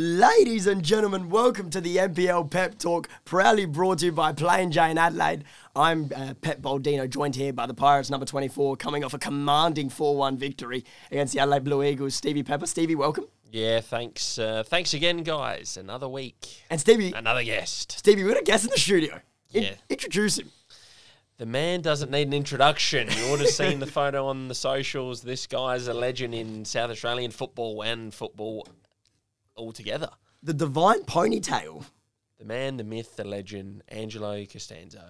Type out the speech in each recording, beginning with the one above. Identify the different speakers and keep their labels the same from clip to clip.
Speaker 1: Ladies and gentlemen, welcome to the NPL Pep Talk, proudly brought to you by Plain Jane Adelaide. I'm uh, Pep Baldino, joined here by the Pirates number 24, coming off a commanding 4 1 victory against the Adelaide Blue Eagles. Stevie Pepper, Stevie, welcome.
Speaker 2: Yeah, thanks. Uh, thanks again, guys. Another week,
Speaker 1: And Stevie,
Speaker 2: another guest.
Speaker 1: Stevie, we're going to guest in the studio. In-
Speaker 2: Yeah.
Speaker 1: Introduce him.
Speaker 2: The man doesn't need an introduction. You would have seen the photo on the socials. This guy's a legend in South Australian football and football altogether.
Speaker 1: The Divine Ponytail.
Speaker 2: The man, the myth, the legend, Angelo Costanzo.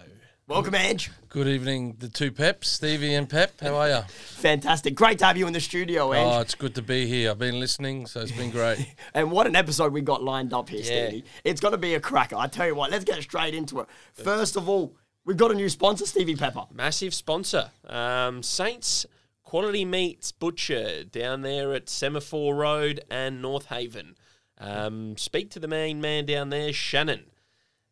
Speaker 1: Welcome, Ange.
Speaker 3: Good evening, the two Peps, Stevie and Pep. How are you?
Speaker 1: Fantastic. Great to have you in the studio, Ange.
Speaker 3: Oh, it's good to be here. I've been listening, so it's been great.
Speaker 1: And what an episode we got lined up here,
Speaker 2: Yeah.
Speaker 1: Stevie. It's going to be a cracker. I tell you what, let's get straight into it. First of all, we've got a new sponsor, Stevie Pepper.
Speaker 2: Massive sponsor. Um, Saints Quality Meats Butcher down there at Semaphore Road and North Haven. Um, speak to the main man down there, Shannon.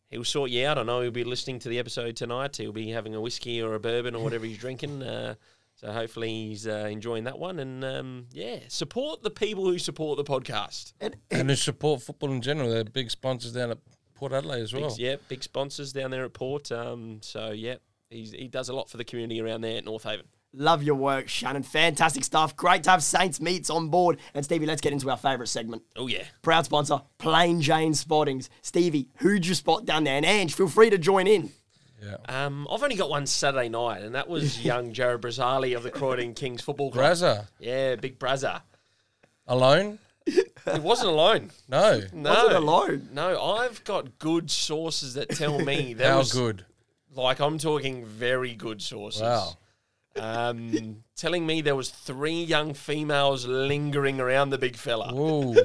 Speaker 2: He'll sort you out. I know he'll be listening to the episode tonight. He'll be having a whiskey or a bourbon or whatever he's drinking. Uh, so hopefully he's uh, enjoying that one. And um, yeah, support the people who support the podcast.
Speaker 1: And
Speaker 3: and to support football in general, they're big sponsors down at Port Adelaide as well.
Speaker 2: Big, yeah, big sponsors down there at Port. Um, so yeah, he's, he does a lot for the community around there at North Haven.
Speaker 1: love your work, Shannon. Fantastic stuff. Great to have Saints Meats on board. And Stevie, let's get into our favourite segment.
Speaker 2: Oh yeah.
Speaker 1: Proud sponsor, Plain Jane Spottings. Stevie, who'd you spot down there? And Ange, feel free to join in.
Speaker 3: Yeah.
Speaker 2: Um, I've only got one Saturday night, and that was young Jared Brazali of the Croydon Kings Football Club.
Speaker 3: Brazza,
Speaker 2: Yeah, big Brazza.
Speaker 3: alone?
Speaker 2: It wasn't alone.
Speaker 3: No.
Speaker 2: No,
Speaker 1: Wasn't alone.
Speaker 2: No, I've got good sources that tell me that
Speaker 3: How
Speaker 2: was
Speaker 3: good?
Speaker 2: like I'm talking very good sources.
Speaker 3: Wow.
Speaker 2: Um, telling me there was three young females lingering around the big fella.
Speaker 3: Ooh.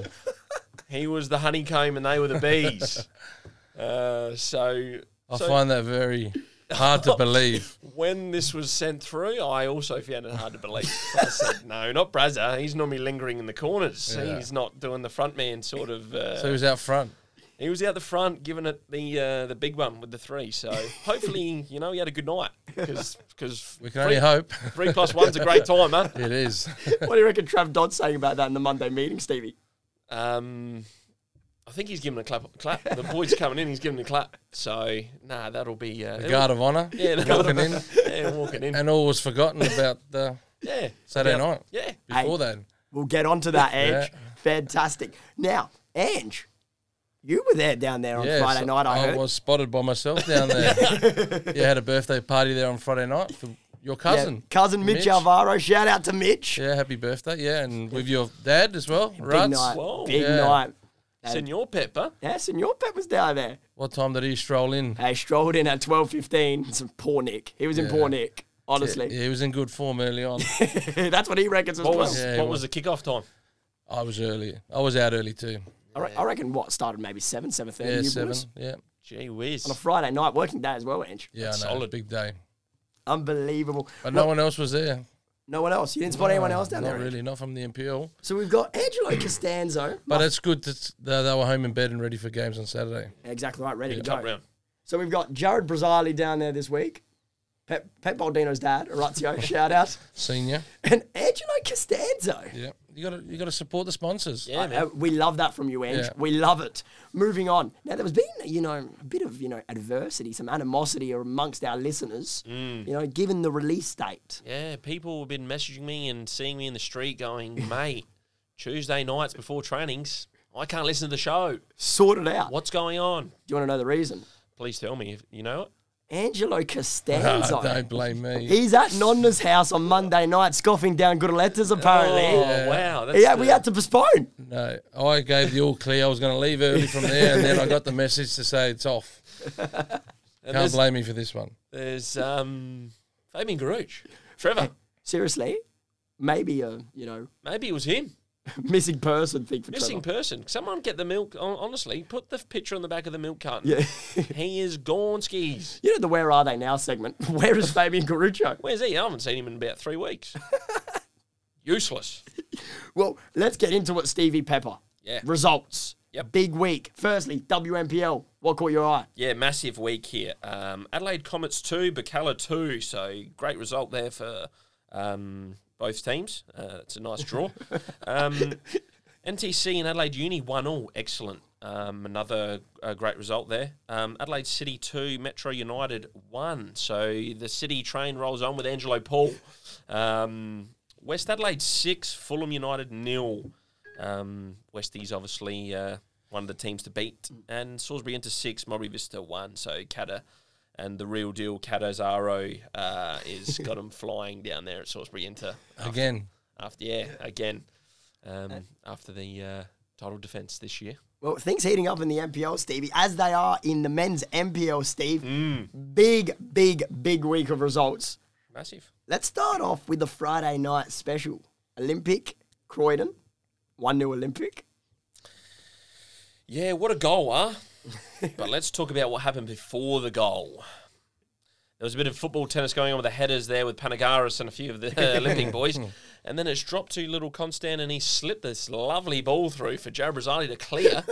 Speaker 2: He was the honeycomb, and they were the bees. uh, so
Speaker 3: I
Speaker 2: so-
Speaker 3: find that very hard to believe.
Speaker 2: when this was sent through, I also found it hard to believe. I said, no, not Brazza. He's normally lingering in the corners.
Speaker 3: Yeah.
Speaker 2: He's not doing the front man sort of. Uh,
Speaker 3: So who's out front?
Speaker 2: he was out the front, giving it the uh, the big one with the three. So hopefully, you know, he had a good night because
Speaker 3: We can only hope.
Speaker 2: three plus one's a great time, huh?
Speaker 3: It is.
Speaker 1: what do you reckon Trav Dodd's saying about that in the Monday meeting, Stevie?
Speaker 2: Um, I think he's giving a clap. clap. The boy's coming in. He's giving a clap. So nah, that'll be uh,
Speaker 3: The guard of honour.
Speaker 2: Yeah, the guard of-
Speaker 3: walking in.
Speaker 2: yeah, walking in.
Speaker 3: And all was forgotten about the
Speaker 2: Yeah,
Speaker 3: Saturday
Speaker 2: About-
Speaker 3: night.
Speaker 2: Yeah,
Speaker 3: before then.
Speaker 1: We'll get onto that, Ange.
Speaker 3: Yeah.
Speaker 1: Fantastic. Now, Ange, you were there down there on
Speaker 3: Yeah,
Speaker 1: Friday
Speaker 3: so
Speaker 1: night, I, heard.
Speaker 3: was spotted by myself down there. yeah, had a birthday party there on Friday night for
Speaker 1: Yeah,
Speaker 3: your cousin.
Speaker 1: cousin Mitch, Alvaro. Shout out to Mitch.
Speaker 3: Yeah, happy birthday. Yeah, and with your dad as well, right?
Speaker 1: Big night.
Speaker 2: Whoa.
Speaker 1: Big
Speaker 3: Yeah.
Speaker 1: night.
Speaker 2: Senor Pepper.
Speaker 1: Yes, and your pet was down there.
Speaker 3: What time did he stroll in?
Speaker 1: Hey, strolled Uh, in at 12.15. Some poor Nick. He was in poor
Speaker 3: Yeah.
Speaker 1: Nick, honestly.
Speaker 3: Yeah, he was in good form early on.
Speaker 1: That's what he reckons was
Speaker 2: What
Speaker 1: 12.
Speaker 2: was
Speaker 3: Yeah,
Speaker 2: what
Speaker 3: he
Speaker 2: was the kickoff time?
Speaker 3: I was early. I was out early too.
Speaker 1: I, re- I reckon what? Started maybe 7, 7.30.
Speaker 3: Yeah,
Speaker 1: you
Speaker 3: seven.
Speaker 1: boys?
Speaker 3: Yeah,
Speaker 2: Gee whiz.
Speaker 1: On a Friday night, working day as well, Ange.
Speaker 3: yeah, I know.
Speaker 2: Solid.
Speaker 3: Big day.
Speaker 1: Unbelievable.
Speaker 3: But no one else was there.
Speaker 1: No one else. You didn't spot anyone else down
Speaker 3: Not
Speaker 1: there. Ange?
Speaker 3: really. Not from the NPL.
Speaker 1: So we've got Angelo Costanzo.
Speaker 3: But it's good that they they were home in bed and ready for games on Saturday.
Speaker 1: Exactly right, ready to go.
Speaker 2: Top round.
Speaker 1: So we've got Jared Brazali down there this week. Pep, Pep Baldino's dad, Orazio, shout out.
Speaker 3: Senior.
Speaker 1: And Angelo Costanzo.
Speaker 3: Yeah, you got to you got to support the sponsors.
Speaker 2: Yeah, man.
Speaker 1: Uh, we love that from you, Ange.
Speaker 3: Yeah.
Speaker 1: We love it. Moving on. Now, there has been, you know, a bit of, you know, adversity, some animosity amongst our listeners,
Speaker 2: Mm.
Speaker 1: you know, given the release date.
Speaker 2: Yeah, people have been messaging me and seeing me in the street going, mate, Tuesday nights before trainings, I can't listen to the show.
Speaker 1: Sort it out.
Speaker 2: What's going on?
Speaker 1: Do you want to know the reason?
Speaker 2: Please tell me if you know it.
Speaker 1: Angelo
Speaker 3: Ah,
Speaker 1: Costanzo.
Speaker 3: don't blame me.
Speaker 1: He's at Nonna's house on Monday night scoffing down good letters, apparently.
Speaker 2: Oh, wow. That's
Speaker 1: yeah,
Speaker 2: the-
Speaker 1: we had to postpone.
Speaker 3: No, I gave the all clear. I was going to leave early from there, and then I got the message to say it's off.
Speaker 2: and
Speaker 3: Can't
Speaker 2: there's,
Speaker 3: blame me for this one.
Speaker 2: there's um, Fabian Garouche. Trevor.
Speaker 1: Seriously? Maybe a, you know,
Speaker 2: Maybe it was him.
Speaker 1: missing person thing for
Speaker 2: Missing
Speaker 1: Trevor.
Speaker 2: person. Someone get the milk. hon- Honestly, put the picture on the back of the milk carton.
Speaker 1: yeah.
Speaker 2: He is gone skis.
Speaker 1: you know the Where Are They Now segment. Where is Fabian Garucho?
Speaker 2: Where's he? I haven't seen him in about three weeks. Useless.
Speaker 1: Well, let's get into it, Stevie Pepper.
Speaker 2: Yeah.
Speaker 1: Results.
Speaker 2: Yep.
Speaker 1: Big week. Firstly, WMPL. What caught your eye?
Speaker 2: Yeah, massive week here. Um, Adelaide Comets 2, Bacala 2. So great result there for um, both teams. Uh, it's a nice draw. um, NTC and Adelaide Uni 1 all. Excellent. Um, another uh, great result there. Um, Adelaide City 2, Metro United 1. So the City train rolls on with Angelo Paul. Um, West Adelaide 6, Fulham United nil. Um, Westies obviously uh, one of the teams to beat. And Salisbury into 6, Mobry Vista 1. So Cadda and the real deal, Cadazaro, uh, is got them flying down there at Salisbury Inter
Speaker 3: Again,
Speaker 2: after yeah, again um, after the uh, title defence this year.
Speaker 1: Well, things heating up in the MPL, Stevie, as they are in the men's MPL, Steve.
Speaker 2: Hmm.
Speaker 1: Big, big, big week of results.
Speaker 2: Massive.
Speaker 1: Let's start off with the Friday night special. Olympic, Croydon, 1 new Olympic.
Speaker 2: Yeah, what a goal, huh? but let's talk about what happened before the goal. There was a bit of football tennis going on with the headers there with Panagaris and a few of the Olympic boys. And then it's dropped to little Constant and he slipped this lovely ball through for Joe Brazzali to clear.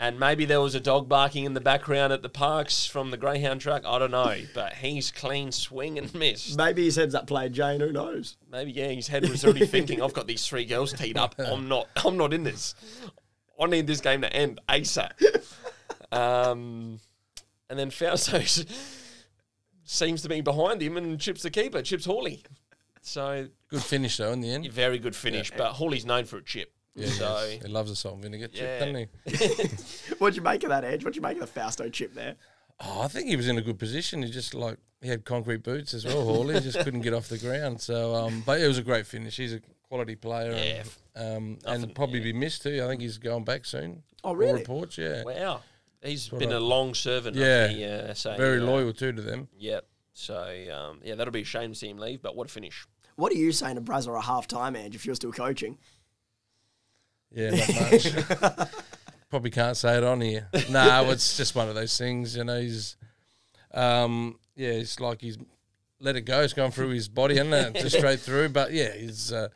Speaker 2: and maybe there was a dog barking in the background at the parks from the Greyhound truck. I don't know. But he's clean swing and miss.
Speaker 1: Maybe his head's up played Jane, who knows?
Speaker 2: Maybe yeah, his head was already thinking, "I've got these three girls teed up. I'm not. I'm not in this. I need this game to end ASAP." Um, and then Fausto s- seems to be behind him and chips the keeper, chips Hawley. So
Speaker 3: good finish though in the end.
Speaker 2: very good finish, but Hawley's known for a chip.
Speaker 3: Yeah,
Speaker 2: so
Speaker 3: he loves a salt and vinegar chip,
Speaker 2: Yeah.
Speaker 3: doesn't he?
Speaker 1: What'd you make of that edge? What'd you make of the Fausto chip there?
Speaker 3: Oh, I think he was in a good position. He just like he had concrete boots as well. Hawley He just couldn't get off the ground. So, um, but it was a great finish. He's a quality player.
Speaker 2: Yeah.
Speaker 3: And, um, and probably be missed too. I think he's going back soon.
Speaker 1: Oh,
Speaker 3: All
Speaker 1: really?
Speaker 3: Reports, yeah.
Speaker 2: wow, he's been a long servant. Yeah,
Speaker 3: Yeah.
Speaker 2: of the, uh, SA,
Speaker 3: Very
Speaker 2: uh,
Speaker 3: loyal too to them.
Speaker 2: Yep. So um, yeah, that'll be a shame to see him leave. But what a finish!
Speaker 1: What are you saying to Brazza at half time, Edge, if you're still coaching?
Speaker 3: Yeah, not much. Probably can't say it on here. No, it's just one of those things, you know. He's, um, yeah, it's like he's let it go. It's gone through his body, isn't it? Just straight through. But yeah, he's uh,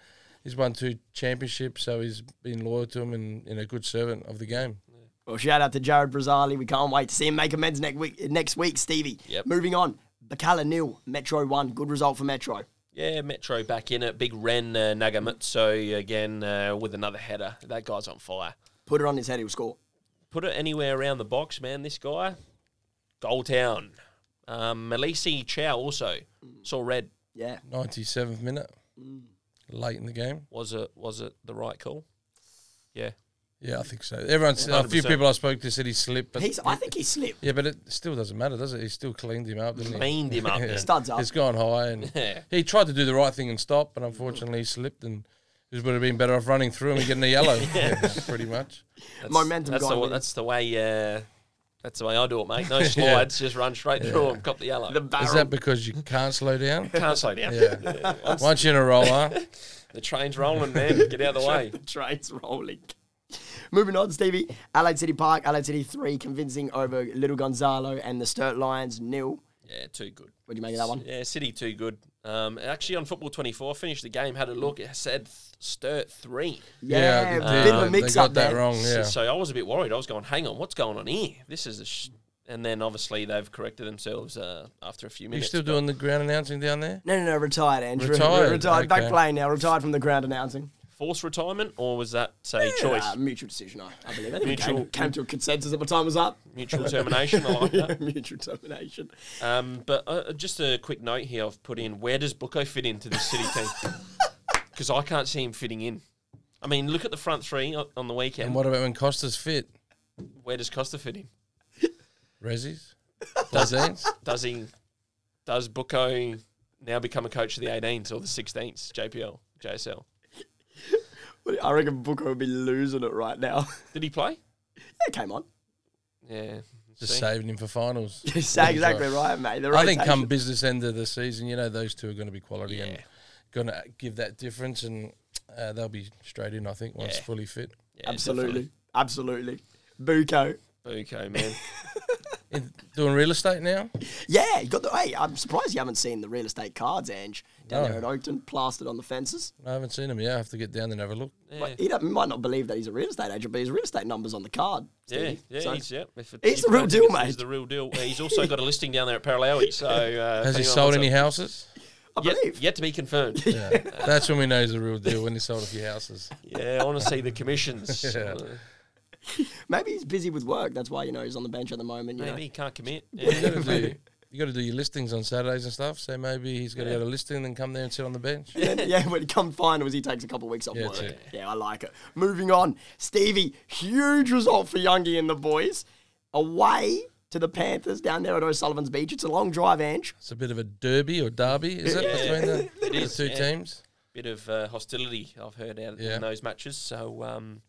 Speaker 3: he's won two championships, so he's been loyal to him and, and a good servant of the game.
Speaker 1: Well, shout out to Jared Brazzali. We can't wait to see him make amends next week, next week Stevie.
Speaker 2: Yep.
Speaker 1: Moving on. Bacala nil, Metro one. Good result for Metro.
Speaker 2: Yeah, Metro back in it. Big Ren uh, Nagamitsu again uh, with another header. That guy's on fire.
Speaker 1: Put it on his head, he'll score.
Speaker 2: Put it anywhere around the box, man. This guy, goal town. Um, Malisi Chow also saw red.
Speaker 1: Yeah.
Speaker 3: Ninety seventh minute, late in the game.
Speaker 2: Was it was it the right call? Yeah,
Speaker 3: Yeah, I think so. Everyone's a few
Speaker 2: 100%.
Speaker 3: people I spoke to said he slipped, but
Speaker 1: He's, I think he slipped.
Speaker 3: yeah, but it still doesn't matter, does it? He still cleaned him up, didn't he?
Speaker 2: cleaned him up.
Speaker 3: Yeah.
Speaker 1: Studs up.
Speaker 3: It's gone high, and
Speaker 2: Yeah.
Speaker 3: he tried to do the right thing and stop, but unfortunately he slipped, and it would have been better off running through him and getting a yellow, yeah, pretty much.
Speaker 2: That's,
Speaker 1: Momentum
Speaker 2: That's,
Speaker 1: gone
Speaker 2: the,
Speaker 1: with it.
Speaker 2: that's the way. Uh, that's the way I do it, mate. No slides, just run straight through him, cop the yellow.
Speaker 1: The
Speaker 3: Is
Speaker 1: barrel.
Speaker 3: that because you can't slow down?
Speaker 2: Can't slow down.
Speaker 3: Yeah. Once you're in a roll, huh?
Speaker 2: The train's rolling, man. Get out of the way.
Speaker 1: the train's rolling. Moving on, Stevie. Adelaide City Park, Adelaide City 3, convincing over Little Gonzalo and the Sturt Lions, nil.
Speaker 2: Yeah, too good.
Speaker 1: What do you make of that one?
Speaker 2: Yeah, City too good. Um, actually, on Football 24, I finished the game, had a look. It said th- Sturt 3.
Speaker 1: Yeah,
Speaker 3: they-
Speaker 1: bit of a
Speaker 3: they
Speaker 1: mix
Speaker 3: got
Speaker 1: up
Speaker 3: that
Speaker 1: there.
Speaker 3: wrong.
Speaker 2: So-
Speaker 3: Yeah,
Speaker 2: So I was a bit worried. I was going, hang on, what's going on here? This is a. Sh-. And then obviously they've corrected themselves uh, after a few
Speaker 3: you
Speaker 2: minutes.
Speaker 3: still doing the ground announcing down there?
Speaker 1: No, no, no, retired, Andrew.
Speaker 3: Retired,
Speaker 1: Retired. Back
Speaker 3: okay.
Speaker 1: playing now, retired from the ground announcing.
Speaker 2: Forced retirement, or was that, say, choice?
Speaker 1: Uh, mutual decision, I, I believe. I think mutual.
Speaker 2: Mutual-
Speaker 1: Came, came to a consensus at the time was up.
Speaker 2: Mutual termination, I like that.
Speaker 1: mutual termination.
Speaker 2: Um, but uh, just a quick note here I've put in where does Bucco fit into the City team? Because I can't see him fitting in. I mean, look at the front three on- on the weekend.
Speaker 3: And what about when Costa's fit?
Speaker 2: where does Costa fit in?
Speaker 3: Rezzi's? Does he?
Speaker 2: does he does Bucco now become a coach of the 18s or the 16s JPL JSL
Speaker 1: I reckon Booker would be losing it right now.
Speaker 2: did he play
Speaker 1: yeah, came on.
Speaker 2: yeah
Speaker 3: Just
Speaker 2: see?
Speaker 3: saving him for finals.
Speaker 1: It's exactly right, mate. The
Speaker 3: I think
Speaker 1: rotation.
Speaker 3: come business end of the season, you know, those two are going to be quality and
Speaker 2: Yeah.
Speaker 3: going to give that difference, and uh, they'll be straight in. I think once
Speaker 2: Yeah.
Speaker 3: fully fit.
Speaker 2: Yeah,
Speaker 1: Absolutely. Absolutely. Buko.
Speaker 2: definitely. Bucco man
Speaker 3: In, doing real estate now.
Speaker 1: Yeah, you got the. Hey, I'm surprised you haven't seen the real estate cards, Ange, down
Speaker 3: No.
Speaker 1: there at Oakton, plastered on the fences.
Speaker 3: I haven't seen him yet. I have to get down there and have a look.
Speaker 2: yeah
Speaker 1: But he, don't- he might not believe that he's a real estate agent, but his real estate number's on the card.
Speaker 2: yeah,
Speaker 1: Stevie.
Speaker 2: yeah
Speaker 1: So-
Speaker 2: he's, yeah. If it-
Speaker 1: He's
Speaker 2: if
Speaker 1: the real
Speaker 2: it-
Speaker 1: deal,
Speaker 2: He's
Speaker 1: mate.
Speaker 2: the real deal. Uh, He's also got a listing down there at Paralawi. So uh, if
Speaker 3: Has he
Speaker 2: anyone
Speaker 3: sold
Speaker 2: wants
Speaker 3: any
Speaker 2: a-
Speaker 3: houses?
Speaker 1: I
Speaker 2: Yet,
Speaker 1: believe.
Speaker 2: yet to be confirmed.
Speaker 3: Yeah. That's when we know he's a real deal when he sold a few houses.
Speaker 2: yeah, honestly, the commissions.
Speaker 3: Yeah.
Speaker 2: Uh,
Speaker 1: Maybe he's busy with work. That's why you know he's on the bench at the moment. You
Speaker 2: maybe
Speaker 1: know.
Speaker 2: he can't commit.
Speaker 3: You
Speaker 2: Yeah.
Speaker 3: got to do. You got to do your listings on Saturdays and stuff. So maybe he's got to go to listing and then come there and sit on the bench.
Speaker 1: yeah, when he come finals, he takes a couple of weeks off
Speaker 3: Yeah,
Speaker 1: work.
Speaker 3: that's it.
Speaker 1: Yeah, I like it. Moving on, Stevie, huge result for Youngie and the boys, away to the Panthers down there at O'Sullivan's Beach. It's a long drive, Ange.
Speaker 3: It's a bit of a derby or derby, is it
Speaker 2: Yeah.
Speaker 3: between the,
Speaker 2: It
Speaker 3: the
Speaker 2: is,
Speaker 3: two
Speaker 2: yeah.
Speaker 3: teams?
Speaker 2: Bit of uh, hostility I've heard out
Speaker 3: Yeah.
Speaker 2: in those matches. So, um,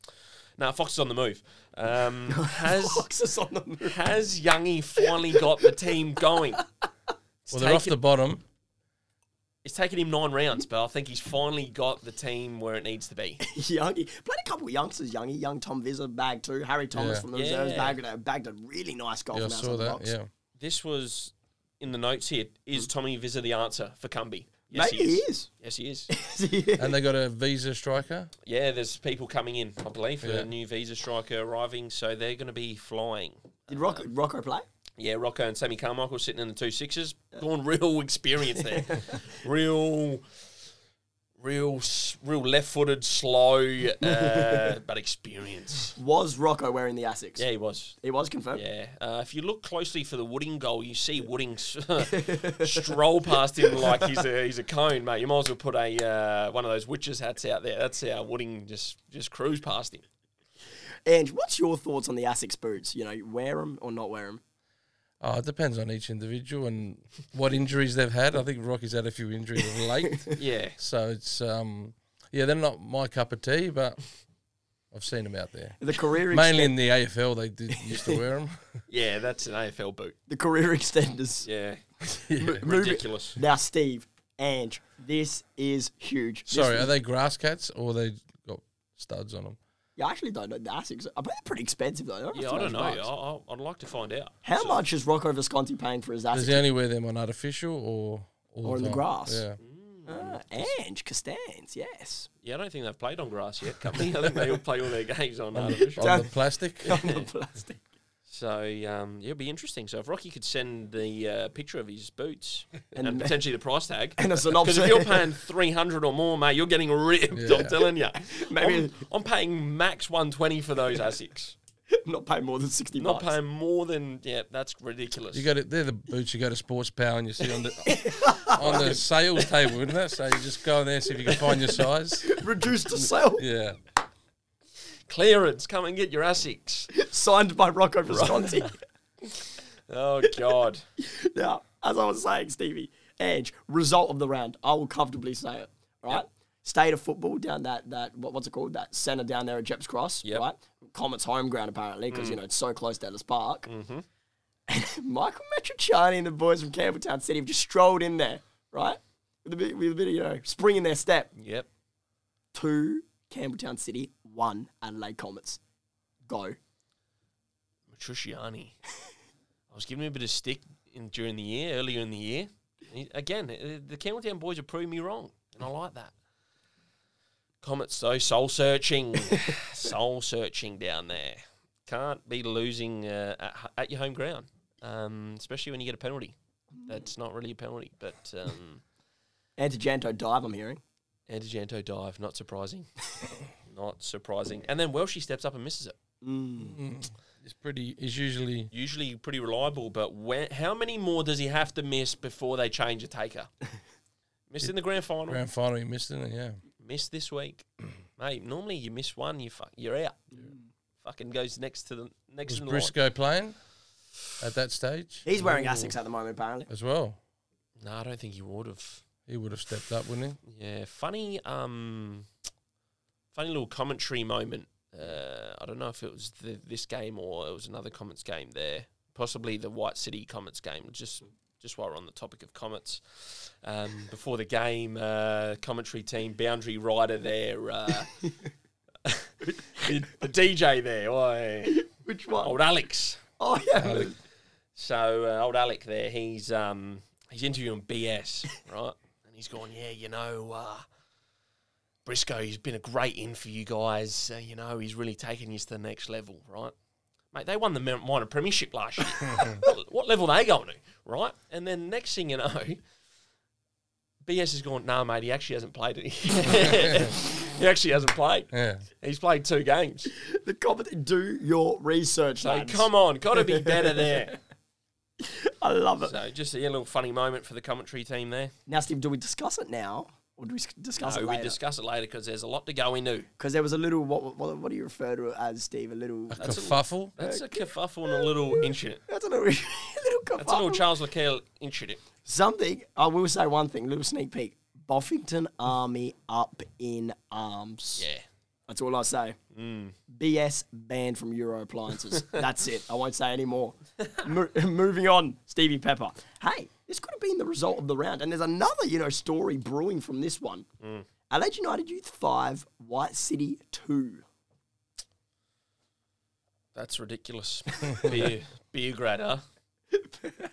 Speaker 2: now Fox is on the move. Um, has
Speaker 1: Fox is on the move.
Speaker 2: has Youngie finally got the team going? It's
Speaker 3: Well, they're off
Speaker 2: taken-
Speaker 3: the bottom.
Speaker 2: It's taken him nine rounds, but I think he's finally got the team where it needs to be.
Speaker 1: Youngie played a couple of youngsters. Youngie, young Tom Vizza bagged two. Harry Thomas
Speaker 3: Yeah.
Speaker 1: from the
Speaker 2: Yeah.
Speaker 1: reserves bagged, uh, bagged a really nice goal
Speaker 3: Yeah, I
Speaker 1: from outside
Speaker 3: saw
Speaker 1: the
Speaker 3: that.
Speaker 1: box.
Speaker 3: Yeah.
Speaker 2: This was in the notes here. Is Tommy Vizza the answer for Cumby?
Speaker 1: Maybe he is.
Speaker 2: Yes, he is.
Speaker 3: And they got a visa striker.
Speaker 2: yeah, there's people coming in, I believe, for
Speaker 3: Yeah.
Speaker 2: the new visa striker arriving, so they're going to be flying.
Speaker 1: Did Rocco, Rocco play?
Speaker 2: Yeah, Rocco and Sammy Carmichael sitting in the two sixes. Born real experience there. real, real, s- real left footed, slow, uh, but experience.
Speaker 1: Was Rocco wearing the Asics?
Speaker 2: Yeah, he was.
Speaker 1: He was confirmed.
Speaker 2: Yeah. Uh, if you look closely for the Wooding goal, you see Wooding s- stroll past him like he's a he's a cone, mate. You might as well put a uh, one of those witches hats out there. That's how Wooding just just cruised past him.
Speaker 1: Ange, what's your thoughts on the Asics boots? You know, wear them or not wear them?
Speaker 3: Oh, it depends on each individual and what injuries they've had. I think Rocky's had a few injuries of late.
Speaker 2: Yeah.
Speaker 3: So it's um yeah, they're not my cup of tea, but I've seen them out there.
Speaker 1: The career
Speaker 3: Mainly
Speaker 1: extend-
Speaker 3: in the AFL, they did, used to wear them.
Speaker 2: Yeah, that's an AFL boot.
Speaker 1: the career extenders.
Speaker 2: Yeah.
Speaker 1: Move it.
Speaker 2: Ridiculous.
Speaker 1: Now, Steve, Ange, this is huge. This
Speaker 3: Sorry,
Speaker 1: is-
Speaker 3: are they grass cats or they got studs on them?
Speaker 1: Yeah, I actually don't know the Asics. I bet they're pretty expensive though. They're over
Speaker 2: Yeah, I don't know. I,
Speaker 1: 300 bucks.
Speaker 2: I, I'd like to find out.
Speaker 1: How much is Rocco Visconti paying for his Asics?
Speaker 3: Does he only wear them on artificial or all
Speaker 1: Or in the
Speaker 3: time?
Speaker 1: grass.
Speaker 3: Yeah,
Speaker 1: Ah, Ange Castans, yes.
Speaker 2: Yeah, I don't think they've played on grass yet. Company. I think they all play all their games on artificial.
Speaker 3: on the plastic.
Speaker 1: On the plastic.
Speaker 2: So um, yeah, it'll be interesting. So if Rocky could send the uh, picture of his boots and,
Speaker 1: And-
Speaker 2: potentially the price tag,
Speaker 1: and a
Speaker 2: because
Speaker 1: synopsis.
Speaker 2: if you're paying three hundred or more, mate, you're getting ripped.
Speaker 3: Yeah.
Speaker 2: I'm telling you.
Speaker 1: Maybe-
Speaker 2: I'm, I'm paying max one twenty for those Asics.
Speaker 1: not paying more than 60
Speaker 2: Not
Speaker 1: bucks.
Speaker 2: paying more than yeah. That's ridiculous.
Speaker 3: You go to they're the boots you go to Sports Power and you see on the on the sales table, isn't it? So you just go in there see if you can find your size.
Speaker 1: Reduced to sale.
Speaker 3: Yeah,
Speaker 2: Clearance. Come and get your Asics.
Speaker 1: Signed by Rocco Visconti.
Speaker 2: Oh God.
Speaker 1: now, as I was saying, Stevie, Ange, result of the round. I will comfortably say it. Right? State of football down that, that what, what's it called? That centre down there at Jeps Cross.
Speaker 2: Yep.
Speaker 1: Right? Comet's home ground, apparently, because, you know, it's so close to Ellis Park. Michael Metriciani and the boys from Campbelltown City have just strolled in there, right? With a bit, with a bit of, you know, spring in their step.
Speaker 2: yep.
Speaker 1: Two, Campbelltown City, one, Adelaide Comets. Go.
Speaker 2: Matriciani. I was giving him a bit of stick in, during the year, earlier in the year. He- again, uh, the Campbelltown boys have proved me wrong, and I like that. Comets, though, soul searching. soul searching down there. Can't be losing uh, at, h- at your home ground, um, especially when you get a penalty. That's not really a penalty, but um,
Speaker 1: Antijanto dive, I'm hearing.
Speaker 2: Antijanto dive, not surprising. not surprising. And then Welshie steps up and misses it.
Speaker 1: Mm.
Speaker 3: Mm. it's pretty. It's usually
Speaker 2: usually pretty reliable, but when, how many more does he have to miss before they change a taker? missed in the grand final,
Speaker 3: grand final. You missed it. Yeah,
Speaker 2: missed this week. Mate, normally you miss one, you fuck, you're out. Fucking goes next to the next
Speaker 3: was
Speaker 2: in the line.
Speaker 3: Briscoe playing at that stage
Speaker 1: He's wearing Asics at the moment, apparently.
Speaker 3: as well?
Speaker 2: No, I don't think he would have.
Speaker 3: He would have stepped up, wouldn't he?
Speaker 2: Yeah, funny, um, funny little commentary moment. Uh, I don't know if it was the, this game or it was another Comets game there, possibly the White City Comets game. Just just while we're on the topic of Comets, um, before the game, uh, commentary team boundary rider there, uh, the, the DJ there, oi,
Speaker 1: Which one?
Speaker 2: old Alex.
Speaker 1: Oh, yeah.
Speaker 2: So uh, old Alec there, he's um, he's interviewing BS, right? and he's going, yeah, you know, uh, Briscoe, he's been a great in for you guys. Uh, you know, he's really taken you to the next level, right? Mate, they won the min- minor premiership last year. what, what level they going to, right? And then next thing you know, BS has gone, nah, mate, he actually hasn't played it. he actually hasn't played.
Speaker 3: Yeah.
Speaker 2: He's played two games.
Speaker 1: The compet- do your research,
Speaker 2: So
Speaker 1: lads.
Speaker 2: come on, got to be better there.
Speaker 1: I love it.
Speaker 2: So just a little funny moment for the commentary team there.
Speaker 1: Now, Steve, do we discuss it now, or do we s- discuss
Speaker 2: So
Speaker 1: it
Speaker 2: we
Speaker 1: later?
Speaker 2: discuss it later because there's a lot to go into.
Speaker 1: Because there was a little. What, what, what do you refer to it as, Steve? A little.
Speaker 3: Kerfuffle.
Speaker 2: That's a kerfuffle and a little incident.
Speaker 1: That's a little. little
Speaker 2: That's a little
Speaker 1: kerfuffle.
Speaker 2: Charles Leclerc incident.
Speaker 1: Something. I will say one thing. Little sneak peek. Boffington Army up in arms.
Speaker 2: Yeah.
Speaker 1: That's all I say.
Speaker 2: Mm.
Speaker 1: BS banned from Euro appliances. That's it. I won't say any more. Mo- moving on, Stevie Pepper. Hey, this could have been the result of the round, and there's another you know story brewing from this one.
Speaker 2: Mm.
Speaker 1: Adelaide United Youth five, White City two.
Speaker 2: That's ridiculous. beer, beer grad, huh?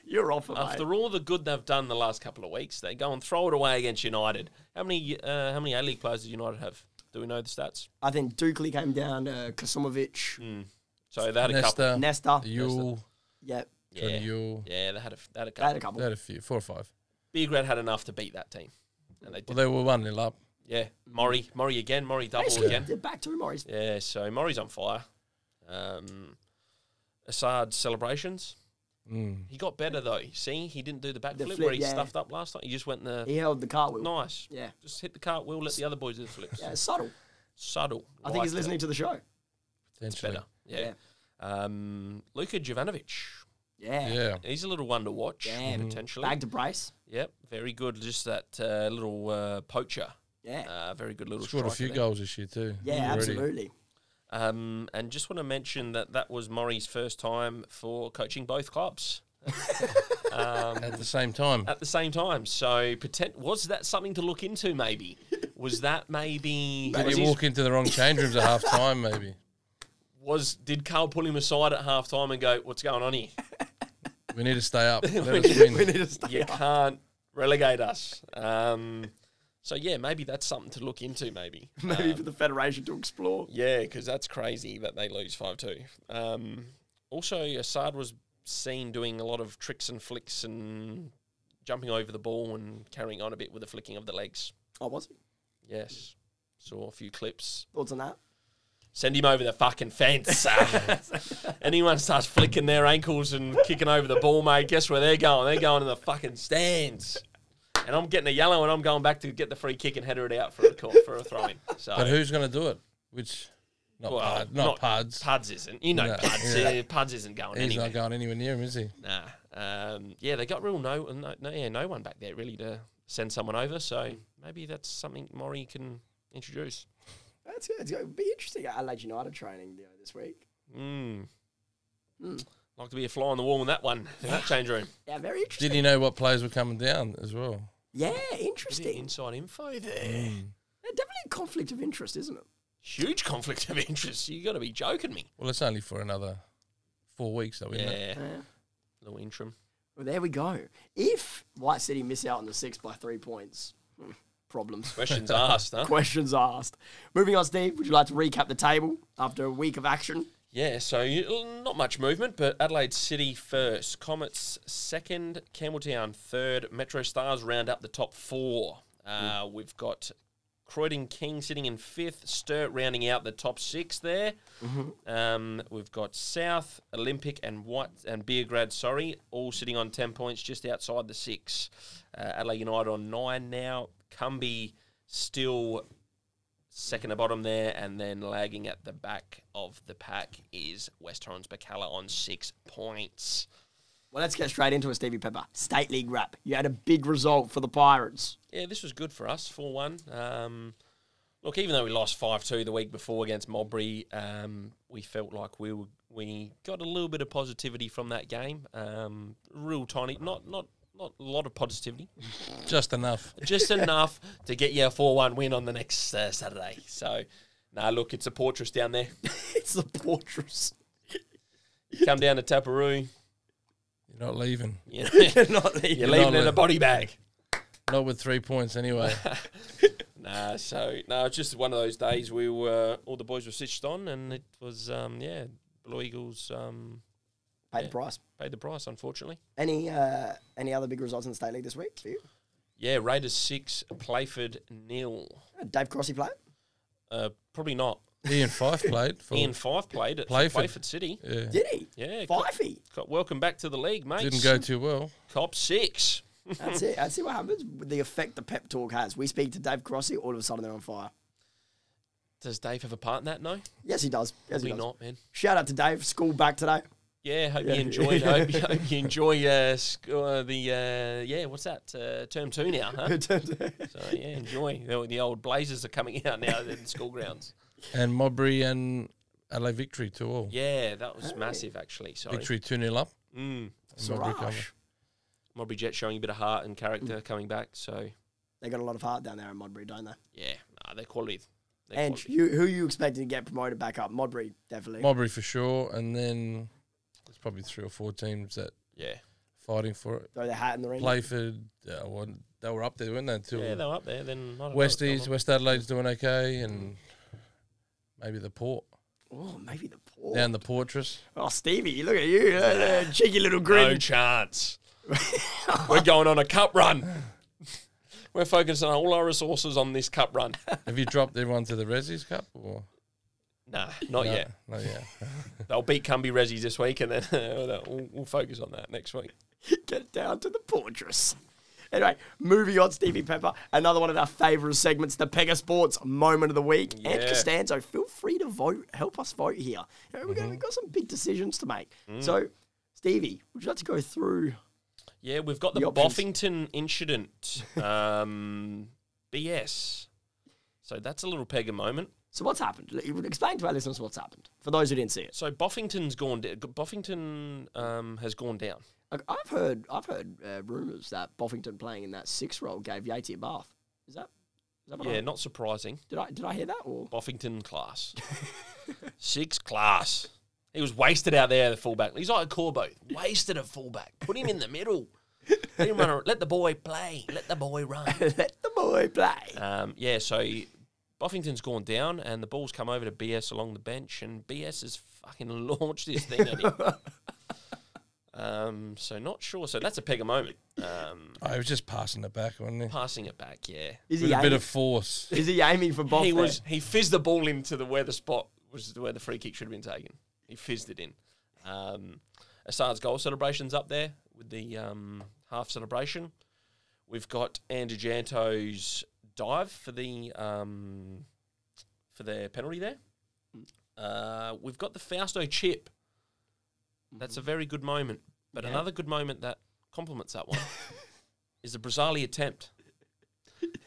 Speaker 1: You're off, it, mate.
Speaker 2: After all the good they've done the last couple of weeks, they go and throw it away against United. How many uh, how many A League players does United have? Do we know the stats? Hmm.
Speaker 1: I think Dukley came down. Uh, Kosomovic,
Speaker 2: So they had a couple.
Speaker 3: Nesta.
Speaker 1: Nesta.
Speaker 3: Yule.
Speaker 1: Yep,
Speaker 2: Yeah.
Speaker 3: Johnny Yule.
Speaker 2: Yeah, they had a, they had a
Speaker 1: they had
Speaker 2: couple.
Speaker 1: a couple.
Speaker 3: They had a few, four or five.
Speaker 2: Beer grad had enough to beat that team, and they did.
Speaker 3: Well, they were 1 nil up.
Speaker 2: Yeah, Murray, Murray again, Murray double
Speaker 1: Basically,
Speaker 2: again.
Speaker 1: they're back to Morris.
Speaker 2: Yeah, so Murray's on fire. Um, Assad celebrations.
Speaker 3: Mm.
Speaker 2: He got better though. See, he didn't do the backflip
Speaker 1: flip,
Speaker 2: where he
Speaker 1: yeah.
Speaker 2: stuffed up last night. He just went in the
Speaker 1: He held the cartwheel.
Speaker 2: nice.
Speaker 1: Yeah,
Speaker 2: Just hit the cartwheel, let the other boys do the flips.
Speaker 1: yeah, subtle.
Speaker 2: Subtle.
Speaker 1: I think he's
Speaker 2: Like
Speaker 1: listening to the show.
Speaker 2: It's better. Yeah. Um, Luka Jovanovic.
Speaker 1: Yeah, yeah.
Speaker 3: Yeah.
Speaker 2: He's a little one to watch
Speaker 1: Yeah.
Speaker 2: potentially.
Speaker 1: Bag to brace.
Speaker 2: Yep, very good. Just that uh, little uh, poacher.
Speaker 1: Yeah.
Speaker 2: Uh, very good little.
Speaker 3: Scored a
Speaker 2: striker
Speaker 3: few
Speaker 2: there.
Speaker 3: goals this year, too.
Speaker 1: Yeah,
Speaker 3: Already.
Speaker 1: absolutely.
Speaker 2: Um, and just want to mention that that was Murray's first time for coaching both clubs
Speaker 3: At the same time.
Speaker 2: at the same time. So, potent- was that something to look into? Maybe was that maybe
Speaker 3: Did
Speaker 2: was,
Speaker 3: he
Speaker 2: his-
Speaker 3: walk into the wrong change rooms at half time, maybe?
Speaker 2: was did Carl pull him aside at half time and go, "What's going on here?
Speaker 3: We need to stay up. Let us win.
Speaker 1: We need to stop.
Speaker 2: You can't relegate us." Um, so yeah, maybe that's something to look into. Maybe
Speaker 1: Maybe for the Federation to explore.
Speaker 2: Yeah, because that's crazy that they lose 5 2. Um, also, Assad was seen doing a lot of tricks and flicks and jumping over the ball and carrying on a bit with the flicking of the legs.
Speaker 1: Oh, was he?
Speaker 2: Yes. Saw a few clips.
Speaker 1: Thoughts on that?
Speaker 2: Send him over the fucking fence. Anyone starts flicking their ankles and kicking over the ball, mate, guess where they're going? They're going to the fucking stands. And I'm getting a yellow and I'm going back to get the free kick and header it out for a, cor- for a throw in. So.
Speaker 3: But who's going to do it? Which, not,
Speaker 2: Well,
Speaker 3: Pard- not,
Speaker 2: not-
Speaker 3: Pards.
Speaker 2: Puds isn't. You know,
Speaker 3: No,
Speaker 2: Puds.
Speaker 3: yeah.
Speaker 2: uh, Puds isn't going
Speaker 3: He's
Speaker 2: anywhere.
Speaker 3: not going anywhere near him, is he?
Speaker 2: Nah. Um, yeah, they got real no, no, no, yeah, no one back there really to send someone over. So maybe that's something Maury can introduce.
Speaker 1: That's good. It's going to be interesting. at Adelaide United training you know, this week.
Speaker 2: Mm. Like to be a fly on the wall in that one, in that change room.
Speaker 1: Yeah, very interesting.
Speaker 3: Did he know what players were coming down as well?
Speaker 1: Yeah,
Speaker 2: Is
Speaker 1: interesting.
Speaker 2: it inside info there?
Speaker 1: Yeah, definitely a conflict of interest, isn't it?
Speaker 2: Huge conflict of interest. You got to be joking me.
Speaker 3: Well, it's only for another four weeks, though, isn't it?
Speaker 2: Yeah,
Speaker 1: Yeah.
Speaker 2: little interim.
Speaker 1: Well, there we go. If White City miss out on the six by three points, hmm, problems.
Speaker 2: Questions asked, huh?
Speaker 1: Questions asked. Moving on, Steve, would you like to recap the table after a week of action?
Speaker 2: Yeah, so you- not much movement, but Adelaide City first, Comets second, Campbelltown third, Metro Stars round up the top four. Uh, We've got Croydon King sitting in fifth, Sturt rounding out the top six there. Um, we've got South, Olympic, and White and Beergrad, sorry, all sitting on ten points, just outside the six. Uh, Adelaide United on nine now. Cumbie still second to bottom there, and then lagging at the back of the pack is West Torrens Bacala on six points.
Speaker 1: Well, let's get straight into it, Stevie Pepper. State League wrap. You had a big result for the Pirates.
Speaker 2: Yeah, this was good for us, 4 1. Um, look, even though we lost 5 2 the week before against Mobry, um, we felt like we were, we got a little bit of positivity from that game. Um, real tiny, not, not, not a lot of positivity,
Speaker 3: Just enough.
Speaker 2: just enough to get you a 4 1 win on the next uh, Saturday. So, nah, look, it's a portress down there.
Speaker 1: it's the Portress.
Speaker 2: Come down to Taparoo.
Speaker 3: You're not leaving.
Speaker 2: You know,
Speaker 1: You're not leaving.
Speaker 2: you're leaving in a
Speaker 3: leaving.
Speaker 2: body bag.
Speaker 3: Not with three points, anyway.
Speaker 2: Nah, so no, it's just one of those days we were uh, all the boys were stitched on, and it was um, yeah, Blue Eagles um,
Speaker 1: Paid the price.
Speaker 2: paid the price, unfortunately.
Speaker 1: Any uh, any other big results in the state league this week for you?
Speaker 2: Yeah, Raiders six, Playford nil.
Speaker 1: Dave Crossy play?
Speaker 2: Uh, probably not.
Speaker 3: Ian Fife played for.
Speaker 2: Ian Five played at Playford,
Speaker 3: Playford.
Speaker 2: City.
Speaker 3: yeah.
Speaker 1: Did he?
Speaker 2: Yeah, cop,
Speaker 1: Fifey.
Speaker 2: cop- welcome back to the league, mate.
Speaker 3: Didn't go too well.
Speaker 2: Cop six.
Speaker 1: That's it. That's it. What happens? with The effect the pep talk has. We speak to Dave Crossy, all of a sudden they're on fire.
Speaker 2: Does Dave have a part in that? No,
Speaker 1: Yes, he does. Yes, he
Speaker 2: probably
Speaker 1: does.
Speaker 2: not, man.
Speaker 1: Shout out to Dave. School back today.
Speaker 2: Yeah, hope
Speaker 1: Yeah.
Speaker 2: you enjoyed. hope, you- hope you enjoy uh, sc- uh, the uh, yeah. What's that? Uh, term two now, huh? so yeah, enjoy. The, the old Blazers are coming out now in school grounds.
Speaker 3: And Mobry and LA victory to all.
Speaker 2: Yeah, that was massive actually. Sorry,
Speaker 3: Victory 2 0 up.
Speaker 2: Mm.
Speaker 3: and Mobry
Speaker 1: Sarash.
Speaker 3: cover.
Speaker 2: Mobby Jet showing a bit of heart and character
Speaker 3: Mm.
Speaker 2: coming back. So
Speaker 1: They got a lot of heart down there in Modbury, don't they?
Speaker 2: yeah, nah, they're quality. They're
Speaker 1: And
Speaker 2: quality.
Speaker 1: you, who you expecting to get promoted back up? Modbury, definitely.
Speaker 3: Mobry for sure. And then there's probably three or four teams that
Speaker 2: yeah,
Speaker 3: fighting for it.
Speaker 1: Throw their hat in the ring.
Speaker 3: Playford, uh, well, they were up there, weren't they? Until
Speaker 2: yeah, they're up there. Then I don't know what's going
Speaker 3: Westies,
Speaker 2: on.
Speaker 3: West Adelaide's doing okay.
Speaker 2: Mm.
Speaker 3: And maybe the Port.
Speaker 1: Oh, maybe the poor.
Speaker 3: Down the Portress.
Speaker 1: Oh, Stevie, look at you. uh, cheeky little
Speaker 2: no
Speaker 1: grin.
Speaker 2: chance. We're going on a cup run. We're focusing all our resources on this cup run.
Speaker 3: Have you dropped everyone to the Resi's Cup? Or?
Speaker 2: nah, not
Speaker 3: No,
Speaker 2: yet.
Speaker 3: Not yet.
Speaker 2: They'll beat Cumbie Resi this week, and then we'll, we'll focus on that next week.
Speaker 1: Get down to the portress. Anyway, moving on, Stevie Pepper. Another one of our favourite segments, the Pega Sports Moment of the Week. And
Speaker 2: Yeah.
Speaker 1: Costanzo, feel free to vote. Help us vote here. You know, we're gonna- we've got some big decisions to make. So, Stevie, would you like to go through?
Speaker 2: Yeah, we've got the
Speaker 1: The options.
Speaker 2: Boffington incident. Um, BS. So that's a little peg a moment.
Speaker 1: So, what's happened? L- Explain to our listeners what's happened for those who didn't see it.
Speaker 2: So Boffington's gone. Da- Boffington um, has gone down.
Speaker 1: Like, I've heard, I've heard uh, rumours that Boffington playing in that six-year-old gave Yatey a bath. Is that? Is that what I-
Speaker 2: Yeah, not surprising.
Speaker 1: Did I did I hear that or?
Speaker 2: Boffington class. Six class. He was wasted out there, the fullback. He's like a Corbo. Wasted a fullback. Put him in the middle. Let, him run ar- let the boy play. Let the boy run.
Speaker 1: Let the boy play.
Speaker 2: Um, yeah, so Buffington's gone down, and the ball's come over to BS along the bench, and BS has fucking launched this thing at him. um, so not sure. So that's a peg a moment. Um,
Speaker 3: I was just passing Oh, it back, wasn't he?
Speaker 2: passing it back, yeah.
Speaker 1: Is
Speaker 3: With
Speaker 1: he
Speaker 3: a
Speaker 1: aiming,
Speaker 3: bit of force.
Speaker 1: Is he aiming for Boff?
Speaker 2: he
Speaker 1: there?
Speaker 2: was he fizzed the ball into the where the spot was where the free kick should have been taken. He fizzed it in. Um, Assad's goal celebrations up there with the um, half celebration. We've got Andrew Janto's dive for the um, for their penalty there. Uh, we've got the Fausto chip. That's a very good moment. But
Speaker 1: Yeah.
Speaker 2: another good moment that complements that one is the Brazali attempt.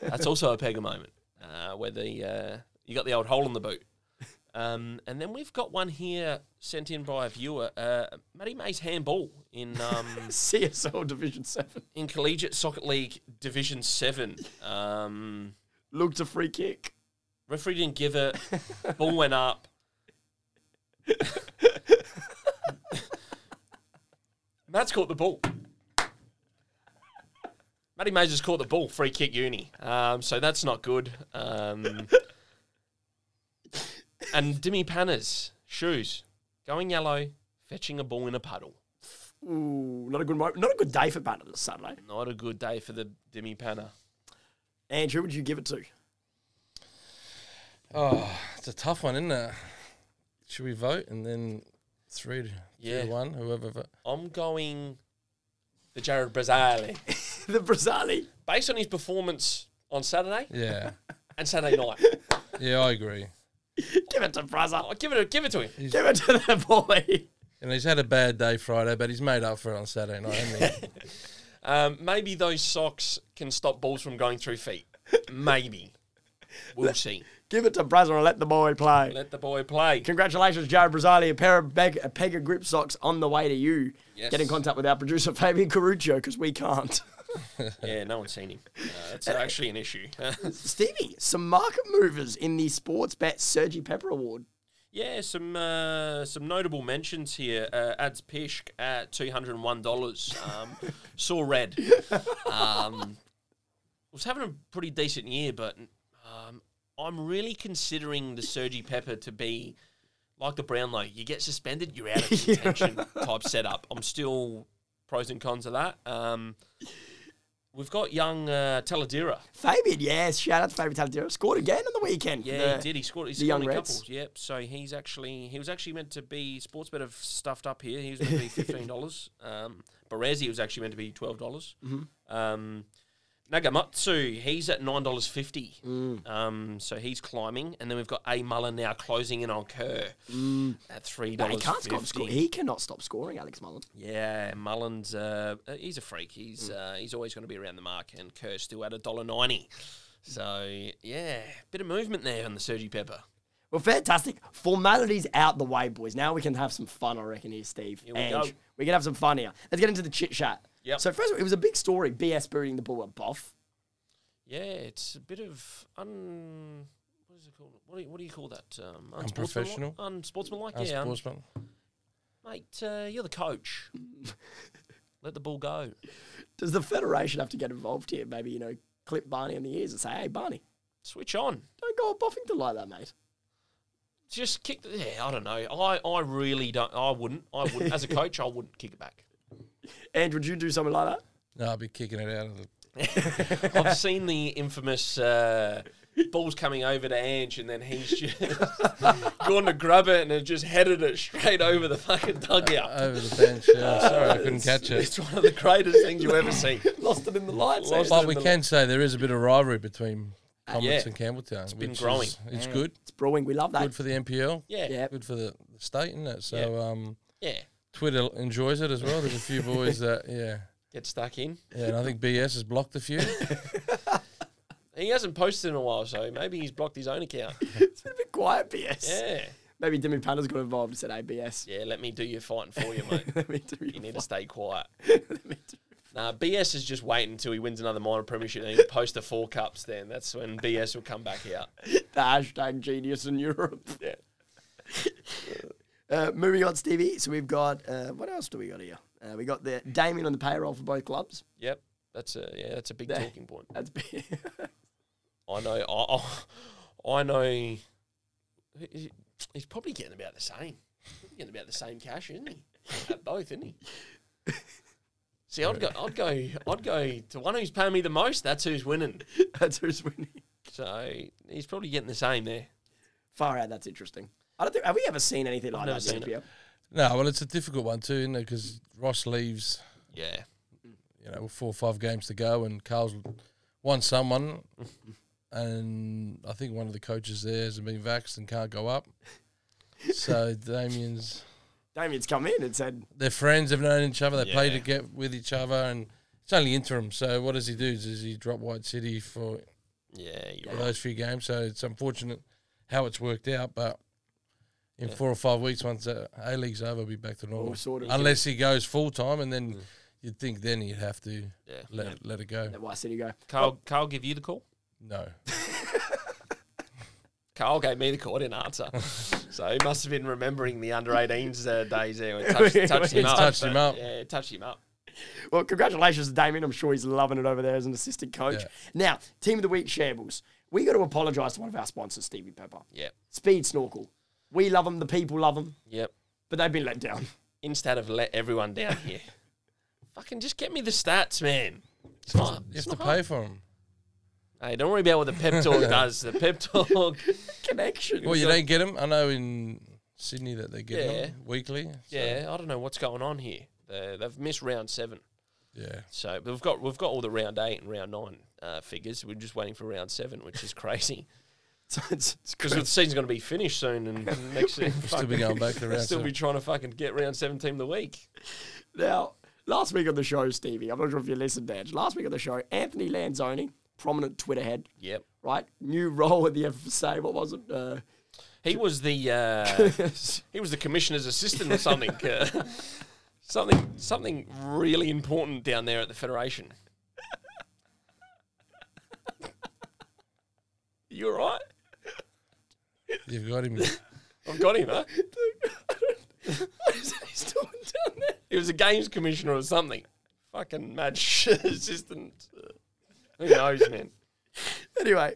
Speaker 2: That's also a Pega moment uh, where the uh, you got the old hole in the boot. Um, and then we've got one here sent in by a viewer, uh, Matty May's handball in um,
Speaker 1: CSL Division Seven.
Speaker 2: in Collegiate Soccer League Division Seven. Um,
Speaker 1: Looked a free kick.
Speaker 2: referee didn't give it. Ball went up. Matt's caught the ball. Matty Mays has caught the ball. Free kick uni. Um, so that's not good. Um, and Dimi Panner's shoes going yellow, fetching a ball in a puddle.
Speaker 1: Ooh, not a good mo- not a good day for Banner this Saturday.
Speaker 2: Not a good day for the Dimi Panner.
Speaker 1: Andrew, would you give it to?
Speaker 3: Oh, it's a tough one, isn't it? Should we vote and then three to
Speaker 2: Yeah.
Speaker 3: yeah. one, whoever? vo-
Speaker 2: I'm going the Jared Brazali.
Speaker 1: the Brazali.
Speaker 2: Based on his performance on Saturday,
Speaker 3: Yeah,
Speaker 2: and Saturday night.
Speaker 3: yeah, I agree.
Speaker 1: Give it to Brazza.
Speaker 2: I'll Oh, give it, give it to him.
Speaker 1: Give it to the boy.
Speaker 3: And he's had a bad day Friday, but he's made up for it on Saturday night, hasn't he?
Speaker 2: Um, maybe those socks can stop balls from going through feet. Maybe. We'll see.
Speaker 1: Give it to Brazza and let the boy play.
Speaker 2: Let the boy play.
Speaker 1: Congratulations, Jared Brazali. A pair of beg- a Pega grip socks on the way to you.
Speaker 2: Yes.
Speaker 1: Get in contact with our producer Fabian Caruccio because we can't.
Speaker 2: Yeah, no one's seen him. Uh, it's actually an issue.
Speaker 1: Stevie, some market movers in the sports bet Sergi Pepper Award.
Speaker 2: yeah, some uh, some notable mentions here. Uh, Ads Pishk at two hundred and one dollars. Um, saw red. Um, was having a pretty decent year, but um, I'm really considering the Sergi Pepper to be like the Brownlow. You get suspended, you're out of contention type setup. I'm still pros and cons of that. Um, We've got young uh, Taladira.
Speaker 1: Fabian, yes, shout out to Fabian Taladero. Scored again on the weekend. for
Speaker 2: Yeah,
Speaker 1: the-
Speaker 2: he did. He scored. He
Speaker 1: the
Speaker 2: scored
Speaker 1: young
Speaker 2: in
Speaker 1: Reds.
Speaker 2: couples. Yep. So he's actually he was actually meant to be sports bet have stuffed up here. He was meant to be fifteen dollars. um, Baresi was actually meant to be twelve dollars.
Speaker 1: Mm-hmm.
Speaker 2: Um, Nagamatsu he's at nine dollars fifty.
Speaker 1: Mm.
Speaker 2: Um, so he's climbing, and then we've got A Muller now closing in on Kerr at three
Speaker 1: But Mm. he
Speaker 2: dollars.
Speaker 1: can't stop scoring. He cannot stop scoring, Alex Mullen.
Speaker 2: Yeah, Mullins. Uh, uh, he's a freak. He's
Speaker 1: Mm.
Speaker 2: uh, he's always going to be around the mark, and Kerr still at a dollar ninety. So yeah, bit of movement there on the Sergi Pepper.
Speaker 1: Well, fantastic. Formalities out the way, boys. Now we can have some fun, I reckon, here, Steve.
Speaker 2: we
Speaker 1: and
Speaker 2: go.
Speaker 1: we can have some fun here. Let's get into the chit chat.
Speaker 2: Yep.
Speaker 1: So, first of all, it was a big story BS booting the ball at Boff.
Speaker 2: Yeah, it's a bit of un. What is it called? What do you, what do you call that? Um,
Speaker 3: Unprofessional?
Speaker 2: Unsportsmanlike.
Speaker 3: Our
Speaker 2: yeah, un-
Speaker 3: sportsman.
Speaker 2: mate, uh, you're the coach. Let the ball go.
Speaker 1: Does the Federation have to get involved here? Maybe, you know, clip Barney in the ears and say, hey, Barney,
Speaker 2: Switch on.
Speaker 1: don't go at Boffington like that, mate.
Speaker 2: Just kick. The, yeah, I don't know. I, I really don't. I wouldn't. I wouldn't. As a coach, I wouldn't kick it back.
Speaker 1: Andrew, would you do something like that?
Speaker 3: No, I'll be kicking it out of the.
Speaker 2: I've seen the infamous uh, balls coming over to Ange, and then he's just gone to grab it and it just headed it straight over the fucking dugout.
Speaker 3: Over the bench. Yeah, sorry, I couldn't catch it.
Speaker 2: It's one of the greatest things you ever see.
Speaker 1: Lost it in the lights.
Speaker 2: Lost
Speaker 1: Andrew.
Speaker 2: it.
Speaker 3: But we can say there is a bit of rivalry between
Speaker 2: Uh,
Speaker 3: Comets
Speaker 2: yeah.
Speaker 3: and Campbelltown. It's
Speaker 2: been growing. Mm.
Speaker 3: it's good.
Speaker 1: It's brewing. We love that.
Speaker 3: Good for the NPL.
Speaker 2: Yeah.
Speaker 1: Yeah.
Speaker 3: Good for the the state, isn't it? So
Speaker 2: Yeah.
Speaker 3: um,
Speaker 2: Yeah.
Speaker 3: Twitter enjoys it as well. There's a few boys that, yeah.
Speaker 2: Get stuck in.
Speaker 3: Yeah, and I think BS has blocked a few.
Speaker 2: He hasn't posted in a while, so maybe he's blocked his own account.
Speaker 1: It's been a bit quiet, BS.
Speaker 2: Yeah.
Speaker 1: Maybe Demi Panda's got involved and said, hey, BS.
Speaker 2: Yeah, let me do your fighting for you, mate.
Speaker 1: Let me do
Speaker 2: You
Speaker 1: your
Speaker 2: need to stay quiet.
Speaker 1: Let me do-
Speaker 2: Nah, BS is just waiting until he wins another minor premiership and he posts the four cups then. That's when BS will come back out.
Speaker 1: the hashtag genius in Europe. Yeah. uh, moving on, Stevie. So we've got uh, what else do we got here? Uh, we got the Damien on the payroll for both clubs.
Speaker 2: Yep. That's a yeah, that's a big
Speaker 1: Yeah.
Speaker 2: talking point.
Speaker 1: That's big.
Speaker 2: I know I, I, I know he- he- he's probably getting about the same. Probably getting about the same cash, isn't he? At both, isn't he? See, I'd go I'd go I'd go to one who's paying me the most, that's who's winning.
Speaker 1: that's who's winning.
Speaker 2: So he's probably getting the same there.
Speaker 1: Far out. That's interesting. I don't think have we ever seen anything like
Speaker 2: never
Speaker 1: that. in
Speaker 2: seen
Speaker 1: the NPL?
Speaker 3: no, well, it's a difficult one too, isn't it? Because Ross leaves,
Speaker 2: Yeah.
Speaker 3: you know, with four or five games to go, and Carl's won someone, and I think one of the coaches there has been vaxxed and can't go up. So Damien's,
Speaker 1: Damien's come in and said,
Speaker 3: they're friends, they've known each other, they play
Speaker 2: Yeah.
Speaker 3: to get with each other, and it's only interim. So what does he do? Does he drop White City for
Speaker 2: Yeah, you're
Speaker 3: for
Speaker 2: right.
Speaker 3: those few games. So it's unfortunate how it's worked out, but in four or five weeks, once the A League's over, we'll be back to normal.
Speaker 1: All sorted.
Speaker 3: Unless he goes full time, and then you'd think then you'd have to
Speaker 2: Mm. Yeah.
Speaker 3: let let it go.
Speaker 1: "Why City go?"
Speaker 2: Carl Carl give you the call?
Speaker 3: No,
Speaker 2: Carl gave me the call, I didn't answer. so he must have been remembering the under 18s uh, days there. When it touched, touched him
Speaker 3: It's
Speaker 2: up.
Speaker 3: touched him
Speaker 2: but,
Speaker 3: up.
Speaker 2: Yeah, it touched him up.
Speaker 1: Well, congratulations to Damien. I'm sure he's loving it over there as an assistant coach.
Speaker 3: Yeah.
Speaker 1: Now, team of the week shambles. We got to apologise to one of our sponsors, Stevie Pepper.
Speaker 2: Yep.
Speaker 1: Speed Snorkel. We love them. The people love them.
Speaker 2: Yep.
Speaker 1: but they've been let down.
Speaker 2: Instead of let everyone down here, fucking just get me the stats, man. It's not,
Speaker 3: you
Speaker 2: it's
Speaker 3: have
Speaker 2: not
Speaker 3: to pay
Speaker 2: hard.
Speaker 3: for him.
Speaker 2: Hey, don't worry about what the pep talk does. The pep talk.
Speaker 1: Connection.
Speaker 3: Well, you don't get him. I know in Sydney that they get
Speaker 2: Yeah.
Speaker 3: him weekly. so-
Speaker 2: Yeah, I don't know what's going on here. They- they've missed round seven.
Speaker 3: yeah.
Speaker 2: So but we've got we've got all the round eight and round nine uh, figures. We're just waiting for round seven, which is crazy
Speaker 1: So it's, it's
Speaker 2: because the season's going to be finished soon, and next year
Speaker 3: Still be going back to round
Speaker 2: still be
Speaker 3: seven.
Speaker 2: trying to fucking get round seven team of the week.
Speaker 1: now, last week on the show, Stevie, I'm not sure if you listened, Dad. Last week on the show, Anthony Lanzoni, prominent Twitter head,
Speaker 2: Yep.
Speaker 1: right? New role at the FSA. What was it? Uh,
Speaker 2: He was the uh, he was the commissioner's assistant or something. Uh, something something really important down there at the federation. You all right?
Speaker 3: You've got him.
Speaker 2: I've got him, huh?
Speaker 1: what is it he's doing down there?
Speaker 2: He was a games commissioner or something. Fucking match assistant. Who knows, man?
Speaker 1: Anyway,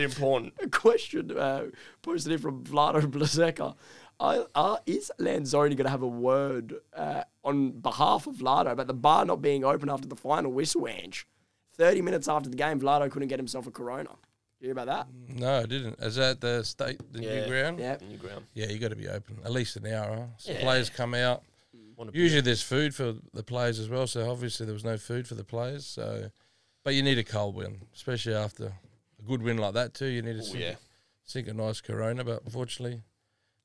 Speaker 2: important.
Speaker 1: a question uh, posted in from Vlado Blazeka. Are, are, is Lanzoni going to have a word uh, on behalf of Vlado about the bar not being open after the final whistle, Ange? 30 minutes after the game, Vlado couldn't get himself a corona. You hear about that?
Speaker 3: No, I didn't. Is that the state, the
Speaker 2: Yeah.
Speaker 3: new ground?
Speaker 1: Yeah.
Speaker 2: in your ground.
Speaker 3: Yeah, you got to be open at least an hour. Huh? So
Speaker 2: Yeah.
Speaker 3: Players come out.
Speaker 1: Mm.
Speaker 2: Want a beer?
Speaker 3: Usually there's food for the players as well. So obviously there was no food for the players. So, but you need a cold win, especially after a good win like that too. You need to
Speaker 2: Oh,
Speaker 3: sink,
Speaker 2: yeah.
Speaker 3: sink a nice Corona, but unfortunately,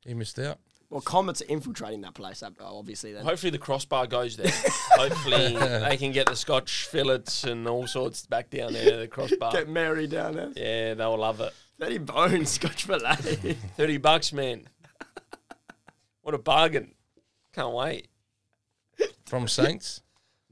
Speaker 3: he missed out.
Speaker 1: Well, Comets are infiltrating that place, ab- obviously. Then.
Speaker 2: Hopefully the crossbar goes there. Hopefully they can get the Scotch fillets and all sorts back down there to the crossbar.
Speaker 1: Get Mary down there.
Speaker 2: Yeah, they'll love it.
Speaker 1: 30 bones, Scotch Fillet.
Speaker 2: Thirty bucks, man. What a bargain! Can't wait.
Speaker 3: From Saints,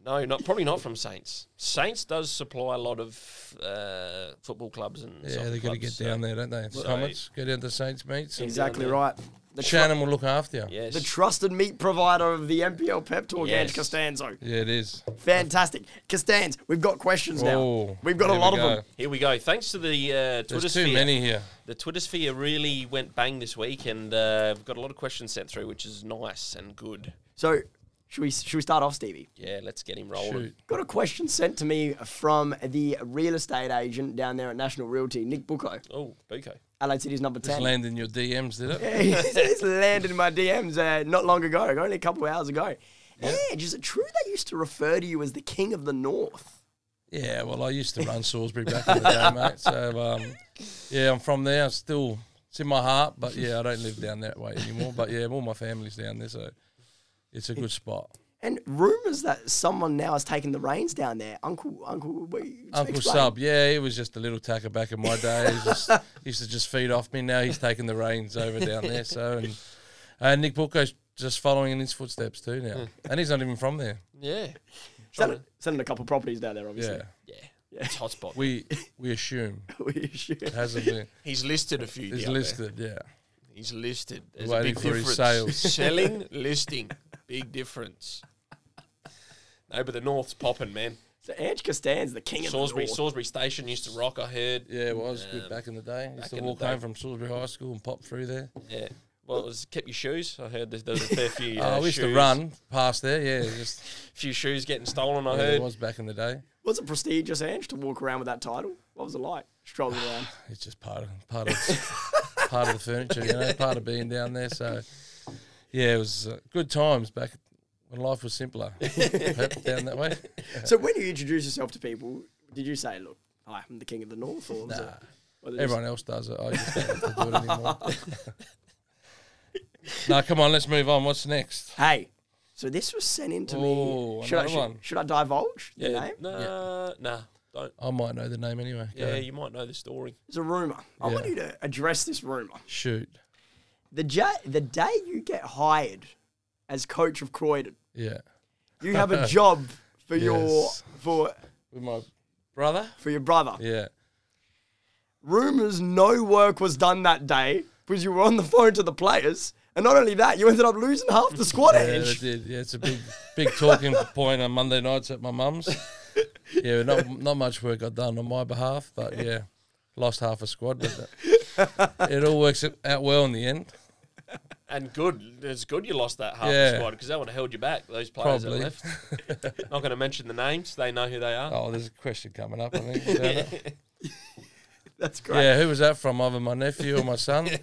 Speaker 2: No, not probably not from Saints. Saints does supply a lot of uh, football clubs and
Speaker 3: yeah,
Speaker 2: soccer
Speaker 3: they've got
Speaker 2: clubs,
Speaker 3: to get
Speaker 2: so-
Speaker 3: down there, don't they?
Speaker 2: So-
Speaker 3: Summits, go down to Saints meets. And
Speaker 1: exactly
Speaker 2: Yeah.
Speaker 1: right. The, tru-
Speaker 3: Shannon will look after you.
Speaker 2: Yes,
Speaker 1: the trusted meat provider of the NPL Pep Talk,
Speaker 2: Yes.
Speaker 1: Ange Costanzo.
Speaker 3: Yeah, it is.
Speaker 1: Fantastic. Costanz, we've got questions now.
Speaker 3: Oh,
Speaker 1: We've got a
Speaker 3: here we
Speaker 1: lot of
Speaker 3: go.
Speaker 1: them.
Speaker 2: here we go. Thanks to the uh, Twitter
Speaker 3: There's
Speaker 2: sphere.
Speaker 3: too many here.
Speaker 2: The Twitter sphere really went bang this week, and uh, we've got a lot of questions sent through, which is nice and good.
Speaker 1: So, should we, should we start off, Stevie?
Speaker 2: Yeah, let's get him rolling.
Speaker 3: Shoot.
Speaker 1: Got a question sent to me from the real estate agent down there at National Realty, Nick Bucco,
Speaker 2: Oh, Buko.
Speaker 1: LA City's number 10.
Speaker 3: Just land in your DMs, did it?
Speaker 1: he's, he's landed in my DMs uh, not long ago, like only a couple of hours ago. Edge, is it true they used to refer to you as the King of the North?
Speaker 3: Yeah, well, I used to run Salisbury back in the day, mate. So, um, yeah, I'm from there. Still, it's in my heart, but yeah, I don't live down that way anymore. But yeah, all my family's down there, so it's a good spot.
Speaker 1: And rumours that someone now has taken the reins down there. Uncle, Uncle, wait,
Speaker 3: Uncle
Speaker 1: explain.
Speaker 3: Sub, yeah, he was just a little tacker back in my day. He just, used to just feed off me. Now he's taking the reins over down there. So, and uh, Nick Bucco's just following in his footsteps too now, and he's not even from there.
Speaker 2: Yeah.
Speaker 1: Selling, selling a couple of properties down there, obviously.
Speaker 3: Yeah,
Speaker 2: Yeah. It's hotspot.
Speaker 3: we we assume
Speaker 1: We should-
Speaker 3: hasn't been.
Speaker 2: He's listed a few.
Speaker 3: He's
Speaker 2: down there.
Speaker 3: listed, yeah.
Speaker 2: He's listed. There's a
Speaker 3: Waiting
Speaker 2: big
Speaker 3: for
Speaker 2: difference.
Speaker 3: his sales.
Speaker 2: Selling, listing, big difference. No, but the North's popping, man.
Speaker 1: so Ange Costan's the King of
Speaker 2: Salisbury,
Speaker 1: the North.
Speaker 2: Salisbury Station used to rock. I heard.
Speaker 3: Yeah, it was
Speaker 2: Um,
Speaker 3: good back in the day.
Speaker 2: back
Speaker 3: Used to
Speaker 2: in the
Speaker 3: walk
Speaker 2: day.
Speaker 3: home from Salisbury High School and pop through there.
Speaker 2: Yeah. Well, it was kept your shoes. I heard there's, there was a fair few. Uh,
Speaker 3: oh, we used to
Speaker 2: shoes-
Speaker 3: run past there. Yeah, just
Speaker 2: Few shoes getting stolen. I
Speaker 3: yeah,
Speaker 2: heard.
Speaker 3: it was back in the day.
Speaker 1: Was it prestigious, Ange, to walk around with that title? What was it like? Strolling around.
Speaker 3: It's just part of part of part of the furniture, you know, part of being down there. So yeah, it was uh, good times back when life was simpler Yep, down that way.
Speaker 1: so when you introduce yourself to people, did you say, look, hi, I'm the King of the North? Or was it-
Speaker 3: Nah,
Speaker 1: or did you
Speaker 3: everyone else does it. I just don't have to do it anymore. now, come on, let's move on. What's next?
Speaker 1: Hey, so this was sent in to
Speaker 3: Ooh,
Speaker 1: me. Should I,
Speaker 3: another
Speaker 1: should,
Speaker 3: one.
Speaker 1: should I divulge the
Speaker 2: yeah.
Speaker 1: name?
Speaker 2: Nah, nah, don't.
Speaker 3: I might know the name anyway. Go.
Speaker 2: Yeah, you might know the story.
Speaker 1: It's a rumor. I want
Speaker 3: Yeah.
Speaker 1: you to address this rumor.
Speaker 3: Shoot.
Speaker 1: The, ja- the day you get hired as coach of Croydon,
Speaker 3: Yeah.
Speaker 1: you have a job for your
Speaker 3: Yes.
Speaker 1: for
Speaker 3: With my brother.
Speaker 1: for your brother.
Speaker 3: Yeah.
Speaker 1: Rumors no work was done that day because you were on the phone to the players. And not only that, you ended up losing half the squad.
Speaker 3: Yeah,
Speaker 1: Ange.
Speaker 3: they did. Yeah, it's a big, big talking point on Monday nights at my mum's. Yeah, not not much work I've done on my behalf, but yeah, lost half a squad. But it, it all works out well in the end.
Speaker 2: And good. It's good you lost that half
Speaker 3: Yeah.
Speaker 2: the squad because that would have held you back. Those players
Speaker 3: Probably.
Speaker 2: that left. Not going to mention the names. They know who they are.
Speaker 3: Oh, there's a question coming up. I think. Is that it?
Speaker 1: That's great.
Speaker 3: yeah, who was that from? Either my nephew or my son?
Speaker 1: Hey,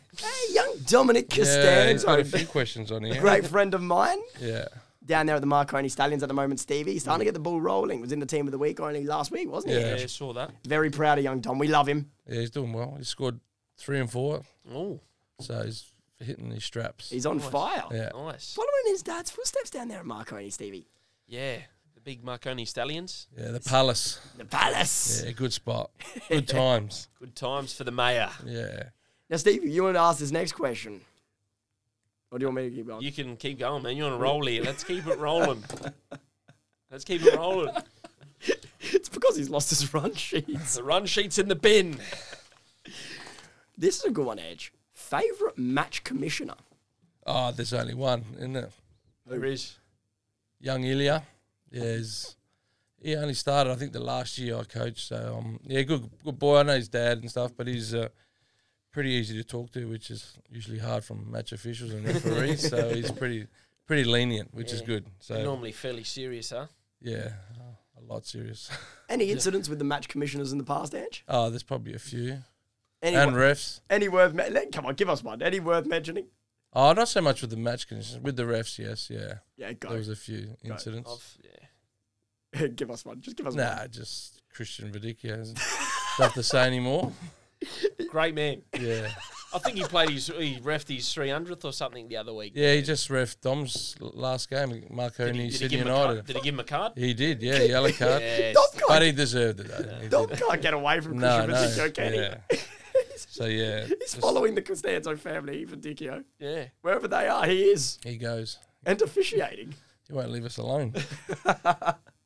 Speaker 1: young Dominic
Speaker 3: Yeah, he's got
Speaker 1: Costanzo,
Speaker 3: a few questions on here.
Speaker 1: great friend of mine.
Speaker 3: Yeah,
Speaker 1: down there at the Marconi Stallions at the moment, Stevie. He's starting to get the ball rolling. Was in the team of the week only last week, wasn't he?
Speaker 2: Yeah,
Speaker 3: Mm. Yeah.
Speaker 2: saw that.
Speaker 1: Very proud of young Dom. We love him.
Speaker 3: yeah, he's doing well. He scored three and four,
Speaker 2: Oh,
Speaker 3: so he's hitting his straps.
Speaker 1: He's on fire.
Speaker 3: Yeah,
Speaker 2: nice.
Speaker 1: Following his dad's footsteps down there at Marconi, Stevie.
Speaker 2: Yeah, the big Marconi Stallions.
Speaker 3: yeah, the palace.
Speaker 1: The Palace.
Speaker 3: Yeah, good spot. Good times.
Speaker 2: Good times for the mayor.
Speaker 3: Yeah.
Speaker 1: Now, Stevie, you want to ask this next question? Or do you want me to keep going?
Speaker 2: You can keep going, man. You're on a roll here. Let's keep it rolling. Let's keep it rolling.
Speaker 1: it's because he's lost his run sheet.
Speaker 2: The run sheet's in the bin.
Speaker 1: this is a good one, Edge. Favorite match commissioner?
Speaker 3: Oh, there's only one, isn't it?
Speaker 2: There is.
Speaker 3: young Ilya. Yeah, he's, he only started I think the last year I coached. So um, yeah, good good boy. I know his dad and stuff, but he's uh, pretty easy to talk to, which is usually hard from match officials and referees. so he's pretty pretty lenient, which is
Speaker 2: Yeah.
Speaker 3: good. So
Speaker 2: Normally fairly serious, huh?
Speaker 3: yeah, I a lot serious.
Speaker 1: Any incidents with the match commissioners in the past, Ange?
Speaker 3: oh, there's probably a few.
Speaker 1: Any,
Speaker 3: And refs.
Speaker 1: any worth? Me- let- come on, give us one. Any worth mentioning?
Speaker 3: Oh, not so much with the match conditions. With the refs, yes, yeah.
Speaker 1: Yeah,
Speaker 3: There
Speaker 1: go.
Speaker 3: was a few incidents.
Speaker 2: I've, yeah.
Speaker 1: give us one. Just give us one.
Speaker 3: Nah, just Christian Vidicchio hasn't stuff to say anymore.
Speaker 2: Great man.
Speaker 3: Yeah.
Speaker 2: I think he played his, he refed his 300th or something the other week.
Speaker 3: Yeah, he just ref Dom's l- last game,
Speaker 2: Did
Speaker 3: Marconi
Speaker 2: he, did, he
Speaker 3: Sydney
Speaker 2: give him a card?
Speaker 3: United.
Speaker 2: did he give him a card?
Speaker 3: He did, yeah, yellow card.
Speaker 2: Yes.
Speaker 1: Dom
Speaker 3: But
Speaker 1: can't,
Speaker 3: he deserved it. though. He
Speaker 1: Dom
Speaker 3: did.
Speaker 1: can't get away from
Speaker 3: No,
Speaker 1: Christian
Speaker 3: no.
Speaker 1: Vidicio, can he?
Speaker 3: Yeah. So yeah,
Speaker 1: He's
Speaker 3: just-
Speaker 1: following the Costanzo family, Vidicio.
Speaker 2: Yeah.
Speaker 1: Wherever they are, he is.
Speaker 3: he goes.
Speaker 1: And officiating.
Speaker 3: He won't leave us alone.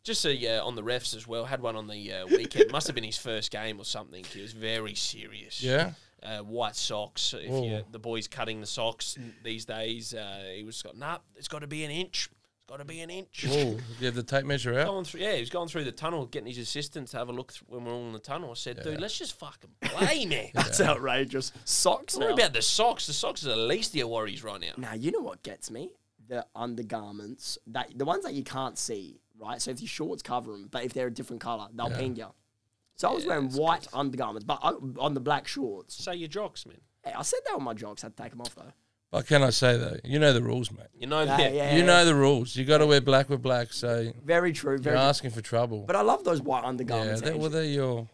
Speaker 2: Just so, yeah, on the refs as well. Had one on the uh, weekend. Must have been his first game or something. He was very serious.
Speaker 3: Yeah.
Speaker 2: Uh, white socks. If
Speaker 3: Whoa.
Speaker 2: you, the boys cutting the socks these days, uh, he was got nah. It's got to be an inch. It's got to be an inch.
Speaker 3: Oh, you have the tape measure out.
Speaker 2: Going through, yeah, he was going through the tunnel, getting his assistant to have a look th- when we're all in the tunnel. I said, dude, let's just fucking play, man.
Speaker 1: That's outrageous. Socks.
Speaker 2: Don't worry
Speaker 1: now.
Speaker 2: about the socks. The socks are the least of your worries right now.
Speaker 1: Now you know what gets me: the undergarments, that the ones that you can't see, right? So if your shorts cover them, but if they're a different color, they'll ping you. So I was wearing white undergarments, but I, on the black shorts.
Speaker 2: Say your jocks, man.
Speaker 1: Hey, I said that with my jocks. I'd take them off though.
Speaker 3: But can I say though, you know the rules, mate.
Speaker 2: You know
Speaker 1: Yeah,
Speaker 2: that.
Speaker 1: yeah.
Speaker 3: You know the rules. You got to wear black with black. So
Speaker 1: Very true.
Speaker 3: you're
Speaker 1: Very. true.
Speaker 3: asking for trouble.
Speaker 1: But um, I love those white
Speaker 3: yeah,
Speaker 1: undergarments.
Speaker 3: they,
Speaker 1: Ange.
Speaker 3: well, they're your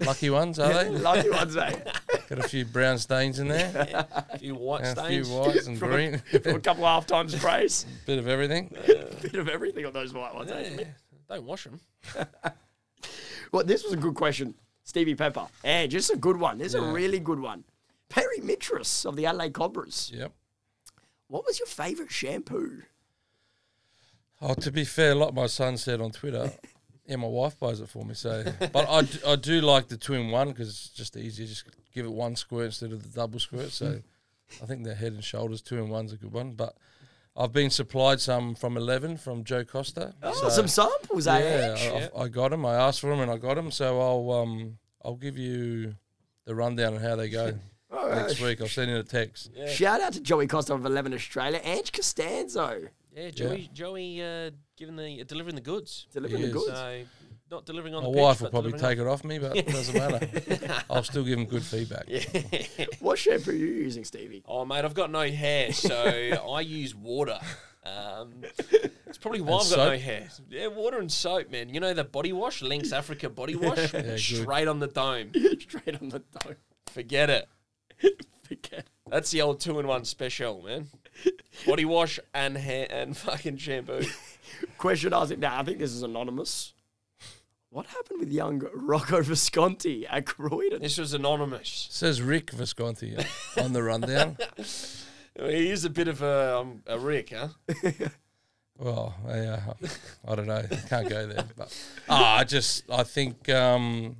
Speaker 3: lucky ones, are they?
Speaker 1: Lucky ones, mate.
Speaker 3: Got a few brown stains in there,
Speaker 2: A few white
Speaker 3: and a few
Speaker 2: stains.
Speaker 3: whites and green,
Speaker 1: From a couple half time sprays,
Speaker 3: bit of everything.
Speaker 1: bit of everything on those white ones. Ange.
Speaker 2: Yeah. Don't wash them.
Speaker 1: Well, this was a good question, Stevie Pepper. Hey, just a good one. This is a really good one. Perry Mitras of the Adelaide Cobras.
Speaker 3: Yep.
Speaker 1: What was your favourite shampoo?
Speaker 3: Oh, to be fair, like my son said on Twitter, yeah, my wife buys it for me. So, but I, d- I do like the two in one because it's just easier. Just give it one squirt instead of the double squirt. So, I think the head and shoulders two in one's a good one. But I've been supplied some from Eleven from Joe Costa.
Speaker 1: Oh, some samples,
Speaker 3: yeah, oh,
Speaker 1: eh?
Speaker 3: I, I- I got them. I asked for them and I got them. So I'll um I'll give you the rundown on how they go
Speaker 1: Oh,
Speaker 3: next week. I'll send you a text.
Speaker 1: Shout out to Joey Costa of Eleven Australia, Ange Costanzo
Speaker 2: Yeah, Joey, Joey, uh, giving the uh, delivering the goods.
Speaker 1: delivering
Speaker 3: He
Speaker 1: the
Speaker 3: is.
Speaker 1: goods.
Speaker 2: So not delivering on
Speaker 3: My
Speaker 2: the pitch,
Speaker 3: wife will
Speaker 2: but
Speaker 3: probably
Speaker 2: delivering
Speaker 3: take it off me, but it doesn't matter. I'll still give them good feedback.
Speaker 1: what shampoo are you using, Stevie?
Speaker 2: on- Oh mate, I've got no hair, so I use water. Um, it's probably why I've
Speaker 3: And
Speaker 2: got no
Speaker 3: soap?
Speaker 2: hair. Yeah, water and soap, man. You know the body wash, Lynx Africa body wash,
Speaker 3: good.
Speaker 2: straight on the dome.
Speaker 1: Straight on the toe.
Speaker 2: Forget it.
Speaker 1: Forget.
Speaker 2: That's the old two-in-one special, man. Body wash and hair and fucking shampoo.
Speaker 1: Question asking. Now I think this is anonymous. What happened with young Rocco Visconti at Croydon?
Speaker 2: This was anonymous.
Speaker 3: Says Rick Visconti on the rundown.
Speaker 2: He is a bit of a um, a Rick, huh?
Speaker 3: Well, yeah, I don't know. Can't go there. But ah, I just I think um,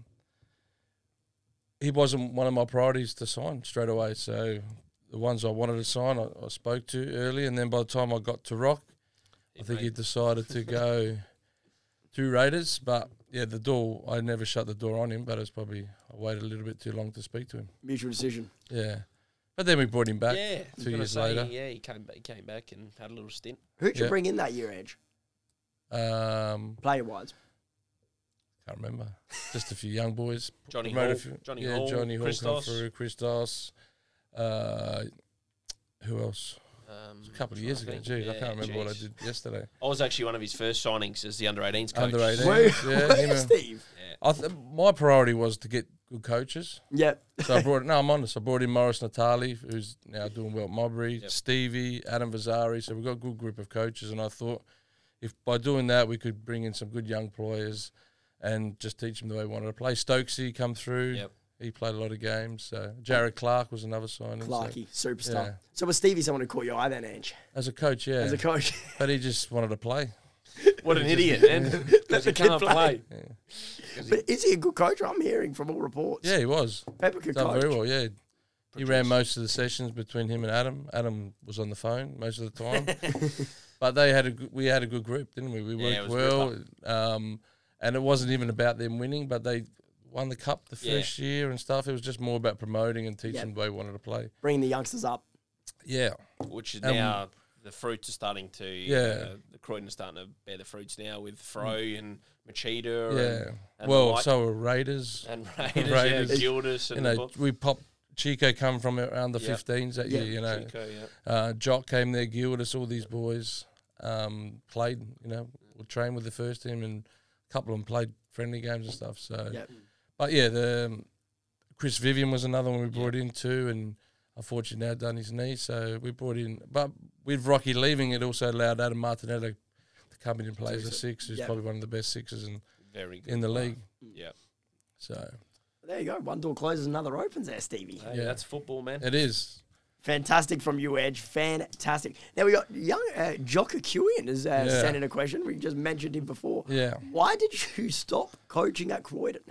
Speaker 3: he wasn't one of my priorities to sign straight away. So the ones I wanted to sign, I, I spoke to early, and then by the time I got to Rock, I think he decided to go to Raiders. But yeah, the door I never shut the door on him, but it's probably I waited a little bit too long to speak to him.
Speaker 1: Mutual decision.
Speaker 3: Yeah, but then we brought him back
Speaker 2: Yeah, I was
Speaker 3: two
Speaker 2: gonna
Speaker 3: years
Speaker 2: say,
Speaker 3: later.
Speaker 2: Yeah, he came back, he came back and had a little stint.
Speaker 1: Who'd you
Speaker 3: Yeah.
Speaker 1: bring in that year, Edge?
Speaker 3: Um,
Speaker 1: Player wise.
Speaker 3: Can't remember. Just a few young boys.
Speaker 2: Johnny
Speaker 3: Promoted
Speaker 2: Hall,
Speaker 3: a few-
Speaker 2: Johnny
Speaker 3: yeah,
Speaker 2: Hall,
Speaker 3: Johnny Hall,
Speaker 2: Christos.
Speaker 3: come through, Christos. Uh, who else?
Speaker 2: Um,
Speaker 3: A couple of years ago.
Speaker 2: think-
Speaker 3: Gee, I
Speaker 2: yeah,
Speaker 3: can't remember what I
Speaker 2: jeez.
Speaker 3: did yesterday.
Speaker 2: I was actually one of his first signings as the under 18s coach.
Speaker 3: Under 18s.
Speaker 1: Where,
Speaker 3: yeah,
Speaker 1: where
Speaker 3: him and-
Speaker 1: Steve?
Speaker 3: I th- my priority was to get good coaches.
Speaker 1: Yep.
Speaker 3: So I brought no, I'm honest. I brought in Morris Natali, who's now doing well at Mobbery, Stevie, Adam Vazari. So we've got a good group of coaches, and I thought if by doing that we could bring in some good young players and just teach them the way we wanted to play. Stokesy come through.
Speaker 2: Yep.
Speaker 3: He played a lot of games. So Jared Clark was another signing. so-
Speaker 1: Clarkey, superstar.
Speaker 3: Yeah.
Speaker 1: So was Stevie someone who caught your eye then, Edge?
Speaker 3: as a coach, yeah.
Speaker 1: As a coach.
Speaker 3: but he just wanted to play.
Speaker 2: What an idiot, man. Because he
Speaker 1: kid
Speaker 2: can't
Speaker 1: play.
Speaker 2: play.
Speaker 1: But is he a good coach? I'm hearing from all reports.
Speaker 3: Yeah, he was
Speaker 1: Pepper could
Speaker 3: done
Speaker 1: coach.
Speaker 3: very well. Yeah. He ran most of the sessions between him and Adam. Adam was on the phone most of the time, but they had a g- we had a good group, didn't we? We
Speaker 2: Yeah, it
Speaker 3: worked
Speaker 2: was
Speaker 3: well, um, and it wasn't even about them winning, but they won the cup the
Speaker 2: Yeah.
Speaker 3: first year and stuff. It was just more about promoting and teaching
Speaker 1: Yep.
Speaker 3: the way we wanted to play.
Speaker 1: Bringing the youngsters up.
Speaker 3: Yeah,
Speaker 2: Which is
Speaker 3: Um,
Speaker 2: now the fruits are starting to
Speaker 3: Yeah.
Speaker 2: uh, the Croydon are starting to bear the fruits now with Fro and Machida
Speaker 3: Yeah.
Speaker 2: and, and the
Speaker 3: well,
Speaker 2: like.
Speaker 3: so were Raiders.
Speaker 2: and Raiders, yeah,
Speaker 3: Raiders,
Speaker 2: Gildas
Speaker 3: you
Speaker 2: and the
Speaker 3: know,
Speaker 2: Bucks.
Speaker 3: we popped Chico come from around the
Speaker 2: Yeah.
Speaker 3: 15s that
Speaker 1: Yeah.
Speaker 3: year, you know.
Speaker 2: Chico, yeah.
Speaker 3: Uh, Jock came there, Gildas, all these boys um, played, you know, or trained with the first team, and a couple of them played friendly games and stuff. So,
Speaker 1: Yep.
Speaker 3: but yeah, the um, Chris Vivian was another one we brought in too, and unfortunately now done his knee, so we brought in. But with Rocky leaving, it also allowed Adam Martinelli to come in and play as a six, who's
Speaker 1: Yep.
Speaker 3: probably one of the best sixes in,
Speaker 2: Very good.
Speaker 3: in the league.
Speaker 2: yeah.
Speaker 3: So
Speaker 1: There you go. One door closes, another opens there, Stevie.
Speaker 2: Hey,
Speaker 3: Yeah.
Speaker 2: That's football, man.
Speaker 3: it is.
Speaker 1: Fantastic from you, Edge. Fantastic. Now we got young uh, Jock Akuian has uh,
Speaker 3: Yeah.
Speaker 1: sent in a question. We just mentioned him before.
Speaker 3: Yeah.
Speaker 1: Why did you stop coaching at Croydon?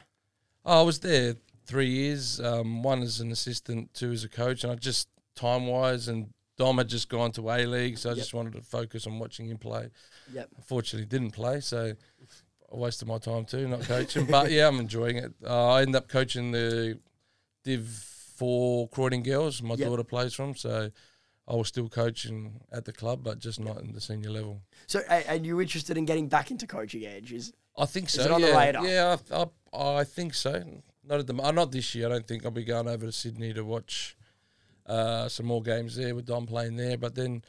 Speaker 3: Oh, I was there three years. Um, one as an assistant, two as a coach, and I just time wise and Dom had just gone to A League, so I just wanted to focus on watching him play.
Speaker 1: Yep.
Speaker 3: Unfortunately, didn't play, so I wasted my time too, not coaching. but yeah, I'm enjoying it. Uh, I ended up coaching the Div Four Croydon girls. My
Speaker 1: Yep.
Speaker 3: daughter plays from, so I was still coaching at the club, but just not in the senior level.
Speaker 1: So, a- and you interested in getting back into coaching, Edge? Is
Speaker 3: I think so.
Speaker 1: it on the
Speaker 3: yeah.
Speaker 1: radar?
Speaker 3: Yeah, I, I, I think so. Not at the mo- not this year. I don't think I'll be going over to Sydney to watch uh, some more games there with Don playing there. But then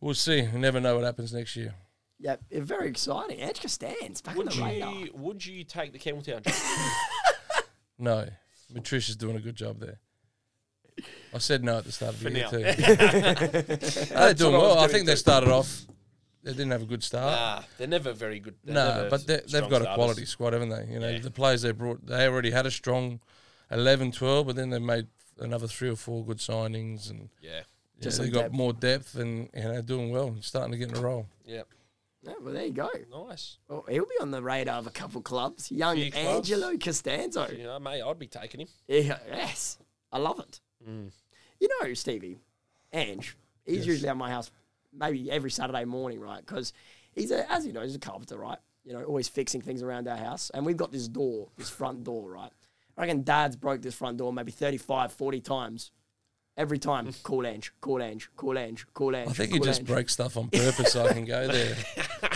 Speaker 3: we'll see. We never know what happens next year.
Speaker 1: yeah, very exciting. Edge stands back
Speaker 2: Would
Speaker 1: on the radar.
Speaker 2: you would you take the
Speaker 3: Uh,
Speaker 2: Campbelltown job?
Speaker 3: No, Matrish is doing a good job there. I said no at the start of the year
Speaker 2: now.
Speaker 3: too. No, they're doing
Speaker 2: what I was
Speaker 3: well. I
Speaker 2: doing
Speaker 3: think they
Speaker 2: too.
Speaker 3: started off. They didn't have a good start.
Speaker 2: Ah, they're never very good. they're
Speaker 3: No,
Speaker 2: never
Speaker 3: but they,
Speaker 2: strong
Speaker 3: they've got a
Speaker 2: starters.
Speaker 3: quality squad, haven't they? You know,
Speaker 2: Yeah.
Speaker 3: the players they brought, they already had a strong 11, 12, but then they made another three or four good signings and
Speaker 2: Yeah,
Speaker 3: yeah,
Speaker 1: Just
Speaker 3: they
Speaker 1: some
Speaker 3: got
Speaker 1: depth.
Speaker 3: more depth and you know, doing well and starting to get in a roll.
Speaker 2: yeah,
Speaker 1: Yeah, well, there you go.
Speaker 2: nice.
Speaker 1: Well, he'll be on the radar of a couple clubs. Young
Speaker 2: Few clubs.
Speaker 1: Angelo Costanzo.
Speaker 2: You know, mate, I'd be taking him.
Speaker 1: Yeah, Eh, yes, I love it.
Speaker 3: Mm.
Speaker 1: You know, Stevie, Ange, he's usually at my house maybe every Saturday morning, right? Because he's a, as you know, he's a carpenter, right? You know, always fixing things around our house. And we've got this door, this front door, right? I reckon dad's broke this front door maybe 35, 40 times. Every time, call Ange, call Ange, call Ange, call Ange.
Speaker 3: I think he
Speaker 1: call
Speaker 3: just
Speaker 1: Ange.
Speaker 3: breaks stuff on purpose so I can go there.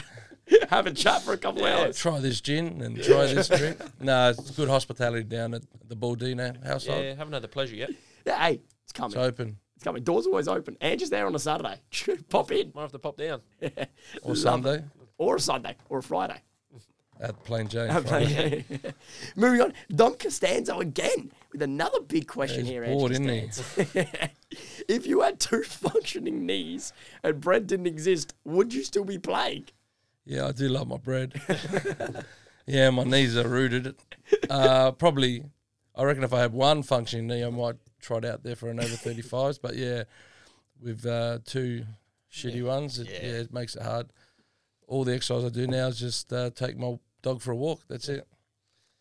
Speaker 1: Have a chat for a couple hours.
Speaker 3: Try this gin and try this drink. No, it's good hospitality down at the Baldino household.
Speaker 2: Yeah, haven't had the pleasure yet.
Speaker 1: Yeah, hey, it's coming.
Speaker 3: It's open.
Speaker 1: it's coming. Doors always open. Ange is there on a Saturday. Pop in.
Speaker 2: Might have to pop down.
Speaker 3: Or Sunday
Speaker 1: Or a Sunday or a Friday.
Speaker 3: at Plain Jane. Friday.
Speaker 1: Moving on, Dom Costanzo again with another big question
Speaker 3: He's
Speaker 1: here. Ange
Speaker 3: bored, isn't he?
Speaker 1: Costanzo. if you had two functioning knees and bread didn't exist, would you still be playing?
Speaker 3: Yeah, I do love my bread. yeah, my knees are rooted. Uh, probably, I reckon if I had one functioning knee, I might try it out there for an over 35s. But yeah, with uh, two shitty ones, it, yeah. it makes it hard. All the exercise I do now is just uh, take my dog for a walk. That's it.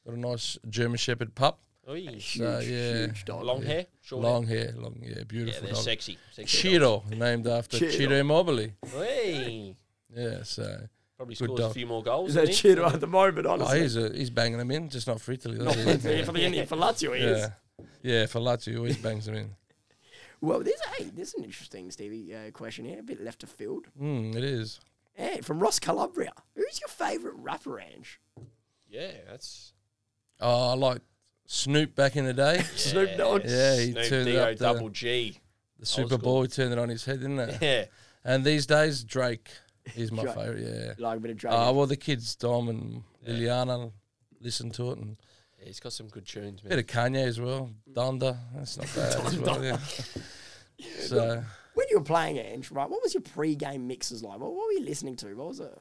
Speaker 3: Got a nice German Shepherd pup.
Speaker 2: Oy.
Speaker 1: Huge,
Speaker 3: yeah.
Speaker 1: huge dog.
Speaker 2: Long hair, short hair.
Speaker 3: Long hair, long, yeah,
Speaker 2: Yeah,
Speaker 3: beautiful
Speaker 2: they're
Speaker 3: dog.
Speaker 2: sexy. sexy dogs.
Speaker 3: Chiro, named after
Speaker 1: Chiro.
Speaker 3: Chiro Immobile.
Speaker 2: Hey,
Speaker 3: Yeah, so.
Speaker 2: probably
Speaker 3: Good
Speaker 2: scores a
Speaker 3: dog.
Speaker 2: few more goals.
Speaker 1: Is that
Speaker 2: doesn't he?
Speaker 1: cheater at the moment,
Speaker 3: Oh,
Speaker 1: honestly?
Speaker 3: he's, a, he's banging them in, just not for Italy. That's it.
Speaker 1: for, the, for Lazio, he is.
Speaker 3: Yeah. Yeah, for Lazio, he always bangs them in.
Speaker 1: Well, there's, hey, there's an interesting, Stevie, uh, question here, a bit left of field.
Speaker 3: Mm, it is.
Speaker 1: Hey, from Ross Calabria. Who's your favourite rapper, Ange?
Speaker 2: Yeah, that's
Speaker 3: Oh, I like Snoop back in the day.
Speaker 1: Snoop Dogg.
Speaker 3: Yeah, he
Speaker 2: Snoop
Speaker 3: turned it
Speaker 2: D-O
Speaker 3: up the-
Speaker 2: double G.
Speaker 3: The Super Bowl he turned it on his head, didn't it?
Speaker 2: Yeah,
Speaker 3: And these days, Drake is my
Speaker 1: Drake.
Speaker 3: favourite, yeah.
Speaker 1: Like a bit of Drake.
Speaker 3: Oh, well, the kids, Dom and Liliana, listen to it. And
Speaker 2: Yeah, he's got some good tunes,
Speaker 3: a bit
Speaker 2: man.
Speaker 3: of Kanye as well. Donda, that's not bad as well, yeah. So,
Speaker 1: when you were playing Ange, right, what was your pre-game mixes like? What, what were you listening to? What was it?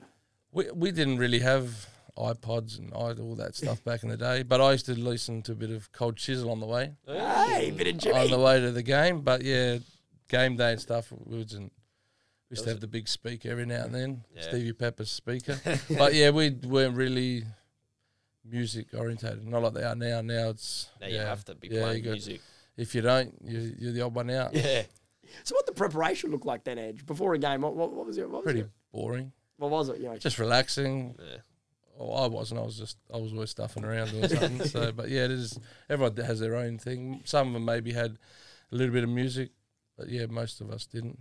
Speaker 3: we, we didn't really have iPods and i- all that stuff back in the day, but I used to listen to a bit of Cold Chisel on the way.
Speaker 1: Hey, bit of Jimmy.
Speaker 3: on the way to the game. But yeah, game day and stuff, we was in, we used to have the big speaker every now and then,
Speaker 2: Yeah.
Speaker 3: Stevie Pepper's speaker. but yeah, we weren't really music orientated, not like they are now. Now it's
Speaker 2: Now you
Speaker 3: yeah,
Speaker 2: have to be
Speaker 3: yeah,
Speaker 2: playing
Speaker 3: you got-
Speaker 2: music.
Speaker 3: If you don't, you, you're the odd one out.
Speaker 2: Yeah,
Speaker 1: So what the preparation look like then, Edge? Before a game, what, what, what was it? What was
Speaker 3: Pretty
Speaker 1: it?
Speaker 3: boring,
Speaker 1: What was it? You know,
Speaker 3: just relaxing.
Speaker 2: Yeah.
Speaker 3: Oh, I wasn't. I was just. I was always stuffing around doing something. so, but yeah, it is. Everyone has their own thing. Some of them maybe had a little bit of music, but yeah, most of us didn't.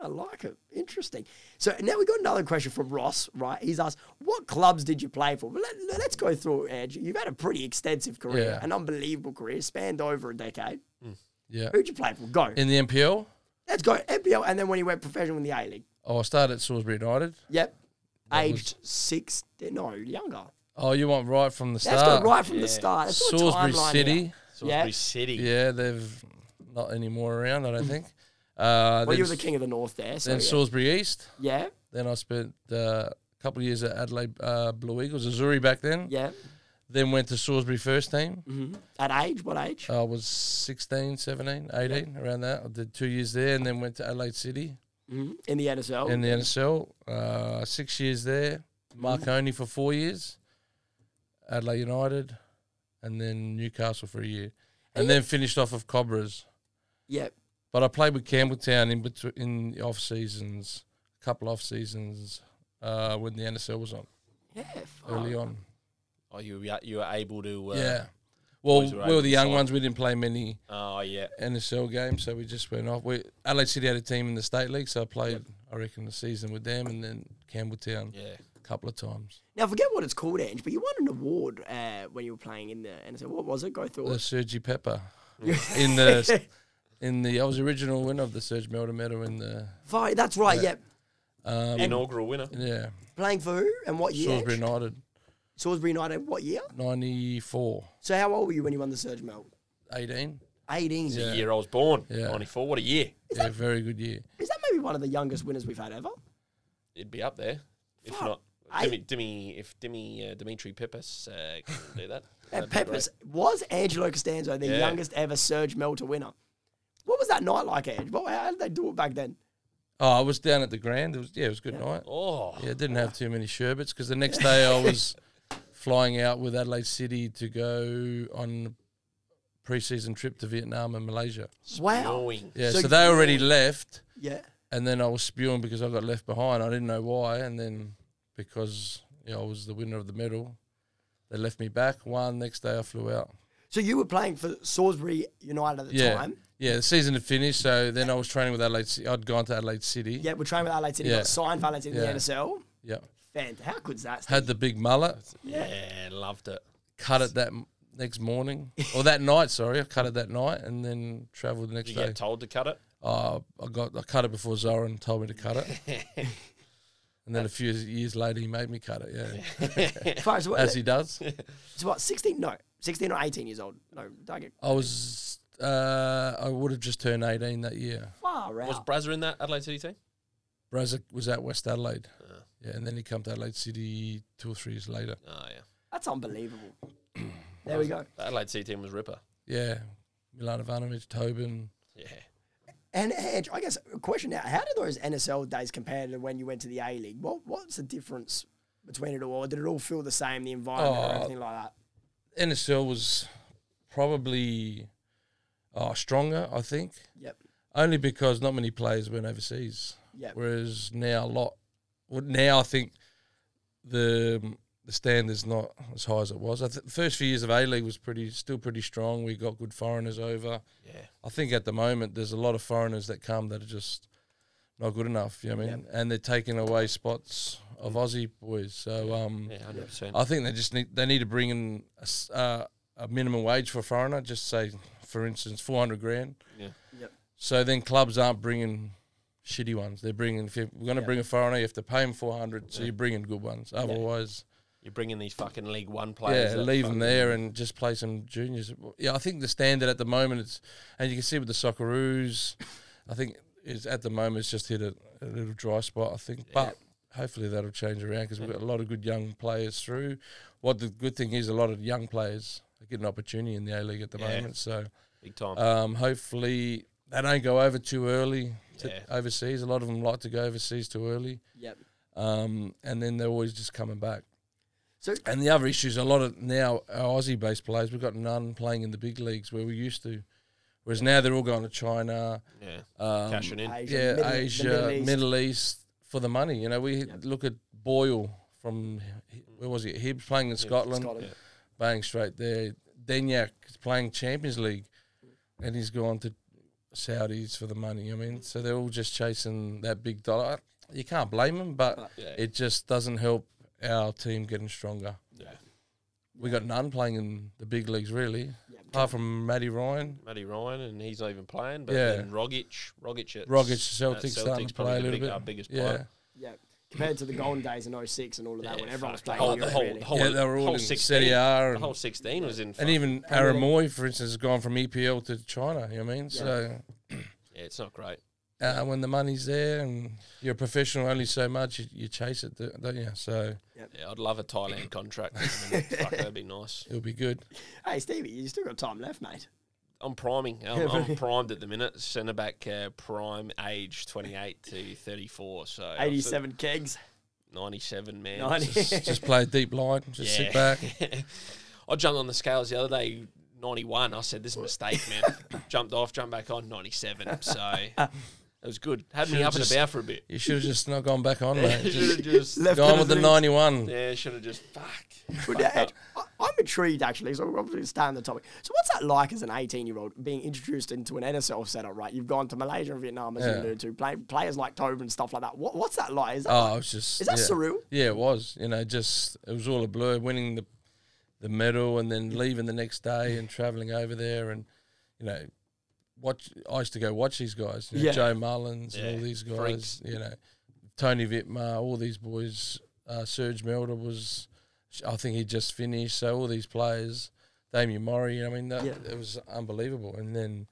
Speaker 1: I like it. Interesting. So now we got another question from Ross, right? He's asked, what clubs did you play for? Well, Let, let's go through, Andrew. You've had a pretty extensive career,
Speaker 3: Yeah.
Speaker 1: an unbelievable career, spanned over a decade.
Speaker 3: Yeah.
Speaker 1: Who'd you play for? Go.
Speaker 3: In the NPL,
Speaker 1: Let's go. NPL, and then when he went professional in the A League.
Speaker 3: oh, I started at Salisbury United.
Speaker 1: Yep. Aged six, no, younger.
Speaker 3: Oh, you want right from the start?
Speaker 1: That's got right from the start. That's sort of
Speaker 3: Salisbury
Speaker 1: timeline
Speaker 3: City.
Speaker 1: here.
Speaker 2: Salisbury
Speaker 1: Yeah.
Speaker 2: City.
Speaker 3: Yeah, they've not anymore around. I don't think. Uh,
Speaker 1: Well,
Speaker 3: then
Speaker 1: you were the king of the north there. So
Speaker 3: then
Speaker 1: yeah.
Speaker 3: Salisbury East.
Speaker 1: yeah,
Speaker 3: Then I spent uh, a couple of years at Adelaide uh, Blue Eagles, Azuri back then.
Speaker 1: yeah. Mm.
Speaker 3: Then went to Salisbury first team.
Speaker 1: Mm-hmm. At age, what
Speaker 2: Uh,
Speaker 1: age?
Speaker 3: I was 16, 17, 18, around that. I did two years there and then went to Adelaide City
Speaker 1: hmm In the
Speaker 2: Oh.
Speaker 1: NSL.
Speaker 3: in the NSL. Uh, six years there.
Speaker 2: Mm-hmm.
Speaker 3: Marconi for four years. Adelaide United. And then Newcastle for a year. And then finished off of Cobras.
Speaker 1: yep.
Speaker 3: But I played with Campbelltown in between in the off seasons, a couple off seasons uh, when the NSL was on
Speaker 1: Yeah.
Speaker 2: Ah,
Speaker 1: fuck.
Speaker 3: early on.
Speaker 2: Oh, you were- you were able to. Uh,
Speaker 3: yeah. Well,
Speaker 2: boys were
Speaker 3: we were
Speaker 2: able
Speaker 3: the
Speaker 2: to
Speaker 3: young
Speaker 2: sign.
Speaker 3: ones. We didn't play many
Speaker 2: Oh yeah.
Speaker 3: NSL games, so we just went off. We Adelaide City had a team in the state league, so I played, I reckon, the season with them, and then Campbelltown
Speaker 2: Yeah.
Speaker 3: a couple of times.
Speaker 1: Now, forget what it's called, Ange, but you won an award uh, when you were playing in the NSL. What was it? Go through
Speaker 3: The
Speaker 1: it.
Speaker 3: Uh, Sergi Pepper in the in the I was the original winner of the Serge Melder Medal in the
Speaker 1: Fuck, that's right, yep.
Speaker 3: um,
Speaker 2: Inaugural winner.
Speaker 3: yeah
Speaker 1: Playing for who and what year?
Speaker 3: Salisbury
Speaker 1: Ange?
Speaker 3: United
Speaker 1: Salisbury United, what year?
Speaker 3: '94,
Speaker 1: So, how old were you when you won the Surge Melt?
Speaker 3: 18.
Speaker 1: 18.
Speaker 2: The year I was born.
Speaker 3: Yeah.
Speaker 2: 94. What a year.
Speaker 3: Yeah, very good year.
Speaker 1: Is that maybe one of the youngest winners we've had ever?
Speaker 2: It'd be up there. If
Speaker 1: Fuck.
Speaker 2: not,
Speaker 1: I-
Speaker 2: Dimi, Dimi, if Dimi, uh, Dimitri Pepis uh, can do that. that'd
Speaker 1: And
Speaker 2: be great.
Speaker 1: Peppers was Angelo Costanzo the
Speaker 2: Yeah.
Speaker 1: youngest ever Surge Melter winner. What was that night like, Ange? What, how did they do it back then?
Speaker 3: Oh, I was down at the Grand. It was yeah, it was a good night.
Speaker 2: Oh.
Speaker 3: Yeah, didn't have too many sherbets because the next day I was flying out with Adelaide City to go on a preseason trip to Vietnam and Malaysia.
Speaker 1: Wow.
Speaker 2: Knowing.
Speaker 3: Yeah,
Speaker 1: So
Speaker 3: so, they already left,
Speaker 1: Yeah.
Speaker 3: and then I was spewing because I got left behind. I didn't know why, and then because you know, I was the winner of the medal, they left me back. One next day I flew out.
Speaker 1: So you were playing for Salisbury United at the
Speaker 3: Yeah,
Speaker 1: time.
Speaker 3: yeah. The season had finished, so then I was training with Adelaide. City. I'd gone to Adelaide City.
Speaker 1: Yeah, we're training with Adelaide City.
Speaker 3: Yeah.
Speaker 1: Got signed for Adelaide City
Speaker 3: Yeah.
Speaker 1: in the NSL.
Speaker 3: yeah.
Speaker 1: Fant, how good's that? Steve?
Speaker 3: Had the big mullet.
Speaker 2: Yeah, loved it.
Speaker 3: cut it that m- next morning or that night. Sorry, I cut it that night and then travelled the next
Speaker 2: Did you
Speaker 3: day.
Speaker 2: get told to cut it?
Speaker 3: Uh, I got I cut it before Zoran told me to cut it, and then a few years later he made me cut it. Yeah,
Speaker 1: Fuck, so what-
Speaker 3: as he does.
Speaker 1: so what? Sixteen? No, sixteen or eighteen years old. No, don't get
Speaker 3: I was uh, I would have just turned eighteen that year.
Speaker 1: far out.
Speaker 2: Was Brazza in that Adelaide City team?
Speaker 3: Brazza was at West Adelaide, yeah, and then he come to Adelaide City two or three years later.
Speaker 2: Oh yeah,
Speaker 1: That's unbelievable. there we go.
Speaker 2: the Adelaide City team was ripper. Yeah,
Speaker 3: Yeah, Milan Ivanovic, Tobin.
Speaker 2: yeah.
Speaker 1: And Edge, I guess a question now: How did those NSL days compare to when you went to the A League? What What's the difference between it all? Or did it all feel the same? The environment or
Speaker 3: Oh.
Speaker 1: everything like that?
Speaker 3: NSL was probably uh, stronger, I think.
Speaker 1: Yep.
Speaker 3: Only because not many players went overseas.
Speaker 1: Yep.
Speaker 3: Whereas now a lot. Well, now I think the the standard's not as high as it was. I th- the first few years of A League was pretty, still pretty strong. We got good foreigners over.
Speaker 2: Yeah.
Speaker 3: I think at the moment there's a lot of foreigners that come that are just not good enough. You know what I mean? And they're taking away spots of Aussie boys. So um,
Speaker 2: Mm. Yeah, hundred percent.
Speaker 3: I think they just need they need to bring in a, s- uh, a minimum wage for a foreigner. Just say, for instance, four hundred grand.
Speaker 2: Yeah.
Speaker 1: Yep.
Speaker 3: So then clubs aren't bringing shitty ones. They're bringing if you're going to
Speaker 1: Yeah.
Speaker 3: bring a foreigner, you have to pay him four hundred. So you're bringing good ones. Otherwise,
Speaker 2: You're bringing these fucking League One
Speaker 3: yeah,
Speaker 2: players. that
Speaker 3: leave them
Speaker 2: fucking-
Speaker 3: there and just play some juniors. Yeah, I think the standard at the moment it's, and you can see with the Socceroos, I think is at the moment it's just hit a, a little dry spot. I think, but hopefully that'll change around because we've got a lot of good young players through. What the good thing is, a lot of young players get an opportunity in the A League at the
Speaker 2: Yeah.
Speaker 3: moment. So
Speaker 2: big time.
Speaker 3: um, hopefully they don't go over too early to
Speaker 2: Yeah.
Speaker 3: overseas. A lot of them like to go overseas too early,
Speaker 1: Yep.
Speaker 3: um, and then they're always just coming back.
Speaker 1: So
Speaker 3: And the other issue is a lot of now our Aussie based players, we've got none playing in the big leagues where we used to. Whereas now they're all going to China,
Speaker 2: yeah,
Speaker 3: um,
Speaker 2: cashing in.
Speaker 1: Asia,
Speaker 3: yeah,
Speaker 1: Middle- the
Speaker 3: Asia,
Speaker 1: Middle
Speaker 3: Middle
Speaker 1: East.
Speaker 3: East. for the money. You know, we look at Boyle from, where was he? Hibbs playing in Scotland,
Speaker 1: Scotland. Yeah.
Speaker 3: playing straight there. Denyak is playing Champions League and he's gone to Saudis for the money. I mean, so they're all just chasing that big dollar. You can't blame them, but
Speaker 2: Yeah.
Speaker 3: it just doesn't help our team getting stronger.
Speaker 2: Yeah.
Speaker 3: We got none playing in the big leagues really, apart from Matty Ryan.
Speaker 2: Matty Ryan, and he's not even playing. But
Speaker 3: Yeah.
Speaker 2: then Rogic, Rogic, at
Speaker 3: Rogic,
Speaker 2: s-
Speaker 3: Celtics,
Speaker 2: at
Speaker 3: starting to play
Speaker 2: probably
Speaker 3: a
Speaker 2: the
Speaker 3: little
Speaker 2: big,
Speaker 3: bit.
Speaker 2: Our biggest
Speaker 3: yeah,
Speaker 2: player.
Speaker 1: Yeah. Compared to the golden days in 06 and all of that,
Speaker 2: Yeah,
Speaker 1: when everyone was
Speaker 2: fuck,
Speaker 1: playing
Speaker 2: the
Speaker 3: Oh,
Speaker 2: whole,
Speaker 1: Europe,
Speaker 2: the whole,
Speaker 1: really.
Speaker 2: whole,
Speaker 3: yeah, they were all
Speaker 2: whole
Speaker 3: in
Speaker 2: 16,
Speaker 3: Serie A,
Speaker 2: The
Speaker 3: and,
Speaker 2: whole 16 was in.
Speaker 3: and
Speaker 2: front.
Speaker 3: even
Speaker 1: Premier League.
Speaker 3: Aramoy, for instance, has gone from EPL to China. You know what I mean, so
Speaker 2: yeah, it's not great.
Speaker 3: uh, when the money's there and you're a professional only so much, you, you chase it, do- don't you? So
Speaker 2: Yeah, I'd love a Thailand contract. I mean, fuck, that'd be nice.
Speaker 3: it'll be good.
Speaker 1: Hey, Stevie, you still got time left, mate.
Speaker 2: I'm priming. I'm, I'm primed at the minute. Centre back uh, prime age 28 to 34. So I've sort of-
Speaker 1: 87 kegs.
Speaker 2: 97 man.
Speaker 1: 90.
Speaker 3: Just, just play a deep line, just sit
Speaker 2: Yeah.
Speaker 3: back.
Speaker 2: I jumped on the scales the other day, 91. I said, this is a mistake, man. jumped off, jumped back on, 97. So it was good. Had me
Speaker 3: Should've
Speaker 2: up and
Speaker 3: just-
Speaker 2: about for a bit.
Speaker 3: You should have just not gone back on, mate.
Speaker 2: should have
Speaker 3: Just
Speaker 2: just,
Speaker 1: Left
Speaker 3: gone
Speaker 1: it
Speaker 3: with the
Speaker 1: as it is.
Speaker 3: 91.
Speaker 2: yeah, should have just, fuck.
Speaker 1: But, uh, I- I'm intrigued actually, so we're obviously staying on the topic. So, what's that like as an 18 year old being introduced into an NSL setup, right? You've gone to Malaysia and Vietnam, as you
Speaker 3: Yeah.
Speaker 1: alluded to, play, players like Tobin and stuff like that. What, what's that like? Is that,
Speaker 3: Oh, it was just.
Speaker 1: is that
Speaker 3: yeah.
Speaker 1: surreal?
Speaker 3: Yeah, it was. You know, just it was all a blur. Winning the the medal and then leaving the next day and traveling over there and you know, watch. I used to go watch these guys. You know,
Speaker 1: Yeah.
Speaker 3: Joe Mullins and all
Speaker 2: Yeah,
Speaker 3: these guys.
Speaker 2: freaks.
Speaker 3: You know, Tony Vitmar, all these boys. Uh, Serge Melder was. I think he just finished. So all these players, Damien Murray. I mean, that,
Speaker 1: Yeah.
Speaker 3: it was unbelievable. And then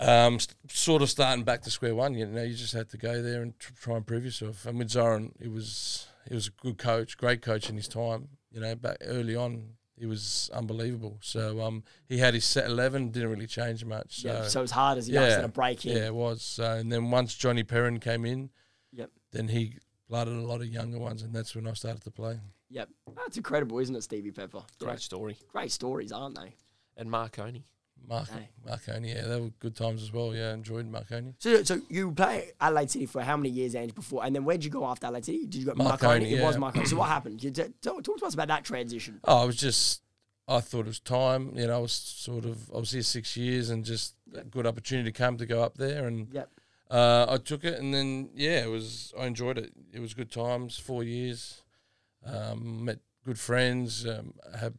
Speaker 3: um, st- sort of starting back to square one. You know, you just had to go there and tr- try and prove yourself. And with Zoran, it was he was a good coach, great coach in his time. You know, back early on, he was unbelievable. So um, he had his set eleven, didn't really change much. So
Speaker 1: yeah, so it's hard as a youngster to break in.
Speaker 3: yeah, it was. So, and then once Johnny Perrin came in,
Speaker 1: Yep.
Speaker 3: then he blooded a lot of younger ones, and that's when I started to play.
Speaker 1: Yep. That's incredible, isn't it, Stevie Pepper?
Speaker 2: Great story.
Speaker 1: Great stories, aren't they?
Speaker 2: And Marconi.
Speaker 3: Mark
Speaker 1: Aye.
Speaker 3: Marconi, yeah, they were good times as well. Yeah, enjoyed Marconi.
Speaker 1: So, so you play Adelaide City for how many years, Ange, before? And then where'd you go after Adelaide City? Did you go Marconi?
Speaker 3: Marconi,
Speaker 1: It
Speaker 3: yeah.
Speaker 1: was Marconi. So, what happened? You t- talk, talk to us about that transition.
Speaker 3: Oh, I was just, I thought it was time. You know, I was sort of, I was here six years and just a good opportunity came to go up there and
Speaker 1: Yep.
Speaker 3: uh, I took it. And then, yeah, it was, I enjoyed it. It was good times, four years. Um, met good friends, um, had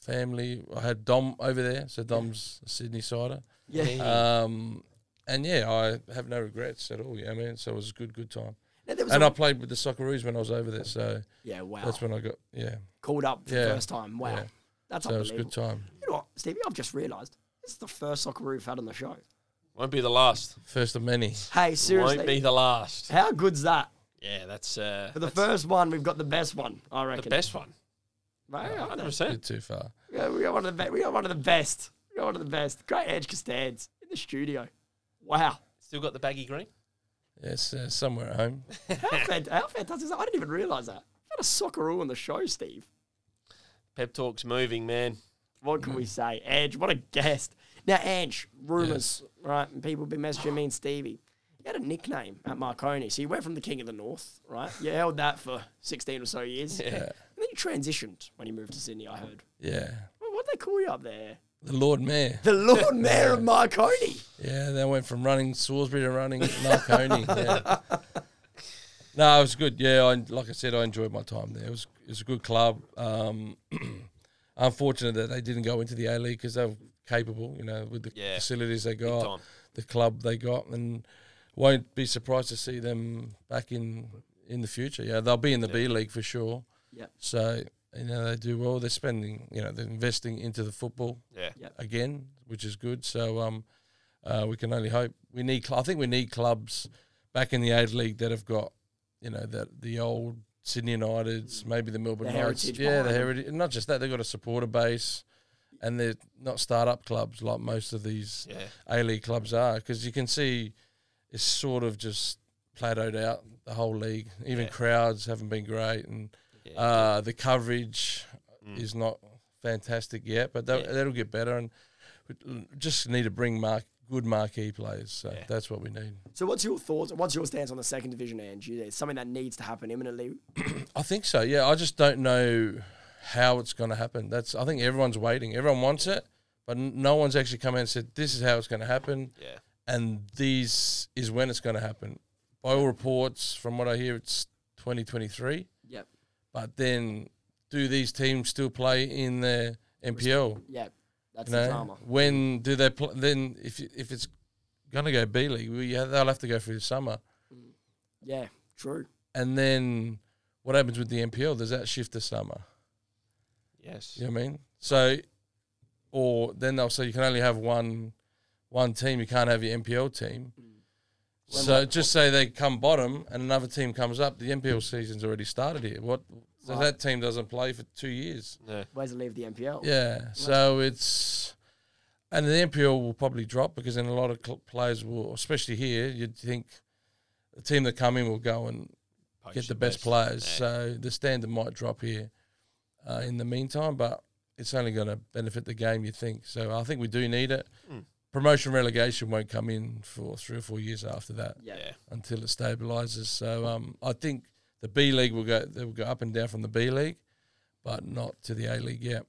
Speaker 3: family. I had Dom over there. So Dom's a Sydney cider.
Speaker 1: Yeah.
Speaker 3: Um, and yeah, I have no regrets at all. Yeah, I mean, so it was a good, good time.
Speaker 1: Now, there was
Speaker 3: And
Speaker 1: a-
Speaker 3: I played with the Socceroos when I was over there. So
Speaker 1: yeah, wow.
Speaker 3: that's when I got, yeah.
Speaker 1: Called up for the
Speaker 3: Yeah.
Speaker 1: first time. Wow.
Speaker 3: Yeah.
Speaker 1: That's
Speaker 3: So it was a
Speaker 1: unbelievable.
Speaker 3: good time.
Speaker 1: You know what, Stevie, I've just realised this is the first soccer we've had on the show.
Speaker 2: Won't be the last.
Speaker 3: First of many.
Speaker 1: Hey,
Speaker 2: Won't be
Speaker 1: seriously,
Speaker 2: the last.
Speaker 1: how good's that?
Speaker 2: Yeah, that's, uh,
Speaker 1: For the
Speaker 2: that's
Speaker 1: first one, we've got the best one, I
Speaker 2: the
Speaker 1: reckon.
Speaker 2: best one.
Speaker 1: Right,
Speaker 3: Oh,
Speaker 1: aren't they?
Speaker 2: 100%.
Speaker 3: bit too far.
Speaker 1: Yeah, we got one of the best. We got one of the best. We got one of the best. Great Edge Costanz in the studio. Wow,
Speaker 2: Still got the baggy green.
Speaker 3: Yes, uh, somewhere at home.
Speaker 1: how, fan- how fantastic! is that? I didn't even realise that. We had a Socceroo on the show, Steve.
Speaker 2: Pep Talk's moving, man.
Speaker 1: What can we say? Edge, what a guest. Now, Edge, rumours, right? And people have been messaging me and Stevie. He had a nickname at Marconi. So you went from the King of the North, right? You held that for 16 or so years. Yeah. And then you transitioned when you moved to Sydney, I heard.
Speaker 3: Yeah.
Speaker 1: Well, what'd they call you up there?
Speaker 3: The Lord Mayor.
Speaker 1: The Lord Mayor of Marconi.
Speaker 3: Yeah, they went from running Salisbury to running Marconi. yeah. No, it was good. Yeah, I, like I said, I enjoyed my time there. It was it was a good club. Um, unfortunate that they didn't go into the A League because they were capable, you know, with the
Speaker 2: Yeah.
Speaker 3: facilities they got,
Speaker 2: time.
Speaker 3: the club they got, and won't be surprised to see them back in in the future. Yeah, they'll be in the B League for sure.
Speaker 1: Yep.
Speaker 3: So you know they do well. They're spending, you know, they're investing into the football
Speaker 2: Yeah.
Speaker 1: Yeah.
Speaker 3: again, which is good. So um, uh, we can only hope. We need. Cl- I think we need clubs back in the A League that have got, you know, that the old Sydney Uniteds, maybe the Melbourne
Speaker 1: Mm. The
Speaker 3: Knights.
Speaker 1: heritage
Speaker 3: Yeah,
Speaker 1: behind
Speaker 3: the
Speaker 1: 'em.
Speaker 3: heritage. Not just that, they've got a supporter base, and they're not start-up clubs like most of these
Speaker 2: Yeah.
Speaker 3: A League clubs are, because you can see it's sort of just plateaued out the whole league. Even
Speaker 2: Yeah.
Speaker 3: crowds haven't been great, and
Speaker 2: Yeah. Mm.
Speaker 3: uh, the coverage is not fantastic yet, but that,
Speaker 2: Yeah.
Speaker 3: that'll get better. And we just need to bring mark good marquee players. So
Speaker 2: Yeah.
Speaker 3: that's what we need.
Speaker 1: So what's your thoughts? What's your stance on the second division, Ange? Is it something that needs to happen imminently?
Speaker 3: I think so. Yeah, I just don't know how it's going to happen. That's I think everyone's waiting. Everyone wants it, but n- no one's actually come out and said this is how it's going to happen.
Speaker 2: Yeah.
Speaker 3: and this is when it's going to happen. By all reports, from what I hear, it's 2023.
Speaker 1: Yep.
Speaker 3: But then, do these teams still play in the NPL?
Speaker 1: Yep. That's
Speaker 3: You
Speaker 1: the
Speaker 3: know,
Speaker 1: drama.
Speaker 3: when do they? Pl- then, if if it's going to go B League, we, yeah, they'll have to go through the summer.
Speaker 1: Yeah. True.
Speaker 3: And then, what happens with the NPL? Does that shift the summer?
Speaker 2: Yes.
Speaker 3: You know what I mean? So, or then they'll say you can only have one one team. You can't have your NPL team. So just say they come bottom and another team comes up. The NPL season's already started here. What? So
Speaker 1: Right.
Speaker 3: that team doesn't play for two years.
Speaker 2: No.
Speaker 1: Where's it leave the NPL?
Speaker 3: Yeah. So it's and the NPL will probably drop because then a lot of cl- players will, especially here, you'd think the team that come in will go and get
Speaker 2: Poach
Speaker 3: the best players.
Speaker 2: Yeah.
Speaker 3: So the standard might drop here uh, in the meantime, but it's only going to benefit the game, you think. So I think we do need it.
Speaker 2: Mm.
Speaker 3: Promotion relegation won't come in for three or four years after that
Speaker 1: Yeah.
Speaker 2: yeah.
Speaker 3: until it stabilises. So um, I think the B League will go they will go up and down from the B League, but not to the A League yet.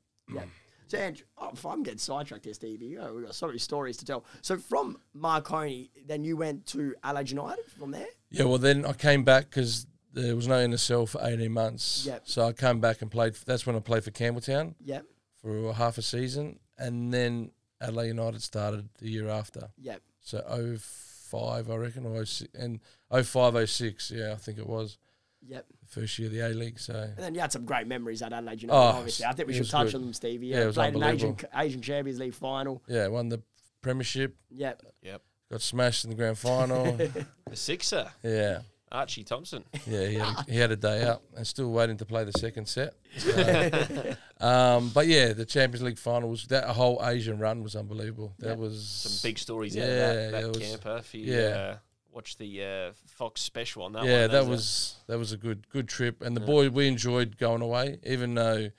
Speaker 1: So Andrew, oh, f- I'm getting sidetracked here, Steve. You know, we've got so many stories to tell. So from Marconi, then you went to Allied United from there?
Speaker 3: Yeah, well then I came back because there was no NSL for eighteen months.
Speaker 1: Yep.
Speaker 3: So I came back and played. That's when I played for Campbelltown.
Speaker 1: Yep.
Speaker 3: for half a season, and then Adelaide United started the year after.
Speaker 1: Yep.
Speaker 3: So 05, I reckon, or 06, and 05, 06, yeah, I think it was
Speaker 1: Yep.
Speaker 3: the first year of the A League. So
Speaker 1: And then you had some great memories at Adelaide United,
Speaker 3: Oh,
Speaker 1: obviously. I think we
Speaker 3: it
Speaker 1: should
Speaker 3: was
Speaker 1: touch
Speaker 3: good.
Speaker 1: on them, Stevie.
Speaker 3: Yeah, it was
Speaker 1: played an Asian,
Speaker 3: unbelievable.
Speaker 1: Asian Champions League final.
Speaker 3: yeah, won the premiership,
Speaker 1: Yep.
Speaker 2: Yep.
Speaker 3: got smashed in the grand final.
Speaker 2: The sixer,
Speaker 3: yeah,
Speaker 2: Archie Thompson.
Speaker 3: yeah, he had, a, he had a day out, and still waiting to play the second set. So, um, but yeah, the Champions League final was that whole Asian run was unbelievable. That
Speaker 1: Yeah.
Speaker 3: was
Speaker 2: Some big stories out
Speaker 3: Yeah,
Speaker 2: of that, that
Speaker 3: it was-
Speaker 2: camper. If you uh,
Speaker 3: yeah.
Speaker 2: watch the uh, Fox special on that
Speaker 3: yeah,
Speaker 2: one.
Speaker 3: that was that was a good good trip, and the boy we enjoyed going away, even though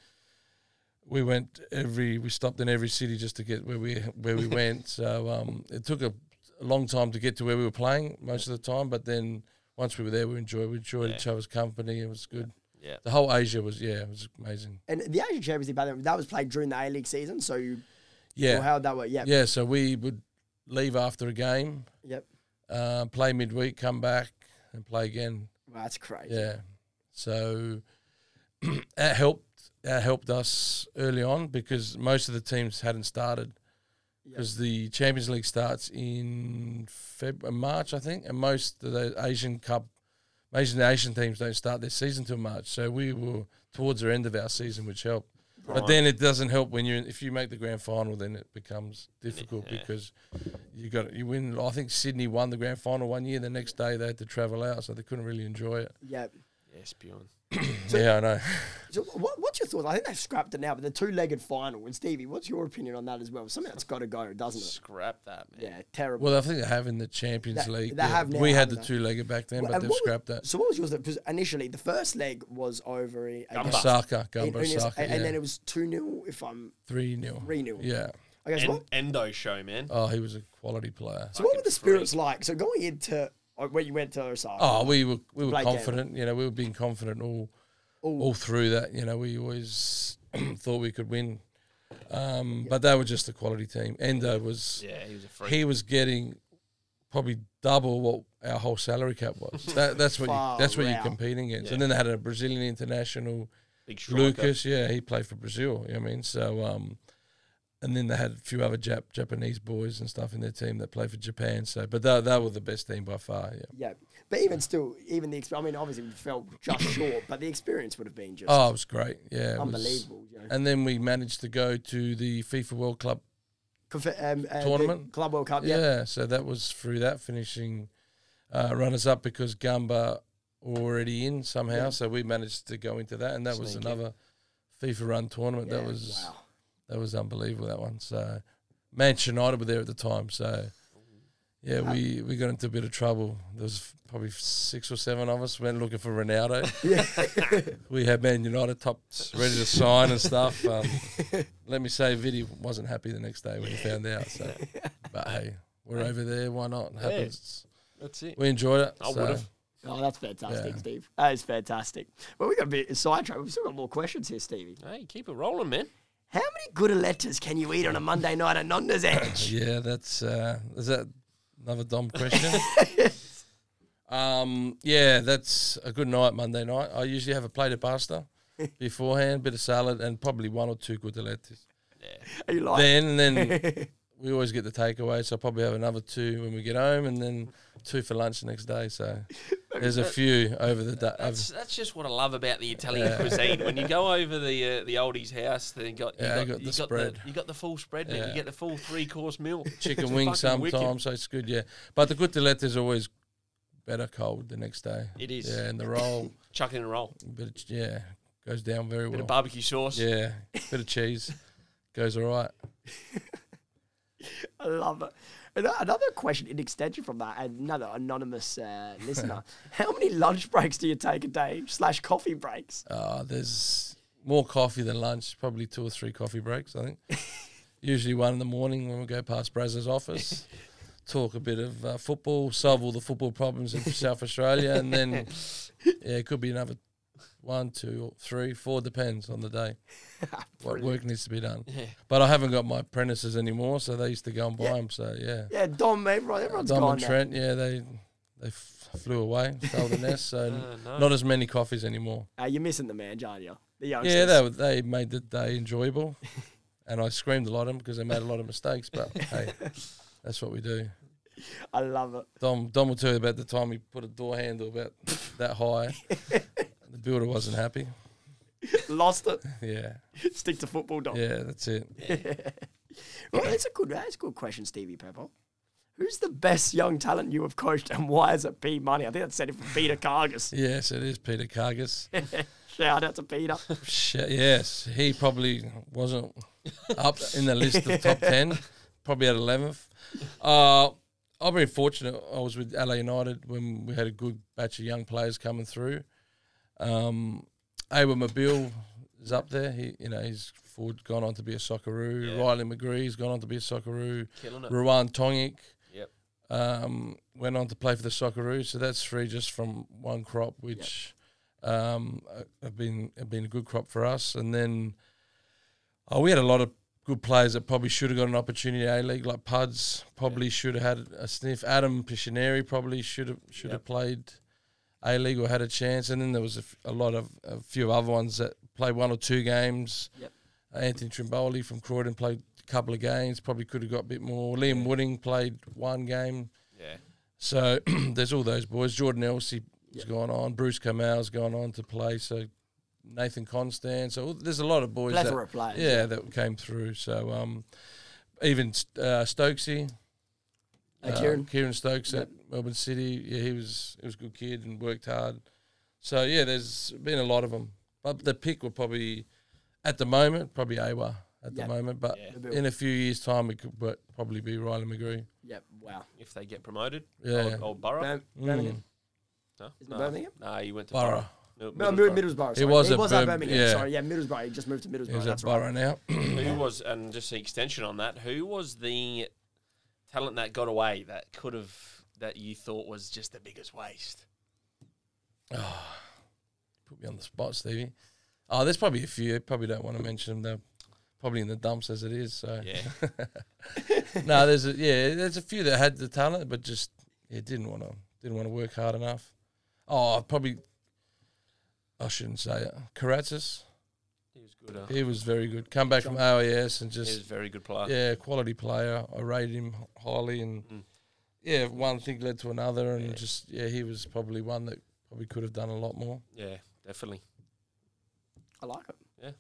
Speaker 3: we went every we stopped in every city just to get where we where we went. So um, it took a, a long time to get to where we were playing most of the time, but then once we were there, we enjoyed we enjoyed
Speaker 2: Yeah.
Speaker 3: each other's company. It was good.
Speaker 2: Yeah.
Speaker 3: The whole Asia was yeah, it was amazing.
Speaker 1: And the Asian Champions League, by the way, that was played during the A League season. So you,
Speaker 3: Yeah,
Speaker 1: well, how'd that work? Yep.
Speaker 3: yeah. So we would leave after a game,
Speaker 1: Yep.
Speaker 3: uh, play midweek, come back and play again.
Speaker 1: Wow, that's crazy.
Speaker 3: Yeah. So that helped that helped us early on because most of the teams hadn't started
Speaker 1: Yeah.
Speaker 3: because the Champions League starts in Feb- uh, March, I think, and most of the Asian Cup, Asian Asian teams don't start their season till March. So we were towards the end of our season, which helped. But then it doesn't help when you if you make the grand final, then it becomes difficult
Speaker 2: Yeah.
Speaker 3: because you got you win. I think Sydney won the grand final one year. The next day they had to travel out, so they couldn't really enjoy it.
Speaker 1: Yep.
Speaker 2: Yes, Bjorn.
Speaker 3: Yeah, I know.
Speaker 1: So what, what's your thoughts? I think they've scrapped it now, but the two-legged final. And Stevie, what's your opinion on that as well? Something that's got to go, doesn't it?
Speaker 2: Scrap that, man.
Speaker 1: Yeah, terrible.
Speaker 3: Well, I think they have in the Champions
Speaker 1: They-
Speaker 3: League.
Speaker 1: they
Speaker 3: yeah.
Speaker 1: have now,
Speaker 3: we had the
Speaker 1: haven't they?
Speaker 3: two legger back then,
Speaker 1: Well,
Speaker 3: but
Speaker 1: and
Speaker 3: they've
Speaker 1: what was-
Speaker 3: scrapped that.
Speaker 1: So what was yours? Because initially, the first leg was over a,
Speaker 2: Gamba.
Speaker 1: against-
Speaker 3: Osaka,
Speaker 1: in-
Speaker 3: Gamba,
Speaker 1: in-
Speaker 3: Osaka,
Speaker 1: and,
Speaker 3: yeah.
Speaker 1: and then it was two 0 If I'm
Speaker 3: 3 0.
Speaker 1: 3-0.
Speaker 3: Yeah.
Speaker 1: I guess
Speaker 2: En-
Speaker 1: what?
Speaker 2: Endo show, man.
Speaker 3: Oh, he was a quality player.
Speaker 1: So what were the
Speaker 2: freak.
Speaker 1: spirits like? So going into uh, when you went to Osaka,
Speaker 3: Oh, we were we were
Speaker 1: Blake
Speaker 3: confident. You know, we were being confident all
Speaker 1: All-
Speaker 3: all through that. You know, we always thought we could win. Um, But they were just a quality team. Endo was
Speaker 2: Yeah, he was a freak.
Speaker 3: he was getting probably double what our whole salary cap was. that, that's what you,
Speaker 1: Far
Speaker 3: that's what you're
Speaker 1: out.
Speaker 3: competing against.
Speaker 2: Yeah.
Speaker 3: And then they had a Brazilian international.
Speaker 2: Big striker.
Speaker 3: Lucas, yeah, he played for Brazil. You know what I mean, so um, and then they had a few other Jap- Japanese boys and stuff in their team that played for Japan. So, but they, they were the best team by far. Yeah.
Speaker 1: yeah. But even still, even the exp- I mean, obviously we fell just short, but the experience would have been just
Speaker 3: Oh, it was great. Yeah, it was-
Speaker 1: unbelievable. You know.
Speaker 3: and then we managed to go to the FIFA World Club.
Speaker 1: Conf- um, uh, the
Speaker 3: Tournament?
Speaker 1: Club World Cup.
Speaker 3: Yeah,
Speaker 1: Yeah,
Speaker 3: so that was through that finishing uh, runners up because Gamba were already in somehow.
Speaker 1: Yeah.
Speaker 3: So we managed to go into that, and that was
Speaker 2: Sneaky.
Speaker 3: another FIFA run tournament.
Speaker 1: Yeah,
Speaker 3: That was
Speaker 1: wow.
Speaker 3: That was unbelievable that one. So Manchester United were there at the time. So yeah, we, we got into a bit of trouble. There was probably six or seven of us went looking for Ronaldo. we had Man United tops ready to sign and stuff. Um, let me say, Vidi wasn't happy the next day when he found out. So, but hey, we're over there. Why not? It happens.
Speaker 2: That's it.
Speaker 3: We enjoyed it.
Speaker 2: I
Speaker 3: so-
Speaker 2: would've.
Speaker 1: Oh, that's fantastic,
Speaker 3: Yeah.
Speaker 1: Steve. That is fantastic. Well, we got a bit sidetracked. We've still got more questions here, Stevie.
Speaker 2: Hey, keep it rolling, man.
Speaker 1: How many good letters can you eat on a Monday night at Nonda's Edge?
Speaker 3: Yeah, that's uh, is that another dumb question. um, yeah, that's a good night Monday night. I usually have a plate of pasta beforehand, bit of salad, and probably one or two cotelettes.
Speaker 1: Are you
Speaker 2: Oh.
Speaker 1: like?
Speaker 3: Then and then we always get the takeaway, so I probably have another two when we get home, and then two for lunch the next day. So there's a few over the day.
Speaker 2: That's, that's just what I love about the Italian cuisine. When you go over the uh, the oldies house, then you got you
Speaker 3: Yeah,
Speaker 2: got,
Speaker 3: you got
Speaker 2: you
Speaker 3: the
Speaker 2: got
Speaker 3: spread.
Speaker 2: you got the full spread. Yeah.
Speaker 3: Yeah.
Speaker 2: You get the full three course meal.
Speaker 3: chicken
Speaker 2: It's
Speaker 3: wings
Speaker 2: fucking wicked.
Speaker 3: sometimes, so it's good. Yeah, but the cotellette is always better cold the next day.
Speaker 2: It is.
Speaker 3: Yeah, and the roll,
Speaker 2: Chuck it in a roll.
Speaker 3: but it's, yeah, goes down very
Speaker 2: Bit
Speaker 3: well.
Speaker 2: of barbecue sauce.
Speaker 3: Yeah, bit of cheese goes all right.
Speaker 1: I love it. And another question in extension from that, another anonymous uh, listener. How many lunch breaks do you take a day slash coffee breaks?
Speaker 3: Uh, there's more coffee than lunch. Probably two or three coffee breaks. I think. Usually one in the morning when we go past Brazza's office. Talk a bit of uh, football, solve all the football problems in South Australia, and then yeah, it could be another one, two, three, four, depends on the day. what work needs to be done. But I haven't got my apprentices anymore, so they used to go and buy them. So yeah,
Speaker 1: Yeah, Dom, everyone, everyone's
Speaker 3: Dom
Speaker 1: gone
Speaker 3: and
Speaker 1: now.
Speaker 3: Trent, yeah, they they f- flew away, sold the nest, so
Speaker 2: Uh, no.
Speaker 3: not as many coffees anymore.
Speaker 1: Uh, you're missing the man, aren't you? The youngsters.
Speaker 3: Yeah, they, were- they made the day enjoyable, and I screamed a lot at them because they made a lot of mistakes. But hey, that's what we do.
Speaker 1: I love it.
Speaker 3: Dom Dom will tell you about the time he put a door handle about that high. the builder wasn't happy.
Speaker 1: Lost it.
Speaker 3: Yeah,
Speaker 1: Stick to football, Dom.
Speaker 3: yeah, that's it.
Speaker 1: Well, that's a good. That's a good question, Stevie Pepper. Who's the best young talent you have coached, and why is it P Money? I think that's said it from Peter Cargus.
Speaker 3: Yes, it is Peter Cargus.
Speaker 1: Shout out to Peter.
Speaker 3: Sh- yes, he probably wasn't up in the list of top 10, probably at 11th. Uh, I'm very fortunate. I was with LA United when we had a good batch of young players coming through. Um, Awa Mabil is up there. He, you know, he's forward gone on to be a Socceroo.
Speaker 2: Yeah.
Speaker 3: Riley McGree's gone on to be a Socceroo.
Speaker 2: Killing it.
Speaker 3: Ruan Tongic
Speaker 2: Yep.
Speaker 3: um, went on to play for the Socceroos. So that's three just from one crop, which um, uh, have been have been a good crop for us. And then oh, we had a lot of good players that probably should have got an opportunity in A League, like Puds probably should have had a sniff. Adam Piscineri probably should have should have
Speaker 2: Yep.
Speaker 3: played A League or had a chance. And then there was a, f- a lot of a few other ones that played one or two games.
Speaker 1: Yep.
Speaker 3: Anthony Trimboli from Croydon played a couple of games, probably could have got a bit more. Liam Wooding played one game.
Speaker 2: Yeah.
Speaker 3: So there's all those boys. Jordan Elsie's gone on. Bruce Kamal's gone on to play. So Nathan Constance. So there's a lot of boys.
Speaker 1: Plethora
Speaker 3: That,
Speaker 1: of players.
Speaker 3: yeah, that came through. So um, even uh, Stokesy,
Speaker 1: Uh, Kieran?
Speaker 3: Kieran Stokes at Melbourne City. Yeah, he was he was a good kid and worked hard. So yeah, there's been a lot of them. But the pick will probably, at the moment, probably Awa at
Speaker 1: Yeah.
Speaker 3: the moment. But
Speaker 1: Yeah.
Speaker 3: Uh, in a few years' time, it could but probably be Riley McGree.
Speaker 1: Yep. Wow.
Speaker 2: If they get promoted,
Speaker 3: Yeah.
Speaker 2: old, old Borough.
Speaker 1: Bir-
Speaker 3: Mm,
Speaker 1: Birmingham.
Speaker 2: No,
Speaker 1: Isn't it
Speaker 2: no,
Speaker 1: Birmingham?
Speaker 2: No, you went to
Speaker 3: Borough.
Speaker 2: Mil-
Speaker 1: No,
Speaker 2: Middlesbrough.
Speaker 1: Mid- Middlesbrough.
Speaker 3: He
Speaker 1: sorry.
Speaker 3: was
Speaker 1: He
Speaker 3: at
Speaker 1: was at
Speaker 3: Birm-
Speaker 1: Birmingham.
Speaker 3: yeah.
Speaker 1: Sorry, yeah, Middlesbrough. He just moved to Middlesbrough.
Speaker 3: He's at
Speaker 1: That's right.
Speaker 3: Borough now.
Speaker 2: Who was, and just the extension on that, who was the talent that got away that could have, that you thought was just the biggest waste?
Speaker 3: Put me on the spot, Stevie. Oh, there's probably a few. Probably don't want to mention them. They're probably in the dumps as it is. So
Speaker 2: Yeah.
Speaker 3: no, there's a, yeah, there's a few that had the talent, but just yeah, didn't want to didn't want to work hard enough. Oh, probably. I shouldn't say it. Karatzis,
Speaker 2: he was good. Huh? He
Speaker 3: he was very good. Come back from AIS and
Speaker 2: was a
Speaker 3: just
Speaker 2: very good player.
Speaker 3: yeah, quality player. I rated him highly, and yeah, one thing led to another, and just yeah, he was probably one that probably could have done a lot more.
Speaker 2: Yeah, definitely.
Speaker 1: I like it.
Speaker 2: Yeah.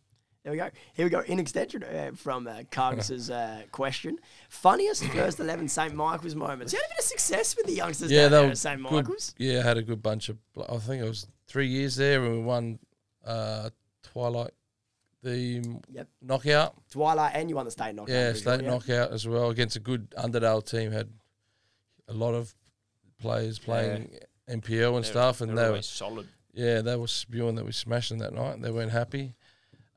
Speaker 1: There we go. Here we go. In extension uh, from uh, Cargus's uh, question, funniest first eleven St Michael's moments. You had a bit of success with the youngsters down
Speaker 3: that
Speaker 1: there at
Speaker 3: was
Speaker 1: St
Speaker 3: good.
Speaker 1: Michael's.
Speaker 3: Yeah, I had a good bunch of. bl- I think it was three years there, and we won uh, Twilight the mm,
Speaker 1: Yep.
Speaker 3: knockout.
Speaker 1: Twilight, and you won the state knockout.
Speaker 3: Yeah,
Speaker 1: as well,
Speaker 3: state knockout as well against a good Underdale team. Had a lot of players playing NPL and
Speaker 2: They're-
Speaker 3: stuff, and
Speaker 2: they're
Speaker 3: they were,
Speaker 2: always solid.
Speaker 3: yeah, they were spewing that we smashed them that night. and They weren't happy,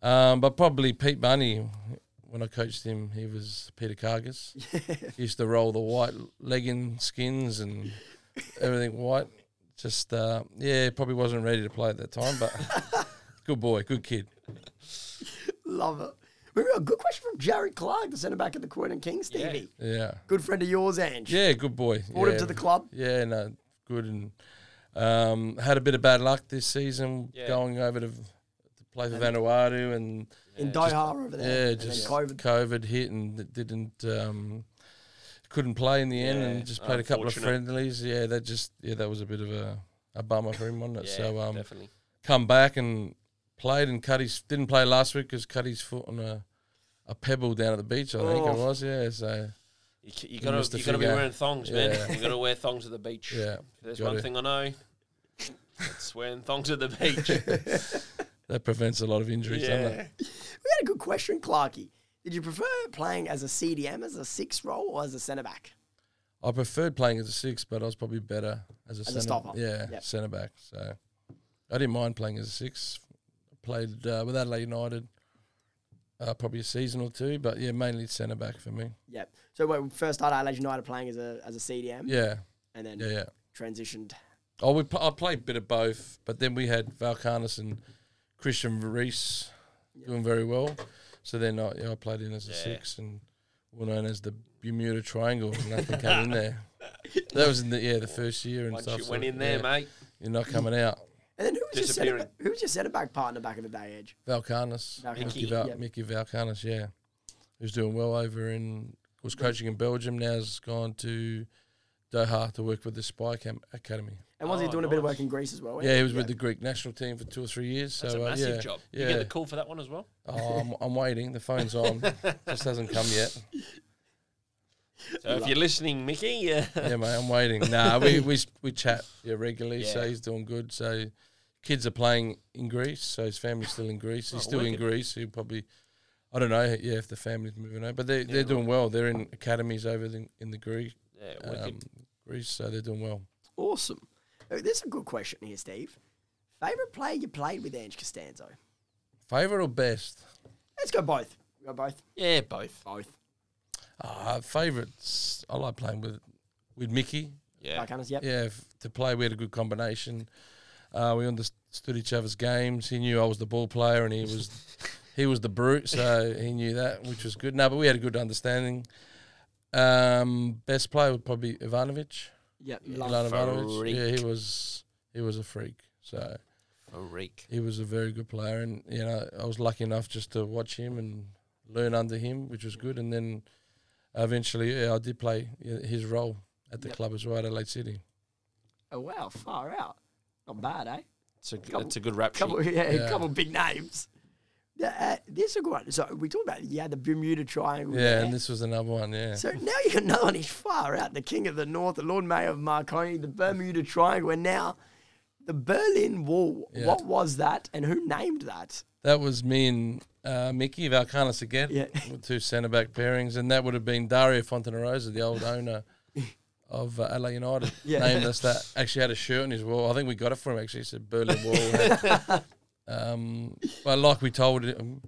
Speaker 3: um, but probably Pete Bunny. When I coached him, he was Peter Cargus. he used to roll the white legging skins and everything white. Just uh, yeah, probably wasn't ready to play at that time, but good boy, good kid.
Speaker 1: Love it. Remember, a good question from Jared Clark, the centre back of the Croydon Kings,
Speaker 2: Yeah.
Speaker 1: Stevie.
Speaker 3: Yeah.
Speaker 1: Good friend of yours, Ange.
Speaker 3: Yeah, good boy.
Speaker 1: Brought
Speaker 3: yeah.
Speaker 1: him to the club.
Speaker 3: Yeah, no, good and um, had a bit of bad luck this season
Speaker 2: Yeah.
Speaker 3: going over to, to play for Vanuatu and
Speaker 1: in Doha over there.
Speaker 3: yeah,
Speaker 1: and
Speaker 3: just
Speaker 1: then COVID.
Speaker 3: COVID. hit and it didn't um, couldn't play in the end
Speaker 2: Yeah,
Speaker 3: and just played a couple of
Speaker 2: unfortunate.
Speaker 3: friendlies. Yeah, that just yeah that was a bit of a, a bummer for him, wasn't it?
Speaker 2: Yeah,
Speaker 3: so um,
Speaker 2: definitely.
Speaker 3: come back and played and cut his didn't play last week because cut his foot on a a pebble down at the beach. I think it
Speaker 1: Oh.
Speaker 3: was yeah. So
Speaker 2: You, c- you gotta,
Speaker 3: missed a
Speaker 2: you gotta be
Speaker 3: figure.
Speaker 2: wearing thongs, man.
Speaker 3: Yeah.
Speaker 2: You gotta wear thongs at the beach.
Speaker 3: yeah,
Speaker 2: If There's
Speaker 3: gotta-
Speaker 2: one thing I know. It's wearing thongs at the beach.
Speaker 3: that prevents a lot of injuries, doesn't
Speaker 2: yeah.
Speaker 3: it?
Speaker 1: We had a good question, Clarkey. Did you prefer playing as a CDM, as a six role, or as a centre back?
Speaker 3: I preferred playing as a six, but I was probably better as a,
Speaker 1: a
Speaker 3: centre,
Speaker 1: stopper.
Speaker 3: Yeah,
Speaker 1: Yep.
Speaker 3: centre back. So I didn't mind playing as a six. Played uh, with Adelaide United, uh, probably a season or two, but yeah, mainly centre back for me.
Speaker 1: Yep. So wait, we first started Adelaide United playing as a as a CDM,
Speaker 3: Yeah,
Speaker 1: and then
Speaker 3: yeah, yeah.
Speaker 1: transitioned.
Speaker 3: Oh, we pl- I played a bit of both, but then we had Valkanis and Christian Reese doing very well. So then I, yeah, I played in as a
Speaker 2: Yeah.
Speaker 3: six and well known as the Bermuda Triangle. Nothing came in there. That was in the yeah the first year and
Speaker 2: Once
Speaker 3: stuff.
Speaker 2: you
Speaker 3: so,
Speaker 2: went in there,
Speaker 3: yeah,
Speaker 2: mate.
Speaker 3: You're not coming out.
Speaker 1: And then who was your centre
Speaker 2: Disappearing.
Speaker 1: back, who was your centre back partner back in the day, Edge?
Speaker 3: Valkanis,
Speaker 1: Valkanis,
Speaker 3: Mickey,
Speaker 1: Mickey,
Speaker 3: Val-
Speaker 1: yep.
Speaker 3: Mickey Valkanis, yeah, who's doing well over in was coaching in Belgium. Now's gone to Doha to work with the Spy Cam- Academy.
Speaker 1: And was he
Speaker 2: Oh,
Speaker 1: doing a bit of
Speaker 2: nice.
Speaker 1: work in Greece as well? wasn't
Speaker 3: Yeah, he was with the Greek national team for two or three years. So
Speaker 2: That's a
Speaker 3: uh,
Speaker 2: massive
Speaker 3: yeah,
Speaker 2: job.
Speaker 3: Yeah,
Speaker 2: You get the call for that one as well.
Speaker 3: Oh, I'm, I'm waiting. The phone's on. Just hasn't come yet.
Speaker 2: So if you're listening, Mickey, uh,
Speaker 3: Yeah, mate, I'm waiting. Nah, we we we chat yeah, regularly. So
Speaker 2: Yeah.
Speaker 3: he's doing good. So kids are playing in Greece. So his family's still in Greece. He's
Speaker 2: Oh,
Speaker 3: still in
Speaker 2: wicked.
Speaker 3: Greece. He'll probably. I don't know. Yeah, if the family's moving over, but they they're doing well. They're in academies over in, in the Greek,
Speaker 2: yeah,
Speaker 3: um,
Speaker 2: wicked.
Speaker 3: Greece. So they're doing well.
Speaker 1: Awesome. Oh, There's a good question here, Steve. Favorite player you played with Ange Costanzo?
Speaker 3: Favorite or best?
Speaker 1: Let's go both. We go both.
Speaker 2: yeah, both.
Speaker 1: Both.
Speaker 3: Ah, favorites. I like playing with with Mickey.
Speaker 2: Yeah,
Speaker 1: Like Hunters, yep.
Speaker 3: yeah, f- to play, we had a good combination. Uh, we understood each other's games. He knew I was the ball player, and he was he was the brute, so he knew that, which was good. No, but we had a good understanding. Um, best player would probably Ivanovic.
Speaker 1: Yep.
Speaker 3: Ilan
Speaker 2: freak.
Speaker 3: Ivanovic. Yeah, he was he was a freak. So
Speaker 2: freak.
Speaker 3: he was a very good player, and you know I was lucky enough just to watch him and learn under him, which was good. And then eventually, yeah, I did play yeah, his role at the
Speaker 1: Yep.
Speaker 3: club as well, Adelaide City.
Speaker 1: Oh wow, far out. Not bad, eh?
Speaker 2: It's a,
Speaker 1: Couple-
Speaker 2: it's a good rap sheet.
Speaker 1: Couple, yeah,
Speaker 3: Yeah.
Speaker 1: couple big names. Yeah, Uh, this is a good one. So we talked about yeah the Bermuda Triangle.
Speaker 3: Yeah,
Speaker 1: there.
Speaker 3: and this was another one. Yeah,
Speaker 1: so now you got another one. He's far out. The King of the North, the Lord Mayor of Marconi, the Bermuda Triangle, and now the Berlin Wall.
Speaker 3: Yeah.
Speaker 1: What was that, and who named that?
Speaker 3: that was me and uh, Mickey Valkanis again.
Speaker 1: Yeah.
Speaker 3: with two centre back pairings, and that would have been Dario Fontanarosa, the old owner of uh, LA United,
Speaker 1: Yeah.
Speaker 3: named us that. Actually, had a shirt on his wall. I think we got it from him. Actually, it said Berlin Wall. um, but like we told him.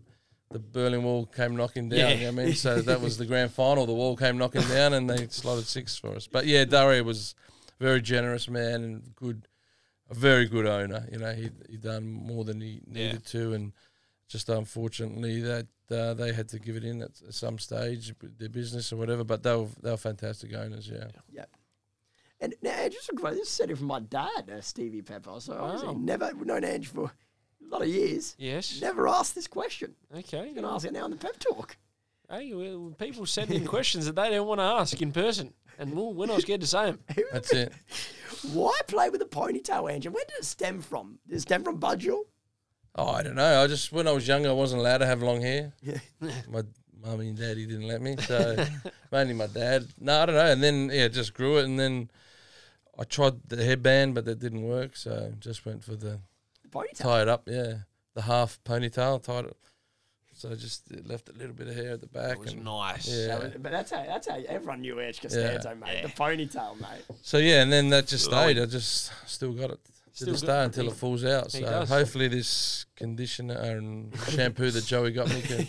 Speaker 3: The Berlin Wall came knocking down.
Speaker 2: Yeah.
Speaker 3: you know what I mean, so that was the grand final. The wall came knocking down, and they slotted six for us. But yeah, Dario was a very generous man and good a very good owner. You know, he he done more than he needed to, and just unfortunately that uh, they had to give it in at, at some stage with their business or whatever. But they were they were fantastic owners. Yeah,
Speaker 1: Yep. And now just a question. This is it from my dad, uh, Stevie Pepper. So obviously
Speaker 3: Oh.
Speaker 2: Wow.
Speaker 1: never we've known Ange for a lot of years.
Speaker 2: Yes.
Speaker 1: Never asked this question.
Speaker 2: Okay.
Speaker 1: You can ask it now in the pep talk.
Speaker 2: Hey, well, people send in questions that they don't want to ask in person, and well, we're not scared to say them.
Speaker 3: that's it.
Speaker 1: Why play with a ponytail, Ange? And Where did it stem from? Did it stem from Budgel?
Speaker 3: Oh, I don't know. I just when I was younger, I wasn't allowed to have long hair. my mummy and daddy didn't let me, so mainly my dad. No, I don't know. And then yeah, just grew it, and then I tried the headband, but that didn't work. So just went for the
Speaker 1: Ponytail.
Speaker 3: tie it up, yeah. The half ponytail, tied it. So just it left a little bit of hair at the back.
Speaker 2: It was
Speaker 3: and-
Speaker 2: nice.
Speaker 3: yeah.
Speaker 1: That was- But that's how that's how everyone knew Edge Costanzo, mate. The ponytail, mate.
Speaker 3: So yeah, and then that just
Speaker 2: Flowing.
Speaker 3: stayed. I just still got it to
Speaker 2: Still
Speaker 3: this
Speaker 2: got
Speaker 3: day
Speaker 2: it.
Speaker 3: until it
Speaker 2: He-
Speaker 3: falls out.
Speaker 2: he
Speaker 3: So
Speaker 2: does.
Speaker 3: hopefully this conditioner and shampoo that Joey got me can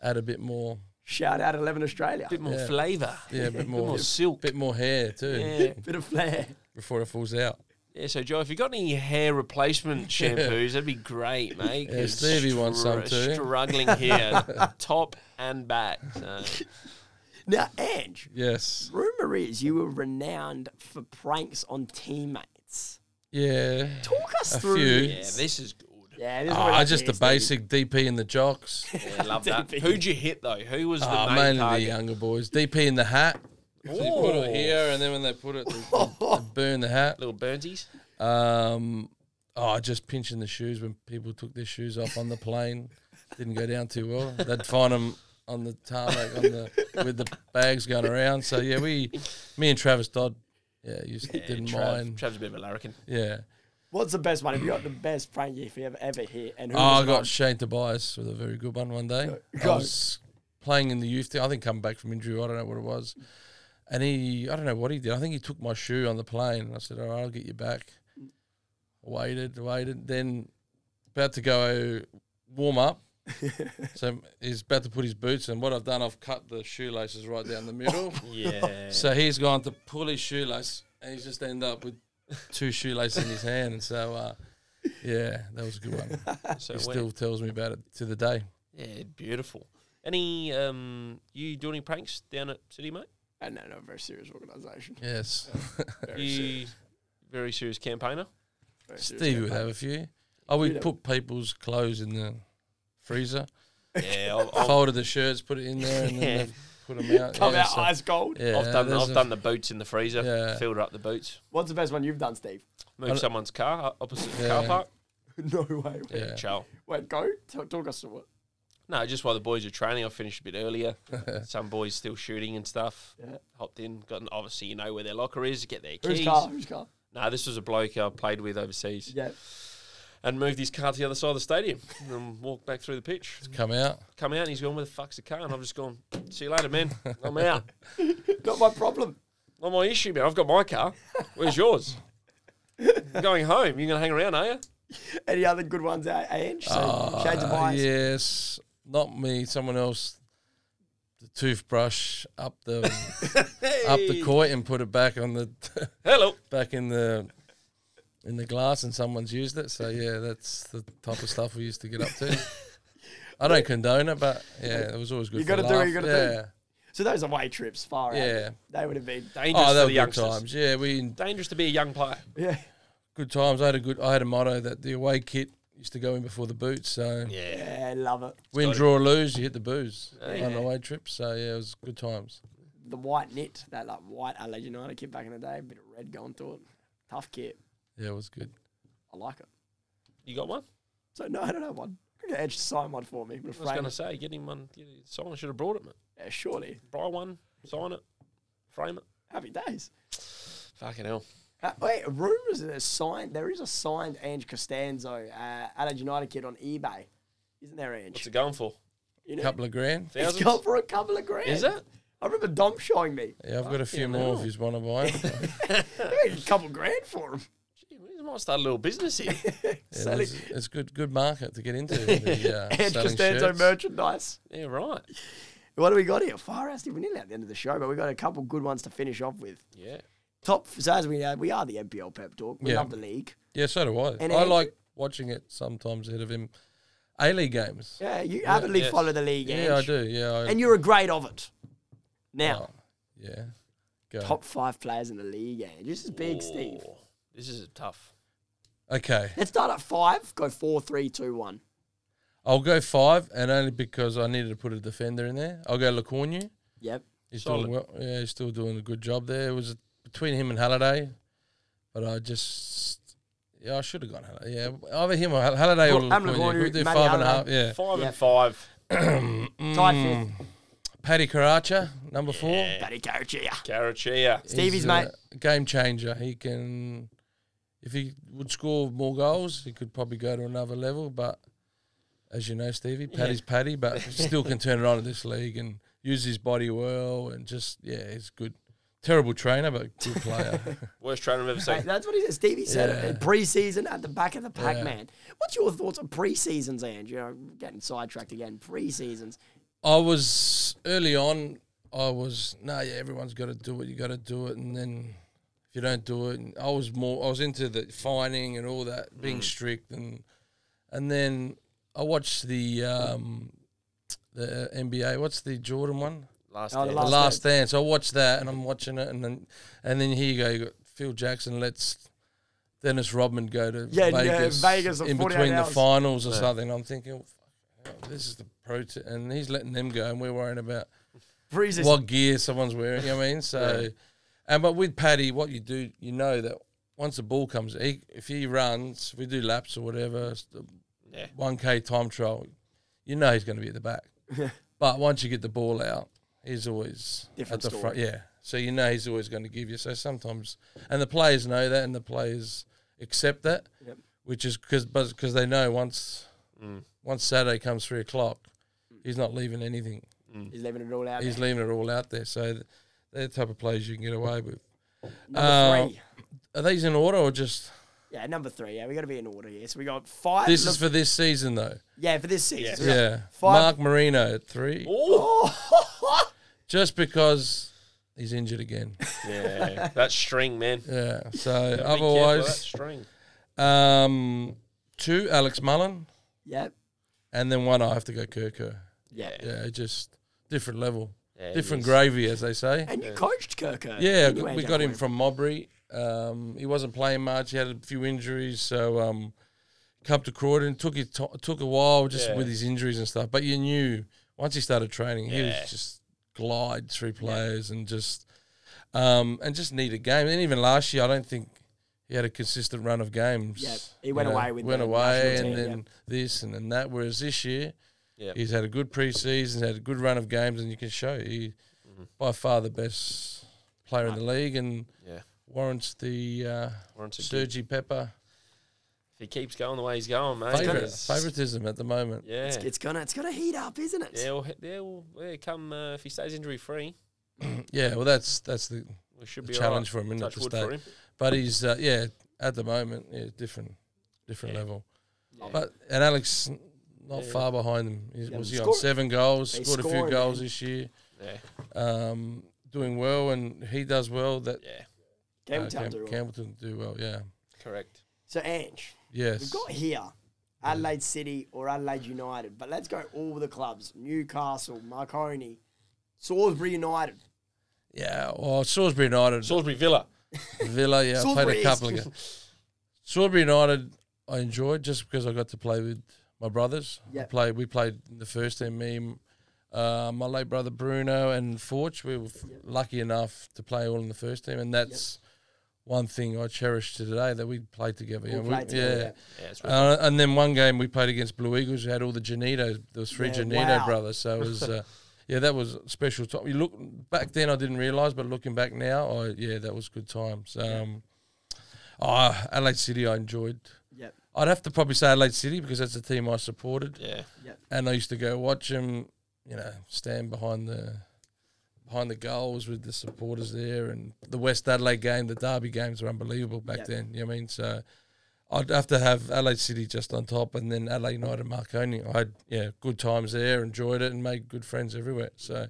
Speaker 3: add a bit more,
Speaker 1: Shout out Eleven Australia.
Speaker 2: A bit more
Speaker 3: Yeah.
Speaker 2: flavour.
Speaker 3: yeah, a bit
Speaker 2: A bit
Speaker 3: more,
Speaker 2: more silk.
Speaker 3: bit more hair too
Speaker 2: Yeah.
Speaker 1: Bit of flair.
Speaker 3: before it falls out.
Speaker 2: Yeah, so Joe, if you got any hair replacement shampoos, that'd be great, mate.
Speaker 3: Yeah,
Speaker 2: 'cause
Speaker 3: Stevie wants some too.
Speaker 2: Struggling here, top and back. So.
Speaker 1: Now, Ange,
Speaker 3: Yes.
Speaker 1: rumor is you were renowned for pranks on teammates.
Speaker 3: Yeah.
Speaker 1: Talk us
Speaker 3: A
Speaker 1: through
Speaker 3: few.
Speaker 2: Yeah,
Speaker 1: this.
Speaker 2: this is good.
Speaker 1: Yeah, this is
Speaker 3: Ah,
Speaker 1: what it
Speaker 3: just the
Speaker 1: is, Stevie.
Speaker 3: basic DP and the jocks.
Speaker 2: Yeah, love that. Who'd you hit though? Who was the
Speaker 3: Ah,
Speaker 2: main
Speaker 3: mainly
Speaker 2: target?
Speaker 3: the younger boys. DP in the hat. So you put it here, and then when they put it, they, they burn the hat.
Speaker 2: Little Burnsies.
Speaker 3: Um, oh, just pinching the shoes when people took their shoes off on the plane. Didn't go down too well. They'd find them on the tarmac on the, with the bags going around. So yeah, we, me and Travis Dodd, yeah, used to, didn't
Speaker 2: Trav,
Speaker 3: mind.
Speaker 2: Trav's a bit of a larrikin.
Speaker 3: yeah.
Speaker 1: What's the best one? Have you got the best prank you've ever, ever hit? And who
Speaker 3: Oh, I
Speaker 1: was
Speaker 3: got
Speaker 1: one?
Speaker 3: Shane Tobias with a very good one one day. I
Speaker 1: go.
Speaker 3: was playing in the youth team. I think coming back from injury. I don't know what it was. And he, I don't know what he did. I think he took my shoe on the plane. And I said, all right, I'll get you back. Waited, waited. Then about to go warm up. so he's about to put his boots and what I've done, I've cut the shoelaces right down the
Speaker 1: Oh,
Speaker 3: middle.
Speaker 2: Yeah.
Speaker 3: So he's gone to pull his shoelace, and he's just ended up with two shoelaces in his hand. And so, uh, yeah, that was a good one.
Speaker 2: so
Speaker 3: He
Speaker 2: when-
Speaker 3: still tells me about it to the day.
Speaker 2: Yeah, beautiful. Any um, you do any pranks down at City, mate?
Speaker 1: Oh, no, no, very serious organisation.
Speaker 3: Yes,
Speaker 1: Very
Speaker 2: You
Speaker 1: serious.
Speaker 2: very serious campaigner.
Speaker 1: very serious
Speaker 3: Stevie would
Speaker 1: campaign.
Speaker 3: have a few. I
Speaker 1: You'd
Speaker 3: would
Speaker 1: have-
Speaker 3: put people's clothes in the freezer,
Speaker 2: Yeah, I've, I've,
Speaker 3: folded the shirts, put it in there, and then
Speaker 2: Oh. Yeah.
Speaker 3: they've put them out.
Speaker 1: Come
Speaker 3: yeah,
Speaker 1: out
Speaker 3: so-
Speaker 1: ice cold.
Speaker 3: yeah,
Speaker 2: I've done
Speaker 3: there's
Speaker 2: I've
Speaker 3: a-
Speaker 2: done the boots in the freezer.
Speaker 3: Yeah.
Speaker 2: Filled up the boots.
Speaker 1: What's the best one you've done, Steve?
Speaker 2: Moved
Speaker 3: don't-
Speaker 2: someone's car up opposite the car
Speaker 3: Yeah.
Speaker 2: park.
Speaker 1: no way. Wait,
Speaker 3: Yeah.
Speaker 2: Chill.
Speaker 1: wait go. Talk, talk us through it.
Speaker 2: No, just while the boys were training, I finished a bit earlier. Some boys still shooting and stuff.
Speaker 1: Yeah.
Speaker 2: Hopped in, got an, obviously you know where their locker is, get their
Speaker 1: Whose
Speaker 2: keys.
Speaker 1: car? Whose car?
Speaker 2: No, this was a bloke I played with overseas
Speaker 1: Yeah. and
Speaker 2: and moved his car to the other side of the stadium and then walked back through the pitch.
Speaker 3: Come out.
Speaker 2: Come out and he's gone, where the fuck's the car? And I've just gone, see you later, man. I'm out.
Speaker 1: Not my problem.
Speaker 2: Not my issue, man. I've got my car. Where's yours? I'm going home. You're going to hang around, are you?
Speaker 1: Any other good ones, eh, Ange? So, Shades of
Speaker 3: Uh,
Speaker 1: Bias.
Speaker 3: Yes, not me. Someone else. The toothbrush up the up the court and put it back on the
Speaker 2: Hello.
Speaker 3: back in the in the glass, and someone's used it. So yeah, that's the type of stuff we used to get up to. I don't condone it, but yeah, it was always good.
Speaker 1: You
Speaker 3: got
Speaker 1: gotta
Speaker 3: to
Speaker 1: do what you
Speaker 3: got
Speaker 1: gotta
Speaker 3: to
Speaker 1: So those away trips, far out.
Speaker 3: Yeah.
Speaker 1: They would have been.
Speaker 2: Dangerous
Speaker 3: Oh,
Speaker 2: for the
Speaker 3: they were good
Speaker 2: youngsters.
Speaker 3: times. Yeah, we
Speaker 2: Dangerous to be a young player.
Speaker 1: Yeah.
Speaker 3: good times. I had a good. I had a motto that the away kit used to go in before the boots. So
Speaker 2: Yeah.
Speaker 1: Yeah, love it.
Speaker 3: win,
Speaker 2: got it. Oh,
Speaker 3: draw, lose, you hit the booze
Speaker 2: Yeah.
Speaker 3: on the away trip. So yeah, it was good times.
Speaker 1: The white knit, that like white LA United kit back in the day, a bit of red going through it. Tough kit.
Speaker 3: Yeah, it was good.
Speaker 1: I like it.
Speaker 2: You got one?
Speaker 1: So no, I don't have one. I'm gonna Edge to sign one for me. I'm
Speaker 2: I was
Speaker 1: afraid.
Speaker 2: going to say, get him one. Get him, someone should have brought it, man.
Speaker 1: Yeah, surely.
Speaker 2: Buy one, sign it, frame it.
Speaker 1: Happy days.
Speaker 2: Fucking hell.
Speaker 1: Uh, wait, rumors that there's signed. There is a signed Ange Costanzo, uh, Adelaide United kid on eBay, isn't there,
Speaker 2: What's
Speaker 1: Ange?
Speaker 2: it going for?
Speaker 1: You know,
Speaker 3: Couple of grand.
Speaker 1: it's
Speaker 2: Thousands?
Speaker 1: gone for a couple of grand.
Speaker 2: Is it?
Speaker 1: I remember Dom showing me
Speaker 3: Yeah, I've got a few
Speaker 2: Fucking
Speaker 3: more
Speaker 2: hell.
Speaker 3: if you want to buy 'em.
Speaker 1: Hey, a couple grand for him.
Speaker 2: Gee, we might start a little business here.
Speaker 3: Yeah,
Speaker 1: Selling
Speaker 3: there's- it's good, good market to get into. The, uh,
Speaker 1: Ange
Speaker 3: selling
Speaker 1: Costanzo
Speaker 3: shirts.
Speaker 1: merchandise.
Speaker 2: yeah, right.
Speaker 1: What do we got here? Far out. We're nearly at the end of the show, but we got a couple good ones to finish off with.
Speaker 2: Yeah.
Speaker 1: Top. So as we know, we are the NPL Pep Talk. We
Speaker 3: Yeah.
Speaker 1: love the league.
Speaker 3: Yeah, so do I.
Speaker 1: And
Speaker 3: I
Speaker 1: Ange-
Speaker 3: like watching it sometimes ahead of him. A League games.
Speaker 1: Yeah, you avidly
Speaker 2: yes.
Speaker 1: follow the league,
Speaker 3: Yeah,
Speaker 1: Ange,
Speaker 3: I do. Yeah, I,
Speaker 1: and you're a great of it. Now.
Speaker 3: oh, yeah. Go.
Speaker 1: top five players in the league, and this is big, Steve.
Speaker 2: Oh, This is tough.
Speaker 3: Okay,
Speaker 1: Let's start at five. Go four, three, two, one.
Speaker 3: I'll go five, and only because I needed to put a defender in there. I'll go Lacornu.
Speaker 1: Yep.
Speaker 3: He's
Speaker 2: Solid.
Speaker 3: doing well. Yeah, he's still doing a good job there. It was between him and Halliday, but I just. Yeah, I should have gone Halliday. Yeah, either him or Hall- Halliday or
Speaker 1: Well, I'm Lacornu,
Speaker 3: Lacornu. We'll do
Speaker 1: Matty
Speaker 3: five and a half.
Speaker 1: Halliday.
Speaker 3: Yeah.
Speaker 2: Five
Speaker 1: Yeah.
Speaker 2: and five.
Speaker 1: Tied fifth.
Speaker 3: Paddy Karacha, number four.
Speaker 1: Paddy Carachia.
Speaker 2: Carachia.
Speaker 1: Stevie's
Speaker 3: He's
Speaker 1: mate.
Speaker 3: a game changer. He can, if he would score more goals, he could probably go to another level. But as you know, Stevie, Paddy's Paddy, but still can turn it on in this league and use his body well and just yeah, he's good. Terrible trainer, but good player.
Speaker 2: Worst trainer I've ever
Speaker 1: Mate,
Speaker 2: seen.
Speaker 1: that's what he said. Stevie said
Speaker 3: Yeah.
Speaker 1: it. Preseason at the back of the pack,
Speaker 3: Yeah.
Speaker 1: man. What's your thoughts on preseasons, Ange? You know, getting sidetracked again. Preseasons.
Speaker 3: I was early on. I was no, yeah, everyone's got to do it. You got to do it, and then you don't do it. And I was more I was into the fining and all that, being strict and and then I watched the um the NBA. What's the Jordan one?
Speaker 2: Last
Speaker 1: Oh, the
Speaker 2: day.
Speaker 3: The
Speaker 1: last-
Speaker 3: Last Dance. I watched that and I'm watching it and then and then here you go. You got Phil Jackson lets Dennis Rodman go to
Speaker 1: Yeah, yeah,
Speaker 3: Vegas,
Speaker 1: Vegas for
Speaker 3: in
Speaker 1: 48
Speaker 3: between
Speaker 1: hours.
Speaker 3: the finals or something. I'm thinking, oh, fuck, hell, this is the protest, and he's letting them go, and we're worrying about
Speaker 1: Breezes.
Speaker 3: what gear someone's wearing. You know what I mean? So, and but with Paddy, what you do, you know that once the ball comes, he, if he runs, if we do laps or whatever,
Speaker 2: Yeah.
Speaker 3: one k time trial, you know he's going to be at the back. but once you get the ball out, he's always
Speaker 1: Different
Speaker 3: at the front.
Speaker 1: story.
Speaker 3: Yeah, so you know he's always going to give you. So sometimes, and the players know that, and the players accept that,
Speaker 1: Yep.
Speaker 3: which is because because they know once once Saturday comes three o'clock, he's not leaving anything.
Speaker 1: He's leaving it all out.
Speaker 3: He's leaving it all out there. So th- they're the type of players you can get away with.
Speaker 1: number
Speaker 3: Uh,
Speaker 1: three.
Speaker 3: Are these in order or just
Speaker 1: Yeah, number three. Yeah, we got to be in order here. So we got five.
Speaker 3: this
Speaker 1: look-
Speaker 3: is for this season though?
Speaker 1: yeah, for this season. so we got
Speaker 3: Yeah.
Speaker 1: Five-
Speaker 3: Mark Marino at three,
Speaker 1: Oh.
Speaker 2: Ooh.
Speaker 3: just because he's injured again.
Speaker 2: Yeah, that string, man.
Speaker 3: Yeah. So
Speaker 2: Gotta be careful of that
Speaker 3: otherwise,
Speaker 2: string.
Speaker 3: um, two Alex Mullen,
Speaker 1: Yeah.
Speaker 3: and then one I have to go Kirko.
Speaker 1: Yeah.
Speaker 3: Yeah, just different level,
Speaker 2: Yeah, he
Speaker 3: different
Speaker 2: is.
Speaker 3: gravy, as they say.
Speaker 1: And you coached Kirko.
Speaker 3: Yeah,
Speaker 1: didn't you,
Speaker 3: we
Speaker 1: Andrew?
Speaker 3: got him from Mobry. Um, he wasn't playing much. He had a few injuries, so um, come to Croydon. Took his to- took a while just
Speaker 2: Yeah.
Speaker 3: with his injuries and stuff. But you knew once he started training, he
Speaker 2: Yeah.
Speaker 3: was just glide through players and just um, and just need a game. And even last year, I don't think he had a consistent run of games.
Speaker 1: Yep. He went away with
Speaker 3: went
Speaker 1: the
Speaker 3: away
Speaker 1: national
Speaker 3: and
Speaker 1: team,
Speaker 3: then this and then that. Whereas this year,
Speaker 2: Yep.
Speaker 3: he's had a good preseason, had a good run of games, and you can show he
Speaker 2: Mm-hmm.
Speaker 3: by far the best player in the league and
Speaker 2: Yeah.
Speaker 3: warrants the uh,
Speaker 2: Warrants a gig.
Speaker 3: Sergi Pepper
Speaker 2: If he keeps going the way he's going, mate.
Speaker 3: favourite,
Speaker 2: it's-
Speaker 3: favoritism at the moment.
Speaker 2: Yeah.
Speaker 1: It's, it's gonna it's gonna heat up, isn't it?
Speaker 2: yeah, well, yeah, well, yeah, come uh, if he stays injury free,
Speaker 3: Yeah, well, that's that's the
Speaker 2: we should
Speaker 3: The
Speaker 2: be
Speaker 3: challenge
Speaker 2: all
Speaker 3: for him,
Speaker 2: right.
Speaker 3: isn't it,
Speaker 2: Touch
Speaker 3: to
Speaker 2: wood
Speaker 3: stay.
Speaker 2: for him.
Speaker 3: but he's uh, yeah at the moment yeah different different
Speaker 2: Yeah.
Speaker 3: level.
Speaker 2: Yeah.
Speaker 3: But and Alex n- not
Speaker 2: Yeah.
Speaker 3: far behind him. He's,
Speaker 1: Yeah,
Speaker 3: was
Speaker 1: he's
Speaker 3: he on
Speaker 1: scoring.
Speaker 3: seven goals?
Speaker 1: He's
Speaker 3: scored a few
Speaker 1: scoring,
Speaker 3: goals
Speaker 1: man.
Speaker 3: this year.
Speaker 2: Yeah,
Speaker 3: Um, doing well, and he does well. That
Speaker 2: yeah,
Speaker 1: Game
Speaker 3: uh,
Speaker 1: time
Speaker 3: Cam-
Speaker 1: to roll.
Speaker 3: Campbellton do well. Yeah.
Speaker 2: correct.
Speaker 1: So Ange,
Speaker 3: Yes.
Speaker 1: we've got here Adelaide City or Adelaide United, but let's go all the clubs: Newcastle, Marconi, Salisbury United.
Speaker 3: Yeah, well, Salisbury United,
Speaker 2: Salisbury Villa.
Speaker 3: Villa, yeah, I played
Speaker 1: Salisbury
Speaker 3: a
Speaker 1: is-
Speaker 3: couple of games. Salisbury United, I enjoyed just because I got to play with my brothers.
Speaker 1: Yeah.
Speaker 3: We played, we played in the first team, me, and, uh, my late brother Bruno and Forge. We were f lucky enough to play all in the first team, and that's one thing I cherish to today that we played together.
Speaker 1: All
Speaker 3: yeah, we-
Speaker 1: played together, yeah.
Speaker 2: Yeah, it's really
Speaker 3: Uh, and then one game we played against Blue Eagles, who had all the Janito, those three
Speaker 1: Yeah,
Speaker 3: Janito
Speaker 1: wow.
Speaker 3: brothers. So it was, uh, yeah, that was a special time. You look back then, I didn't realise, but looking back now, I, yeah, that was good times. Um, oh, Adelaide City, I enjoyed.
Speaker 1: Yep.
Speaker 3: I'd have to probably say Adelaide City because that's the team I supported,
Speaker 2: yeah,
Speaker 3: and I used to go watch them. You know, stand behind the behind the goals with the supporters there, and the West Adelaide game, the Derby games were unbelievable back
Speaker 1: Yep.
Speaker 3: then. You know what I mean? So. I'd have to have Adelaide City just on top, and then Adelaide United and Marconi. I had yeah good times there, enjoyed it, and made good friends everywhere. So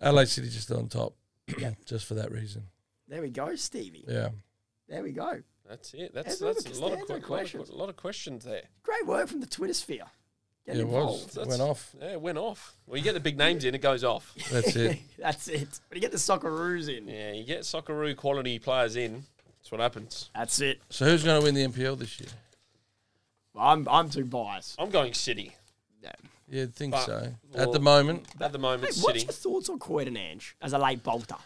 Speaker 3: Adelaide City just on top,
Speaker 1: Yeah.
Speaker 3: just for that reason.
Speaker 1: There we go, Stevie.
Speaker 3: Yeah,
Speaker 1: There we go.
Speaker 2: that's it. That's
Speaker 1: There's other-
Speaker 2: that's a lot
Speaker 1: there's
Speaker 2: of
Speaker 1: other
Speaker 2: que- lot of que-
Speaker 1: questions.
Speaker 2: lot of questions there.
Speaker 1: Great work from the Twitter sphere.
Speaker 3: yeah, it was
Speaker 2: That's-
Speaker 3: went off.
Speaker 2: Yeah, it went off. Well, you get the big names in, it goes off.
Speaker 3: That's it.
Speaker 1: That's it. When you get the Socceroos in,
Speaker 2: Yeah, you get Socceroo quality players in. That's what happens.
Speaker 1: that's it.
Speaker 3: So who's going to win the NPL this year?
Speaker 1: I'm I'm too biased.
Speaker 2: I'm going City
Speaker 3: Yeah, I'd think
Speaker 2: But-
Speaker 3: so.
Speaker 2: well-
Speaker 3: At the moment,
Speaker 2: at the moment.
Speaker 1: Hey, what's
Speaker 2: City.
Speaker 1: your thoughts on Croydon Ange as a late bolter?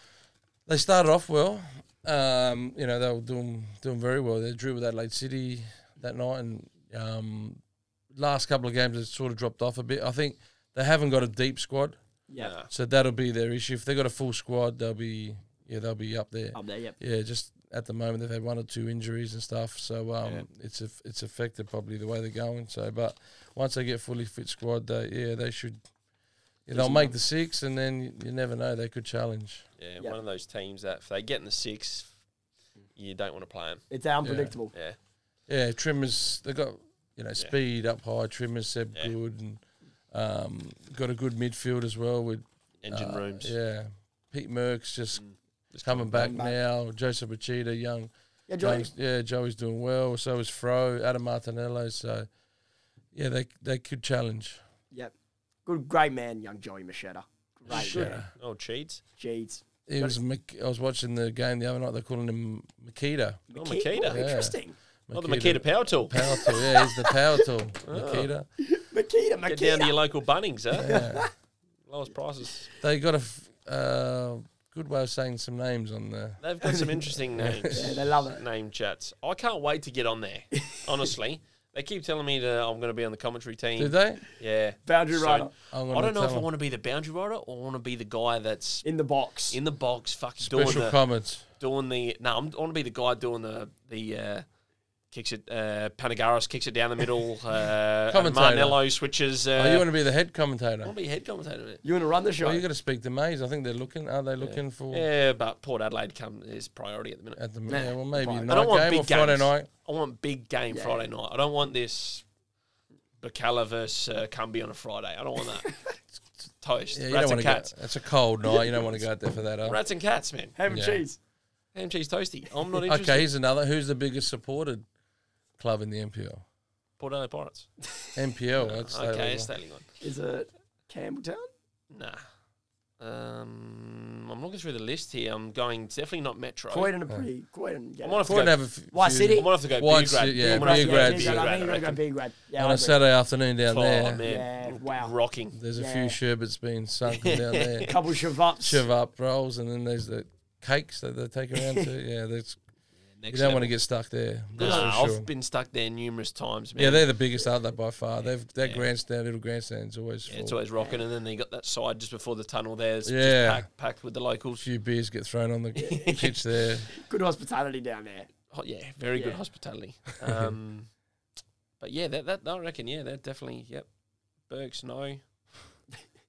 Speaker 3: they started off well. Um, you know, they were doing doing very well. They drew with Adelaide City that night, and um, last couple of games it sort of dropped off a bit. I think they haven't got a deep squad,
Speaker 1: Yeah,
Speaker 2: Nah.
Speaker 3: so that'll be their issue. If they got a full squad, they'll be yeah, they'll be up there.
Speaker 1: up there. Yep.
Speaker 3: Yeah, just at the moment they've had one or two injuries and stuff, so um, it's a, it's affected probably the way they're going. So, but once they get fully fit squad, they yeah they should yeah, they'll make the six, and then you, you never know they could challenge.
Speaker 2: Yeah,
Speaker 1: Yeah.
Speaker 2: one of those teams that if they get in the six, you don't want to play them.
Speaker 1: It's unpredictable.
Speaker 2: Yeah,
Speaker 3: Yeah, trimmers they got you know speed up high. Trimmers Seb
Speaker 2: Yeah.
Speaker 3: good and um, got a good midfield as well with
Speaker 2: engine
Speaker 3: uh,
Speaker 2: rooms. Mm.
Speaker 3: Yeah, Pete Merck's just
Speaker 2: Just
Speaker 3: coming back now. Joseph Machida, young.
Speaker 1: Yeah, Joey.
Speaker 3: Joey's- yeah, Joey's doing well. So is Fro, Adam Martinello. So, yeah, they they could challenge.
Speaker 1: Yep. Good, great man, young Joey Machetta. Great.
Speaker 2: Sure.
Speaker 1: man.
Speaker 2: Oh, cheats.
Speaker 1: Jeez.
Speaker 3: It was Mc, I was watching the game the other night. They're calling him Makita.
Speaker 2: Oh,
Speaker 1: Keep-
Speaker 2: Makita.
Speaker 1: oh, Interesting.
Speaker 2: Oh, the Makita power tool.
Speaker 3: Power tool. Yeah, he's the power tool. Makita.
Speaker 1: Makita,
Speaker 2: Get down to
Speaker 1: Makita.
Speaker 2: your local Bunnings, huh? Lowest prices.
Speaker 3: They got a f- uh, good way of saying some names on there.
Speaker 2: They've got some interesting names.
Speaker 1: Yeah, they love it.
Speaker 2: name chats. I can't wait to get on there. Honestly, they keep telling me that I'm going to be on the commentary team.
Speaker 3: Did they?
Speaker 2: Yeah,
Speaker 1: Boundary rider.
Speaker 3: I'm
Speaker 2: I
Speaker 3: gonna
Speaker 2: don't know
Speaker 3: tell
Speaker 2: if I
Speaker 3: them.
Speaker 2: want to be the boundary rider or want to be the guy that's
Speaker 1: In the box.
Speaker 2: in the box, fucking doing
Speaker 3: Special
Speaker 2: the,
Speaker 3: comments.
Speaker 2: doing the. No, I'm, I want to be the guy doing the the. Uh, Kicks it, uh, Panagaris kicks it down the middle. Uh,
Speaker 3: Commentator.
Speaker 2: Martinello switches. Uh,
Speaker 3: Oh, you want to be the head commentator?
Speaker 2: I want to be head commentator.
Speaker 1: you want to run the show?
Speaker 3: Oh, you got to speak to Mays. I think they're looking. Are they looking for
Speaker 2: Yeah, but Port Adelaide come is priority at the minute.
Speaker 3: at the yeah, Well, maybe
Speaker 1: Right. I
Speaker 3: night
Speaker 2: I don't want
Speaker 3: game
Speaker 2: big
Speaker 3: or Friday
Speaker 2: games.
Speaker 3: night.
Speaker 2: I want big game
Speaker 1: Yeah.
Speaker 2: Friday night. I don't want this Bacala versus uh, Cumbie on a Friday. I don't want that. It's Toast.
Speaker 3: Yeah, you
Speaker 2: Rats
Speaker 3: don't
Speaker 2: and
Speaker 3: want
Speaker 2: cats.
Speaker 3: to. It's a cold night. You don't want to go out there for that. huh?
Speaker 2: Rats and cats, man.
Speaker 1: Ham and
Speaker 3: Yeah.
Speaker 1: cheese.
Speaker 2: Ham cheese toasty. I'm not interested.
Speaker 3: Okay, here's another. Who's the biggest supported club in the NPL?
Speaker 2: Port Adelaide Pirates.
Speaker 3: NPL. That's
Speaker 2: okay,
Speaker 3: okay.
Speaker 2: it's that one.
Speaker 1: Is it Campbelltown?
Speaker 2: Nah. Um, I'm looking through the list here. I'm going definitely not Metro.
Speaker 1: Quite an appeal. Quite an.
Speaker 2: I
Speaker 1: Yeah.
Speaker 2: might have to
Speaker 3: Gordon
Speaker 2: go.
Speaker 3: have a few,
Speaker 1: White City?
Speaker 2: I might have to go
Speaker 3: White
Speaker 2: Beer Grad.
Speaker 3: City, yeah,
Speaker 2: I might have to
Speaker 3: Beer
Speaker 2: go
Speaker 3: Grade,
Speaker 1: Yeah,
Speaker 3: Beer
Speaker 1: Greg, I
Speaker 2: Grad,
Speaker 1: think
Speaker 2: I
Speaker 1: you're going
Speaker 2: reckon.
Speaker 1: to go B grade. Yeah,
Speaker 3: on
Speaker 1: I
Speaker 3: a
Speaker 1: agree.
Speaker 3: Saturday afternoon down
Speaker 2: Oh
Speaker 3: there.
Speaker 2: man,
Speaker 1: Yeah, wow.
Speaker 2: rocking.
Speaker 3: There's a
Speaker 1: Yeah.
Speaker 3: few sherbets being sunken down there.
Speaker 1: Couple of ups.
Speaker 3: Shiv up rolls, and then there's the cakes that they take around too. Yeah, that's you
Speaker 2: Next
Speaker 3: don't want to
Speaker 2: level.
Speaker 3: get stuck there. That's
Speaker 2: Nah,
Speaker 3: for sure.
Speaker 2: I've been stuck there numerous times, man.
Speaker 3: Yeah, they're the biggest, aren't they, by far? They've that grandstand, little grandstand's always
Speaker 2: Yeah, it's
Speaker 3: full.
Speaker 2: always rocking, and then they got that side just before the tunnel. there. It's
Speaker 3: Yeah.
Speaker 2: just packed, packed with the
Speaker 3: a
Speaker 2: locals.
Speaker 3: few beers get thrown on the pitch there.
Speaker 1: Good hospitality down there.
Speaker 2: Oh, yeah, very good
Speaker 1: Yeah.
Speaker 2: hospitality. Um, but yeah, that, that I reckon. Yeah, they're definitely yep. Bergs no.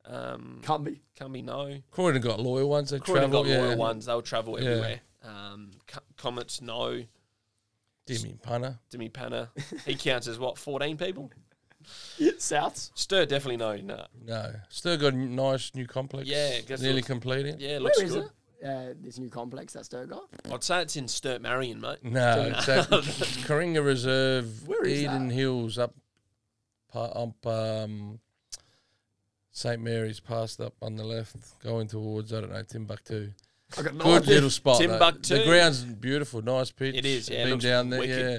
Speaker 2: Um,
Speaker 1: Cumby.
Speaker 2: Cumby no.
Speaker 3: Croydon got loyal ones. They
Speaker 2: Croydon
Speaker 3: travel.
Speaker 2: got
Speaker 3: yeah.
Speaker 2: loyal ones. They'll travel
Speaker 3: Yeah.
Speaker 2: everywhere. Um, Co- Comets no.
Speaker 3: Dimmy punter.
Speaker 2: Demi Panna, he counts as what fourteen people.
Speaker 1: Souths.
Speaker 2: Stir definitely no. Nah.
Speaker 3: No, still got a nice new complex.
Speaker 2: Yeah, guess
Speaker 3: nearly
Speaker 2: what's-
Speaker 3: completed.
Speaker 2: Yeah,
Speaker 1: Where
Speaker 2: looks
Speaker 1: is
Speaker 2: good.
Speaker 1: it? Uh, this new complex that's still got.
Speaker 2: I'd say it's in Sturt Marion, mate.
Speaker 3: No, it's at Coringa Reserve,
Speaker 1: Where is
Speaker 3: Eden Hills, up, pa- up um, St Mary's, past up on the left, going towards I don't know Timbuktu.
Speaker 1: I got no
Speaker 3: Good
Speaker 1: idea.
Speaker 3: little spot. though.
Speaker 2: Timbuktu.
Speaker 3: The ground's beautiful, nice pitch.
Speaker 2: It is, yeah, it
Speaker 3: Been
Speaker 2: looks
Speaker 3: down there,
Speaker 2: wicked.
Speaker 3: yeah.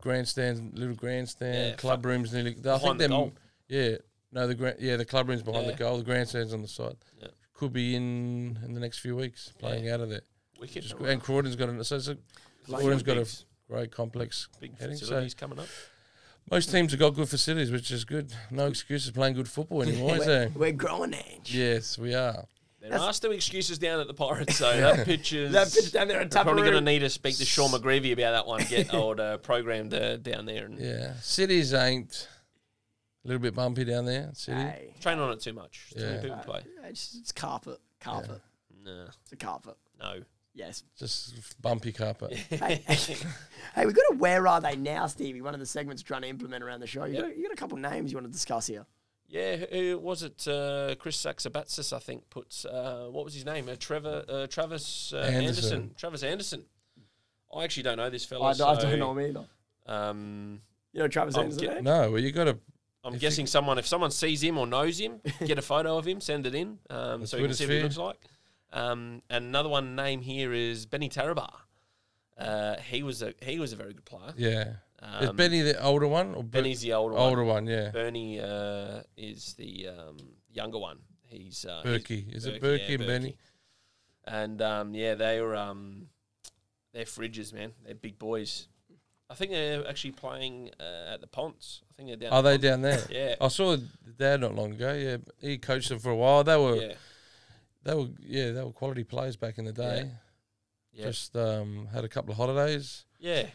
Speaker 3: Grandstand, little grandstand,
Speaker 2: Yeah,
Speaker 3: club rooms nearly. I think
Speaker 2: the
Speaker 3: them,
Speaker 2: goal.
Speaker 3: yeah, no, the grand, yeah, the club rooms behind
Speaker 2: Yeah.
Speaker 3: the goal. The grandstand's on the side.
Speaker 2: Yeah.
Speaker 3: Could be in in the next few weeks playing out of there.
Speaker 2: Wicked.
Speaker 3: Just- and Croydon's got an so it's a,
Speaker 1: Like
Speaker 3: Croydon's got a
Speaker 2: Big's-
Speaker 3: great complex.
Speaker 2: Big
Speaker 3: heading, so-
Speaker 2: facilities coming up.
Speaker 3: most teams have got good facilities, which is good. No excuses playing good football anymore, is there?
Speaker 1: We're growing age.
Speaker 3: Yes, we are.
Speaker 2: There are still excuses down at the Pirates, so that pitch is
Speaker 1: That pitch down there in
Speaker 2: we're probably going to
Speaker 1: Taparu.
Speaker 2: need to speak to Sean McGreevy about that one. Get old uh, programmed uh, down there and
Speaker 3: Yeah, cities ain't a little bit bumpy down there. City.
Speaker 1: Hey, uh,
Speaker 2: train on it too much. Too many
Speaker 3: Yeah.
Speaker 2: people play.
Speaker 1: it's, it's carpet. Carpet.
Speaker 2: No,
Speaker 1: It's a carpet.
Speaker 2: no.
Speaker 1: Yes.
Speaker 3: Just bumpy carpet.
Speaker 1: Hey, hey, we got a where are they now, Stevie? One of the segments we're trying to implement around the show. You,
Speaker 2: Yep.
Speaker 1: got, a, you got a couple names you want to discuss here.
Speaker 2: Yeah, who who was it? Uh, Chris Saxabatsis, I think, puts uh, what was his name? Uh, Trevor uh, Travis uh, Anderson.
Speaker 3: Anderson.
Speaker 2: Travis Anderson. I actually don't know this
Speaker 1: I,
Speaker 2: fella.
Speaker 1: I
Speaker 2: so,
Speaker 1: don't know him either.
Speaker 2: Um,
Speaker 1: You know Travis
Speaker 2: I'm
Speaker 1: Anderson?
Speaker 2: get-
Speaker 1: eh?
Speaker 3: No, well, you got to.
Speaker 2: I'm
Speaker 3: If you-
Speaker 2: guessing someone, if someone sees him or knows him, get a photo of him, send it in, um, so we can
Speaker 3: Twitter
Speaker 2: see what he
Speaker 3: sphere.
Speaker 2: looks like. Um, and another one name here is Benny Tarabar. Uh, he was a he was a very good player.
Speaker 3: Yeah. is
Speaker 2: Um,
Speaker 3: Benny the older one or Ber-
Speaker 2: Benny's the older,
Speaker 3: older
Speaker 2: one.
Speaker 3: one? Yeah.
Speaker 2: Bernie uh, is the um, younger one. He's uh, he's-
Speaker 3: Berkey. Is it
Speaker 2: Berkey,
Speaker 3: Berkey
Speaker 2: yeah,
Speaker 3: and Benny?
Speaker 2: and um, yeah, they were um, they're fridges, man. They're big boys. I think they're actually playing uh, at the Ponts. I think they're down.
Speaker 3: Are they down there?
Speaker 2: Yeah.
Speaker 3: I saw the dad not long ago. Yeah, he coached them for a while. They were,
Speaker 2: yeah,
Speaker 3: they were, yeah, they were quality players back in the day.
Speaker 2: yeah.
Speaker 3: Just um, had a couple of holidays.
Speaker 2: Yeah,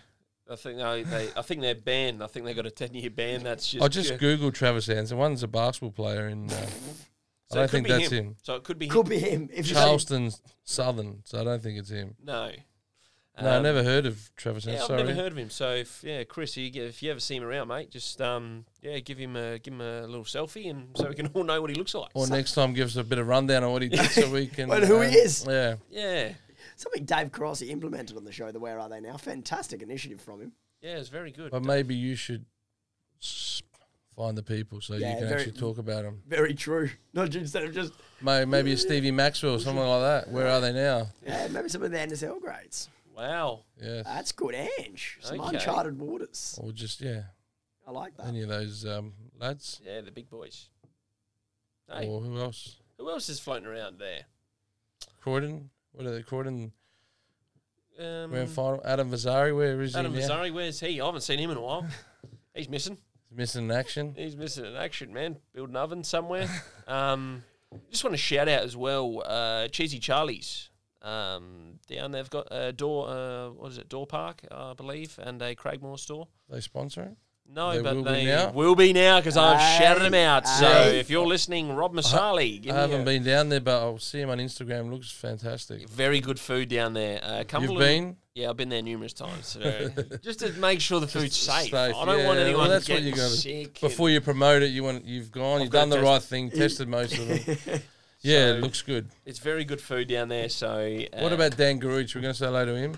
Speaker 2: I think they, they I think they're banned. I think they got a ten year ban. That's just
Speaker 3: I just googled Travis Anderson. One's a basketball player in. Uh, I
Speaker 2: So it
Speaker 3: don't
Speaker 2: could
Speaker 3: think
Speaker 2: be
Speaker 3: that's him.
Speaker 2: him. So it could be
Speaker 1: Could
Speaker 2: him.
Speaker 1: be him. If you say-
Speaker 3: Charleston Southern, so I don't think it's him.
Speaker 2: No,
Speaker 3: No, I
Speaker 2: Um,
Speaker 3: never heard of Travis
Speaker 2: Yeah,
Speaker 3: Anderson.
Speaker 2: I've
Speaker 3: Sorry.
Speaker 2: never heard of him. So if, yeah, Chris, you, get- if you ever see him around, mate, just um, yeah, give him a give him a little selfie, and so we can all know what he looks like.
Speaker 3: Or next time, give us a bit of rundown on what he did so we can. um,
Speaker 1: Well, who he is.
Speaker 3: Yeah.
Speaker 2: yeah,
Speaker 1: Something Dave Crossy implemented on the show, the Where Are They Now? Fantastic initiative from him.
Speaker 2: Yeah, it's very good.
Speaker 3: But maybe you should s- find the people so
Speaker 1: Yeah,
Speaker 3: you can
Speaker 1: very-
Speaker 3: actually talk about them.
Speaker 1: Very true. Not ju- instead of just,
Speaker 3: May maybe a Stevie Maxwell or someone like that. Where are they now?
Speaker 1: yeah, maybe some of the NSL grades.
Speaker 2: Wow.
Speaker 3: Yes.
Speaker 1: That's good, Ange. Some
Speaker 2: Okay.
Speaker 1: uncharted waters.
Speaker 3: Or just yeah,
Speaker 1: I like that.
Speaker 3: any of those um, lads
Speaker 2: Yeah, the big boys. Hey,
Speaker 3: or who else?
Speaker 2: who else is floating around there?
Speaker 3: Croydon. What are they? Croydon
Speaker 2: Um,
Speaker 3: grand final. Adam Vazari. Where is
Speaker 2: Adam
Speaker 3: he now?
Speaker 2: Mazzari, where's he? I haven't seen him in a while. He's missing.
Speaker 3: He's missing in action.
Speaker 2: He's missing an action, man. Build an oven somewhere. Um, just want to shout out as well, uh, Cheesy Charlie's. Um, down they've got a door, uh, what is it, Door Park, I believe, and a Craigmore store.
Speaker 3: They sponsor him.
Speaker 2: No,
Speaker 3: They
Speaker 2: but
Speaker 3: will be
Speaker 2: they
Speaker 3: now.
Speaker 2: will be now because I've
Speaker 1: Aye,
Speaker 2: shouted them out. So
Speaker 1: aye.
Speaker 2: if you're listening, Rob Masali, give
Speaker 3: I
Speaker 2: me a
Speaker 3: haven't been down there, but I'll see him on Instagram. Looks fantastic.
Speaker 2: very good food down there. Uh, come
Speaker 3: You've
Speaker 2: along-
Speaker 3: been.
Speaker 2: Yeah, I've been there numerous times. So just to make sure the food's safe. I don't
Speaker 3: yeah,
Speaker 2: want anyone
Speaker 3: well, that's what
Speaker 2: getting
Speaker 3: you gotta-
Speaker 2: sick. and-
Speaker 3: Before you promote it, you want you've gone, you've
Speaker 2: gotta
Speaker 3: done the
Speaker 2: test-
Speaker 3: right thing, tested most of them. yeah,
Speaker 2: So-
Speaker 3: it looks good.
Speaker 2: It's very good food down there. So uh,
Speaker 3: What about Dan Garuch? We're going to say hello to him.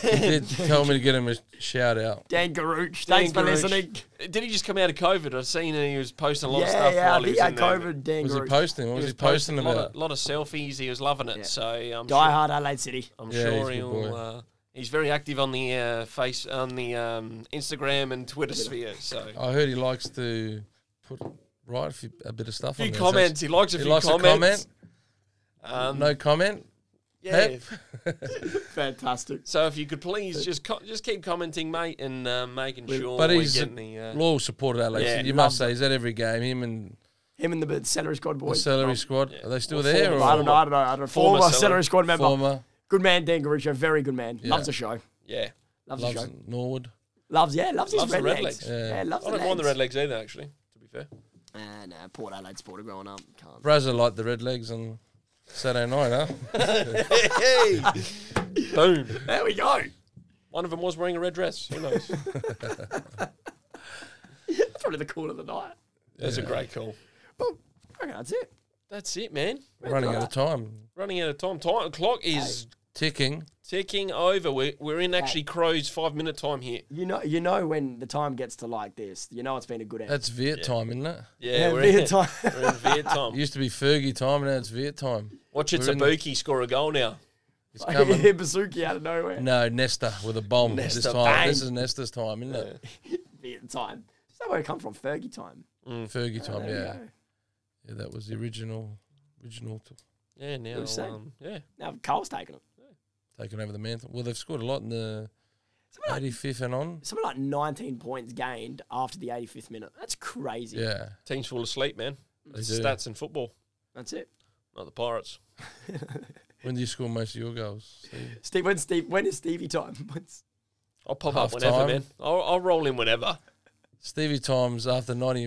Speaker 3: He did tell me to get him a shout out.
Speaker 1: Dan Garuch,
Speaker 2: Dan
Speaker 1: thanks for
Speaker 2: Garuch.
Speaker 1: listening.
Speaker 2: Did he just come out of COVID? I've seen he was posting a lot of
Speaker 1: yeah,
Speaker 2: stuff
Speaker 1: yeah, I
Speaker 2: while he
Speaker 1: think
Speaker 2: was
Speaker 1: he had
Speaker 2: in there.
Speaker 1: COVID, Dan
Speaker 3: Was he
Speaker 1: Garuch.
Speaker 3: posting? What was he posting
Speaker 2: a lot, of,
Speaker 3: about?
Speaker 2: lot of selfies. He was loving it.
Speaker 1: Yeah.
Speaker 2: So I'm
Speaker 1: Die
Speaker 2: sure,
Speaker 1: hard Adelaide City.
Speaker 2: I'm
Speaker 3: Yeah, he's
Speaker 2: sure
Speaker 3: a good
Speaker 2: he'll.
Speaker 3: boy.
Speaker 2: Uh, he's very active on the uh, face on the um, Instagram and Twitter sphere. So a
Speaker 3: I heard he likes to put right a, few, a bit of stuff
Speaker 2: few
Speaker 3: on there. So
Speaker 2: comments. He likes a
Speaker 3: He
Speaker 2: few
Speaker 3: likes
Speaker 2: comments.
Speaker 3: a comment.
Speaker 2: Um,
Speaker 3: No comment.
Speaker 2: yeah.
Speaker 3: Pep.
Speaker 1: Fantastic.
Speaker 2: So if you could please just co- just keep commenting, mate, and uh, making sure
Speaker 3: but
Speaker 2: we're
Speaker 3: he's
Speaker 2: getting the. Uh,
Speaker 3: Loyal supporter, Alex.
Speaker 2: Yeah,
Speaker 3: you must say he's at every game. Him and
Speaker 1: Him and the b- Celery Squad
Speaker 3: the
Speaker 1: boys.
Speaker 3: celery squad. Are they still
Speaker 2: Well,
Speaker 3: there?
Speaker 2: former-
Speaker 1: I
Speaker 3: Or
Speaker 1: don't know, I don't know. I don't know.
Speaker 2: Former
Speaker 1: Former,
Speaker 2: Celery-
Speaker 1: Celery, Squad member.
Speaker 3: former
Speaker 1: Good man, Dan Garuch, a very good man. Loves the show.
Speaker 2: yeah,
Speaker 1: Loves, the
Speaker 3: loves
Speaker 1: show.
Speaker 3: Norwood.
Speaker 1: Loves, yeah, loves,
Speaker 2: Loves the
Speaker 1: his
Speaker 2: red
Speaker 1: red legs.
Speaker 2: legs.
Speaker 1: Yeah.
Speaker 3: Yeah.
Speaker 1: loves
Speaker 2: I
Speaker 1: the
Speaker 2: don't mind the
Speaker 1: legs.
Speaker 2: red legs either. Actually, to be fair.
Speaker 1: Ah, no, Port Adelaide supporter growing up. Can't.
Speaker 3: Brazza liked the red legs on Saturday night, huh?
Speaker 2: Boom.
Speaker 1: There we go.
Speaker 2: One of them was wearing a red dress. Who knows?
Speaker 1: That's probably the call of the night.
Speaker 2: That's a great call.
Speaker 1: Well, I reckon that's it.
Speaker 2: That's it, man.
Speaker 3: Running out of time.
Speaker 2: Running out of time. Time clock is
Speaker 3: Ticking.
Speaker 2: ticking over. We're, we're in actually Crow's five minute time here.
Speaker 1: You know, you know when the time gets to like this, you know it's been a good end.
Speaker 3: That's Viet time, isn't it?
Speaker 2: Yeah,
Speaker 1: Yeah,
Speaker 2: we're in
Speaker 1: Viet time.
Speaker 2: we're in Viet
Speaker 3: It
Speaker 2: time.
Speaker 3: used to be Fergie time, now it's Viet time.
Speaker 2: Watch it,
Speaker 3: We're in-
Speaker 2: Tabuki score a goal now.
Speaker 3: It's
Speaker 1: I can
Speaker 3: coming.
Speaker 1: hear Bazooki out of nowhere.
Speaker 3: No, Nesta with a bomb this
Speaker 2: Nesta,
Speaker 3: time.
Speaker 2: bang.
Speaker 3: This is Nesta's time, isn't it?
Speaker 1: Be at the time. Is that where it come from? Fergie time.
Speaker 3: Fergie time,
Speaker 1: There we
Speaker 3: yeah.
Speaker 1: go.
Speaker 3: Yeah, that was the original, original t-
Speaker 2: Yeah, now.
Speaker 1: Who's saying?
Speaker 2: Um, yeah.
Speaker 1: Now Carl's taking it.
Speaker 3: taking over the mantle. Well, they've scored a lot in the 85th and on.
Speaker 1: Something like 19 points gained after the 85th minute. That's crazy.
Speaker 3: Yeah,
Speaker 2: Team's full of sleep, man. That's
Speaker 3: do.
Speaker 2: stats in football,
Speaker 1: That's it.
Speaker 2: not the Pirates.
Speaker 3: when do you score most of your goals? Steve?
Speaker 1: Steve, when Steve, when is Stevie time? When's,
Speaker 2: I'll pop up
Speaker 3: Half
Speaker 2: whenever,
Speaker 3: time.
Speaker 2: man. I'll, I'll roll in whenever.
Speaker 3: Stevie times after 90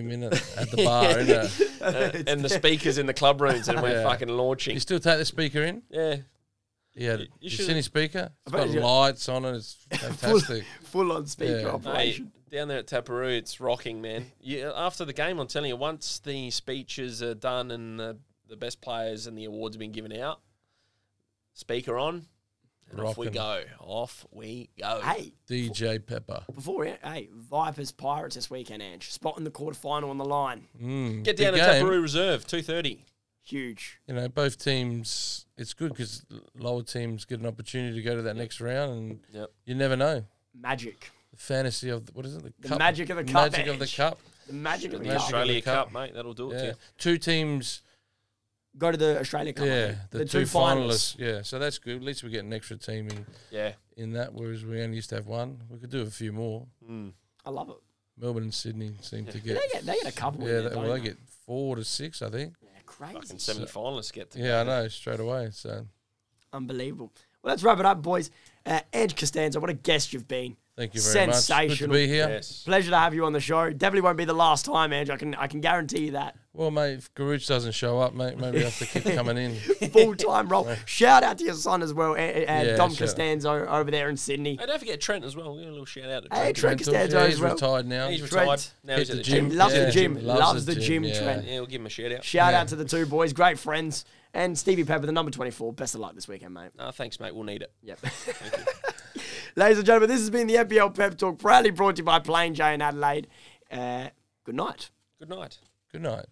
Speaker 3: minutes at the bar, isn't it?
Speaker 2: Uh, and the speakers in the club rooms, and we're
Speaker 3: Yeah.
Speaker 2: fucking
Speaker 3: You
Speaker 2: launching.
Speaker 3: still take the speaker in?
Speaker 2: Yeah.
Speaker 3: Yeah,
Speaker 2: You-
Speaker 3: you,
Speaker 2: you
Speaker 3: you
Speaker 2: should-
Speaker 3: seen his speaker? It's
Speaker 1: bet
Speaker 3: got
Speaker 1: he's got-
Speaker 3: lights on it. It's fantastic.
Speaker 1: full on speaker
Speaker 3: Yeah.
Speaker 2: Mate,
Speaker 1: operation.
Speaker 2: down there at Taparoo, it's rocking, man. Yeah, after the game, I'm telling you, once the speeches are done and the, the best players and the awards have been given out, speaker on, and off we
Speaker 3: Rocking.
Speaker 2: go. Off we go.
Speaker 1: Hey,
Speaker 3: DJ Pepper.
Speaker 1: before we, hey, Vipers Pirates this weekend, Ange. Spot in the quarterfinal on the line.
Speaker 3: Mm,
Speaker 2: Get
Speaker 3: big
Speaker 2: down to
Speaker 3: game.
Speaker 2: Taparoo Reserve, 2.30.
Speaker 1: Huge.
Speaker 3: you know, both teams, it's good because lower teams get an opportunity to go to that next round, and
Speaker 2: Yep.
Speaker 3: you never know.
Speaker 1: Magic.
Speaker 3: The fantasy of the, what is it?
Speaker 1: The magic of the cup, eh?
Speaker 3: Magic of the
Speaker 1: Ange.
Speaker 3: cup.
Speaker 1: The magic of the
Speaker 3: Magic.
Speaker 1: cup.
Speaker 2: Australia
Speaker 3: the cup.
Speaker 2: Cup, mate. That'll do it to
Speaker 3: Yeah,
Speaker 2: you.
Speaker 3: two teams.
Speaker 1: Go to the Australia Cup.
Speaker 3: yeah,
Speaker 1: mate.
Speaker 3: the, two, finalists. Yeah, so that's good. At least we get an extra team in
Speaker 2: Yeah.
Speaker 3: in that, whereas we only used to have one. We could do a few more.
Speaker 1: I love it.
Speaker 3: Melbourne and Sydney seem to get.
Speaker 1: They get, they get a couple.
Speaker 3: yeah,
Speaker 1: in there,
Speaker 3: they,
Speaker 1: don't
Speaker 3: well, they
Speaker 1: they?
Speaker 3: get four to six, I think.
Speaker 1: Yeah, crazy.
Speaker 2: And semi-finalists get to
Speaker 3: Yeah, I know straight away. So
Speaker 1: Unbelievable. Well, let's wrap it up, boys. Uh, Edge Costanza, what a guest you've been.
Speaker 3: thank you very much. Good to
Speaker 1: Sensational.
Speaker 3: be here.
Speaker 2: Yes.
Speaker 1: Pleasure to have you on the show. Definitely won't be the last time, Edge. I can I can guarantee you that.
Speaker 3: Well, mate, if Garuch doesn't show up, mate, maybe we have to keep coming in.
Speaker 1: Full time role. Shout out to your son as well, uh, uh,
Speaker 3: Yeah,
Speaker 1: Dom
Speaker 3: shout out.
Speaker 1: Costanzo over there in Sydney.
Speaker 2: Hey, don't forget Trent as well. Give him a little shout out to
Speaker 1: Hey,
Speaker 2: Trent.
Speaker 1: Trent
Speaker 3: Trent Dawson,
Speaker 1: Costanzo
Speaker 3: yeah,
Speaker 1: as
Speaker 3: he's
Speaker 1: well.
Speaker 3: retired now.
Speaker 2: He's
Speaker 1: Trent.
Speaker 2: retired. Now he's
Speaker 3: Hit
Speaker 2: at the
Speaker 3: the
Speaker 2: gym.
Speaker 1: Loves the
Speaker 3: Yeah.
Speaker 1: gym. Loves the gym,
Speaker 3: yeah.
Speaker 1: Trent.
Speaker 2: Yeah, we'll give him a shout out.
Speaker 1: Shout
Speaker 3: Yeah.
Speaker 1: out to the two boys. Great friends. And Stevie Pepper, the number 24. Best of luck this weekend, mate.
Speaker 2: Oh, thanks, mate. We'll need it.
Speaker 1: Yep.
Speaker 2: Thank you.
Speaker 1: Ladies and gentlemen, this has been the NPL Pep Talk, proudly brought to you by Plain Jane Adelaide. Uh, good night.
Speaker 2: Good night.
Speaker 3: Good night.